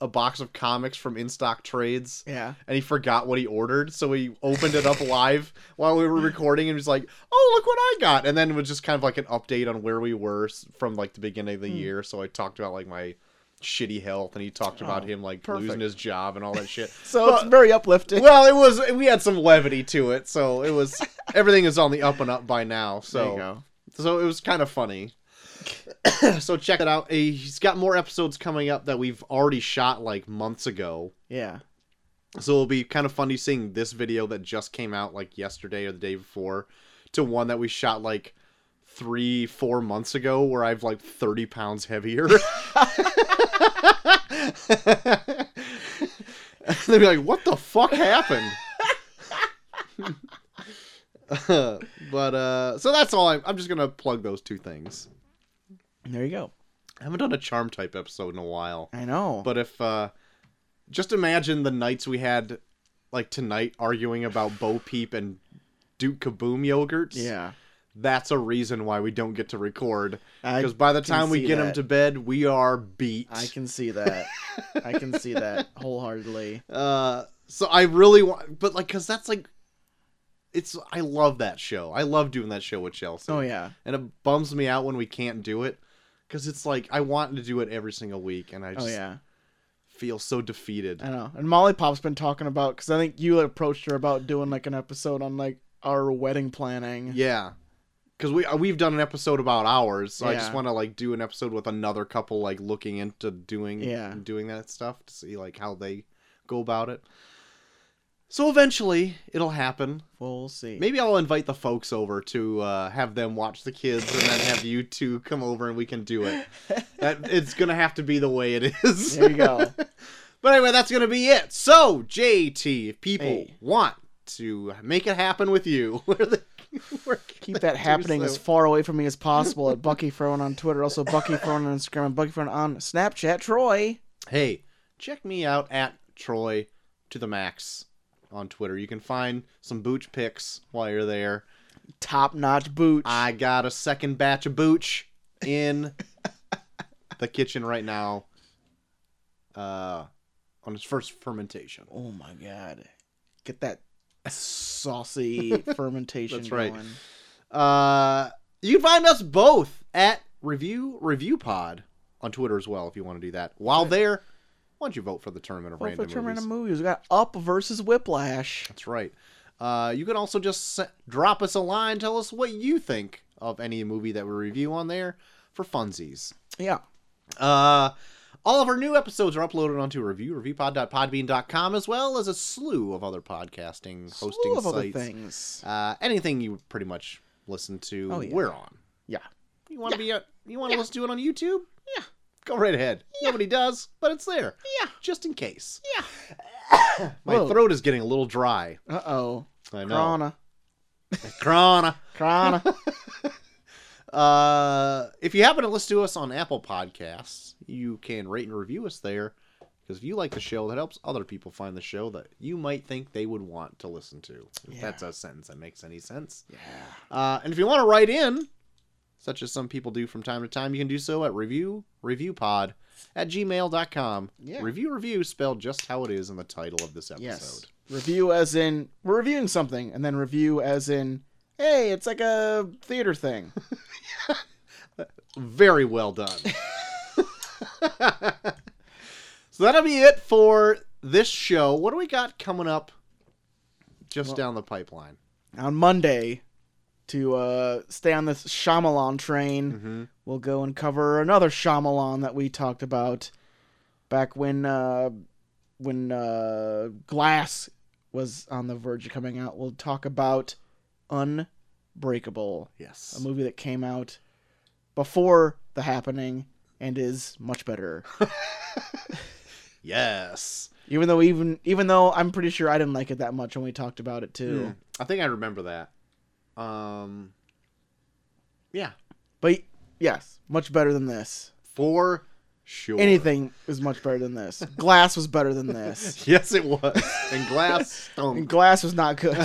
Speaker 2: a box of comics from in stock trades
Speaker 1: Yeah.
Speaker 2: and he forgot what he ordered, so he opened it up live while we were recording and was like, "Oh, look what I got!" And then it was just kind of like an update on where we were s- from like the beginning of
Speaker 1: Hmm.
Speaker 2: the year. So I talked about like my shitty health, and he talked about
Speaker 1: Oh,
Speaker 2: him like
Speaker 1: perfect.
Speaker 2: losing his job and all that shit.
Speaker 1: So
Speaker 2: Well-
Speaker 1: it's very uplifting.
Speaker 2: well, it was we had some levity to it, so it was everything is on the up and up by now. So
Speaker 1: There you go.
Speaker 2: so it was kind of funny. so check it out. Eh, He's got more episodes coming up that we've already shot like months ago.
Speaker 1: Yeah.
Speaker 2: So it'll be kind of funny seeing this video that just came out like yesterday or the day before to one that we shot like three, four months ago where I've like 30 pounds heavier. They'd be like, what the fuck happened? but uh so that's all I'm, I'm just gonna plug those two things
Speaker 1: There you go.
Speaker 2: i haven't done a charm type episode in a while
Speaker 1: I know.
Speaker 2: but if uh just imagine the nights we had like tonight arguing about Bo Peep and Duke Kaboom yogurts.
Speaker 1: yeah.
Speaker 2: That's a reason why we don't get to record
Speaker 1: I
Speaker 2: because by the
Speaker 1: can
Speaker 2: time we
Speaker 1: see
Speaker 2: get them
Speaker 1: that.
Speaker 2: to bed, we are beat.
Speaker 1: I can see that. I can see that wholeheartedly.
Speaker 2: Uh so I really want but like cuz that's like it's I love that show. I love doing that show with Chelsea.
Speaker 1: Oh yeah.
Speaker 2: And it bums me out when we can't do it cuz it's like I want to do it every single week and I just
Speaker 1: Oh yeah.
Speaker 2: feel so defeated.
Speaker 1: I know. And Molly Pop's been talking about because I think you approached her about doing like an episode on like our wedding planning.
Speaker 2: Yeah, because we uh, we've done an episode about ours, so I just
Speaker 1: Yeah.
Speaker 2: want to like do an episode with another couple like looking into doing
Speaker 1: Yeah.
Speaker 2: doing that stuff to see like how they go about it. So eventually, it'll happen.
Speaker 1: We'll see.
Speaker 2: Maybe I'll invite the folks over to uh, have them watch the kids, and then have you two come over and we can do it. That it's gonna have to be the way it is.
Speaker 1: There you go.
Speaker 2: But anyway, that's gonna be it. So JT, if people
Speaker 1: Hey.
Speaker 2: want to make it happen with you, where they where can
Speaker 1: Keep
Speaker 2: they
Speaker 1: that
Speaker 2: do
Speaker 1: happening
Speaker 2: so?
Speaker 1: as far away from me as possible at Bucky Throne on Twitter, also Bucky Throne on Instagram, and Bucky Throne on Snapchat. Troy,
Speaker 2: Hey, check me out at Troy to the max on Twitter. You can find some booch pics while you're there.
Speaker 1: top notch boots.
Speaker 2: I got a second batch of booch in the kitchen right now. Uh on its first fermentation.
Speaker 1: oh my god, get that saucy fermentation.
Speaker 2: That's right.
Speaker 1: Going.
Speaker 2: Uh you can find us both at Review Review Pod on Twitter as well if you want to do that. While there, why don't you vote for the tournament of
Speaker 1: Well, for
Speaker 2: random movies?
Speaker 1: Terminator movies, we got Up versus Whiplash.
Speaker 2: That's right. Uh, you can also just se- drop us a line. Tell us what you think of any movie that we review on there for funsies.
Speaker 1: Yeah,
Speaker 2: Uh, all of our new episodes are uploaded onto review, reviewpod.podbean.com, as well as a slew of other podcasting hosting
Speaker 1: slew of
Speaker 2: sites.
Speaker 1: other things.
Speaker 2: Uh, anything you pretty much listen to,
Speaker 1: Oh, yeah.
Speaker 2: we're on.
Speaker 1: Yeah,
Speaker 2: You want to be a, you want to listen to it on YouTube? Yeah. Go right ahead. Nobody does, but it's there.
Speaker 1: Yeah.
Speaker 2: Just in case.
Speaker 1: yeah.
Speaker 2: My
Speaker 1: Whoa.
Speaker 2: throat is getting a little dry.
Speaker 1: Uh oh,
Speaker 2: I know.
Speaker 1: Krana,
Speaker 2: Corona.
Speaker 1: Krana.
Speaker 2: Uh, if you happen to listen to us on Apple Podcasts, you can rate and review us there because if you like the show, that helps other people find the show that you might think they would want to listen to. If
Speaker 1: Yeah.
Speaker 2: that's a sentence that makes any sense.
Speaker 1: yeah,
Speaker 2: Uh, and if you want to write in, such as some people do from time to time, you can do so at review reviewpod at gmail.com.
Speaker 1: Yeah.
Speaker 2: Review review spelled just how it is in the title of this episode.
Speaker 1: yes. Review as in we're reviewing something, and then review as in hey, it's like a theater thing.
Speaker 2: Very well done. so that'll be it for this show. What do we got coming up just down the pipeline?
Speaker 1: on Monday to uh, stay on this Shyamalan train.
Speaker 2: Mhm.
Speaker 1: We'll go and cover another Shyamalan that we talked about back when uh, when uh, Glass was on the verge of coming out. We'll talk about Unbreakable,
Speaker 2: Yes.
Speaker 1: a movie that came out before The Happening and is much better.
Speaker 2: Yes.
Speaker 1: even though even even though I'm pretty sure I didn't like it that much when we talked about it too.
Speaker 2: Hmm. I think I remember that. Um Yeah,
Speaker 1: But yes, much better than this.
Speaker 2: for sure.
Speaker 1: anything was much better than this. Glass was better than this.
Speaker 2: Yes, it was. And glass
Speaker 1: And
Speaker 2: stunk.
Speaker 1: Glass was not good.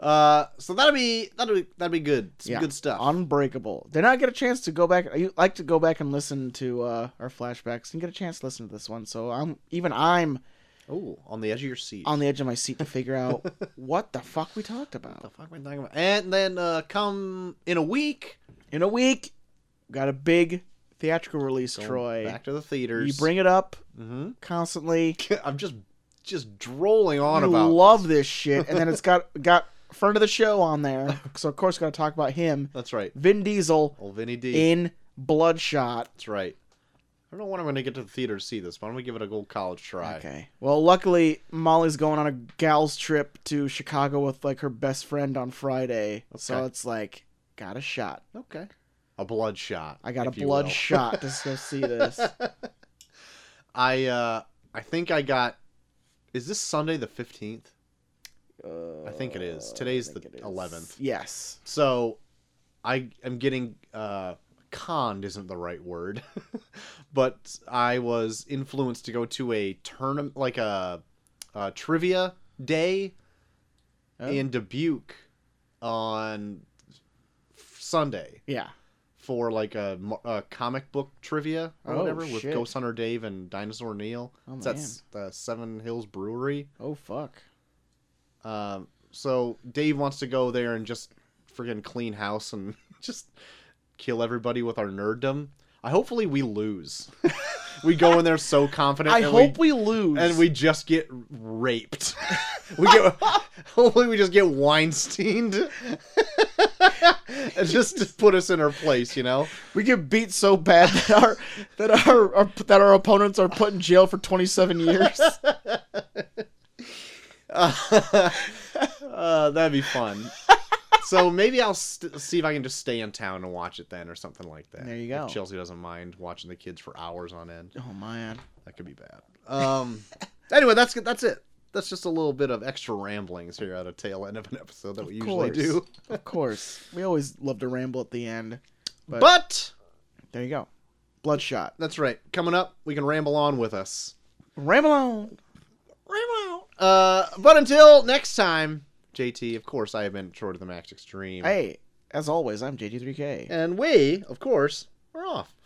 Speaker 2: uh so that'll be that'll be that'll be good. Some
Speaker 1: Yeah.
Speaker 2: good stuff.
Speaker 1: Unbreakable. Did not get a chance to go back. I like to go back and listen to uh, our flashbacks and get a chance to listen to this one. So I'm even I'm
Speaker 2: oh, on the edge of your seat.
Speaker 1: on the edge of my seat to figure out what the fuck we talked
Speaker 2: the
Speaker 1: about.
Speaker 2: fuck am I talking about? And then uh, come in a week,
Speaker 1: In a week, got a big theatrical release.
Speaker 2: going
Speaker 1: Troy,
Speaker 2: back to the theaters.
Speaker 1: you bring it up Mm-hmm.
Speaker 2: hmm
Speaker 1: constantly.
Speaker 2: I'm just just drolling on
Speaker 1: you
Speaker 2: about.
Speaker 1: love this shit, and then it's got got friend of the show on there. So of course, got to talk about him.
Speaker 2: That's right,
Speaker 1: Vin Diesel
Speaker 2: old Vinny D.
Speaker 1: in Bloodshot.
Speaker 2: That's right. I don't know when I'm going to get to the theater to see this, but I'm going to give it a gold college try.
Speaker 1: Okay. Well, luckily Molly's going on a gals trip to Chicago with like her best friend on Friday, so
Speaker 2: Okay.
Speaker 1: it's like got a shot.
Speaker 2: Okay. A blood shot.
Speaker 1: I got a
Speaker 2: if you
Speaker 1: blood
Speaker 2: will.
Speaker 1: shot to go see this.
Speaker 2: I uh, I think I got. Is this Sunday the fifteenth? I think it is.
Speaker 1: Uh, I
Speaker 2: Today's the
Speaker 1: think it is.
Speaker 2: 11th.
Speaker 1: Yes.
Speaker 2: So I am getting uh conned isn't the right word. but I was influenced to go to a tournament like a, a trivia day
Speaker 1: Oh.
Speaker 2: in Dubuque on Sunday
Speaker 1: Yeah. for
Speaker 2: for like a, mo- a comic book trivia or
Speaker 1: Oh,
Speaker 2: whatever with
Speaker 1: shit.
Speaker 2: Ghost Hunter Dave and Dinosaur Neil.
Speaker 1: Oh,
Speaker 2: It's at the Seven Hills Brewery.
Speaker 1: Oh fuck.
Speaker 2: Um, so Dave wants to go there and just friggin' clean house and just kill everybody with our nerddom. I hopefully we lose. we go in there so confident.
Speaker 1: I
Speaker 2: and
Speaker 1: hope we, lose.
Speaker 2: and we just get raped. we get hopefully we just get Weinsteined. just to put us in our place, you know.
Speaker 1: We get beat so bad that our that our, our that our opponents are put in jail for 27 years.
Speaker 2: Uh, uh, that'd be fun. so maybe I'll st- see if I can just stay in town and watch it then, or something like that.
Speaker 1: There you
Speaker 2: If
Speaker 1: go.
Speaker 2: Chelsea doesn't mind watching the kids for hours on end.
Speaker 1: Oh man.
Speaker 2: That could be bad. Um. anyway, that's good. That's it. That's just a little bit of extra ramblings here at a tail end of an episode that we
Speaker 1: Of
Speaker 2: usually
Speaker 1: course.
Speaker 2: do.
Speaker 1: Of course. We always love to ramble at the end. But-
Speaker 2: but
Speaker 1: There you go. Bloodshot.
Speaker 2: that's right. Coming up, we can ramble on with us.
Speaker 1: Ramble on.
Speaker 2: Uh, but until next time, JT, of course, I have been short of the max extreme.
Speaker 1: Hey, as always, I'm JG3K.
Speaker 2: And we, of course, are off.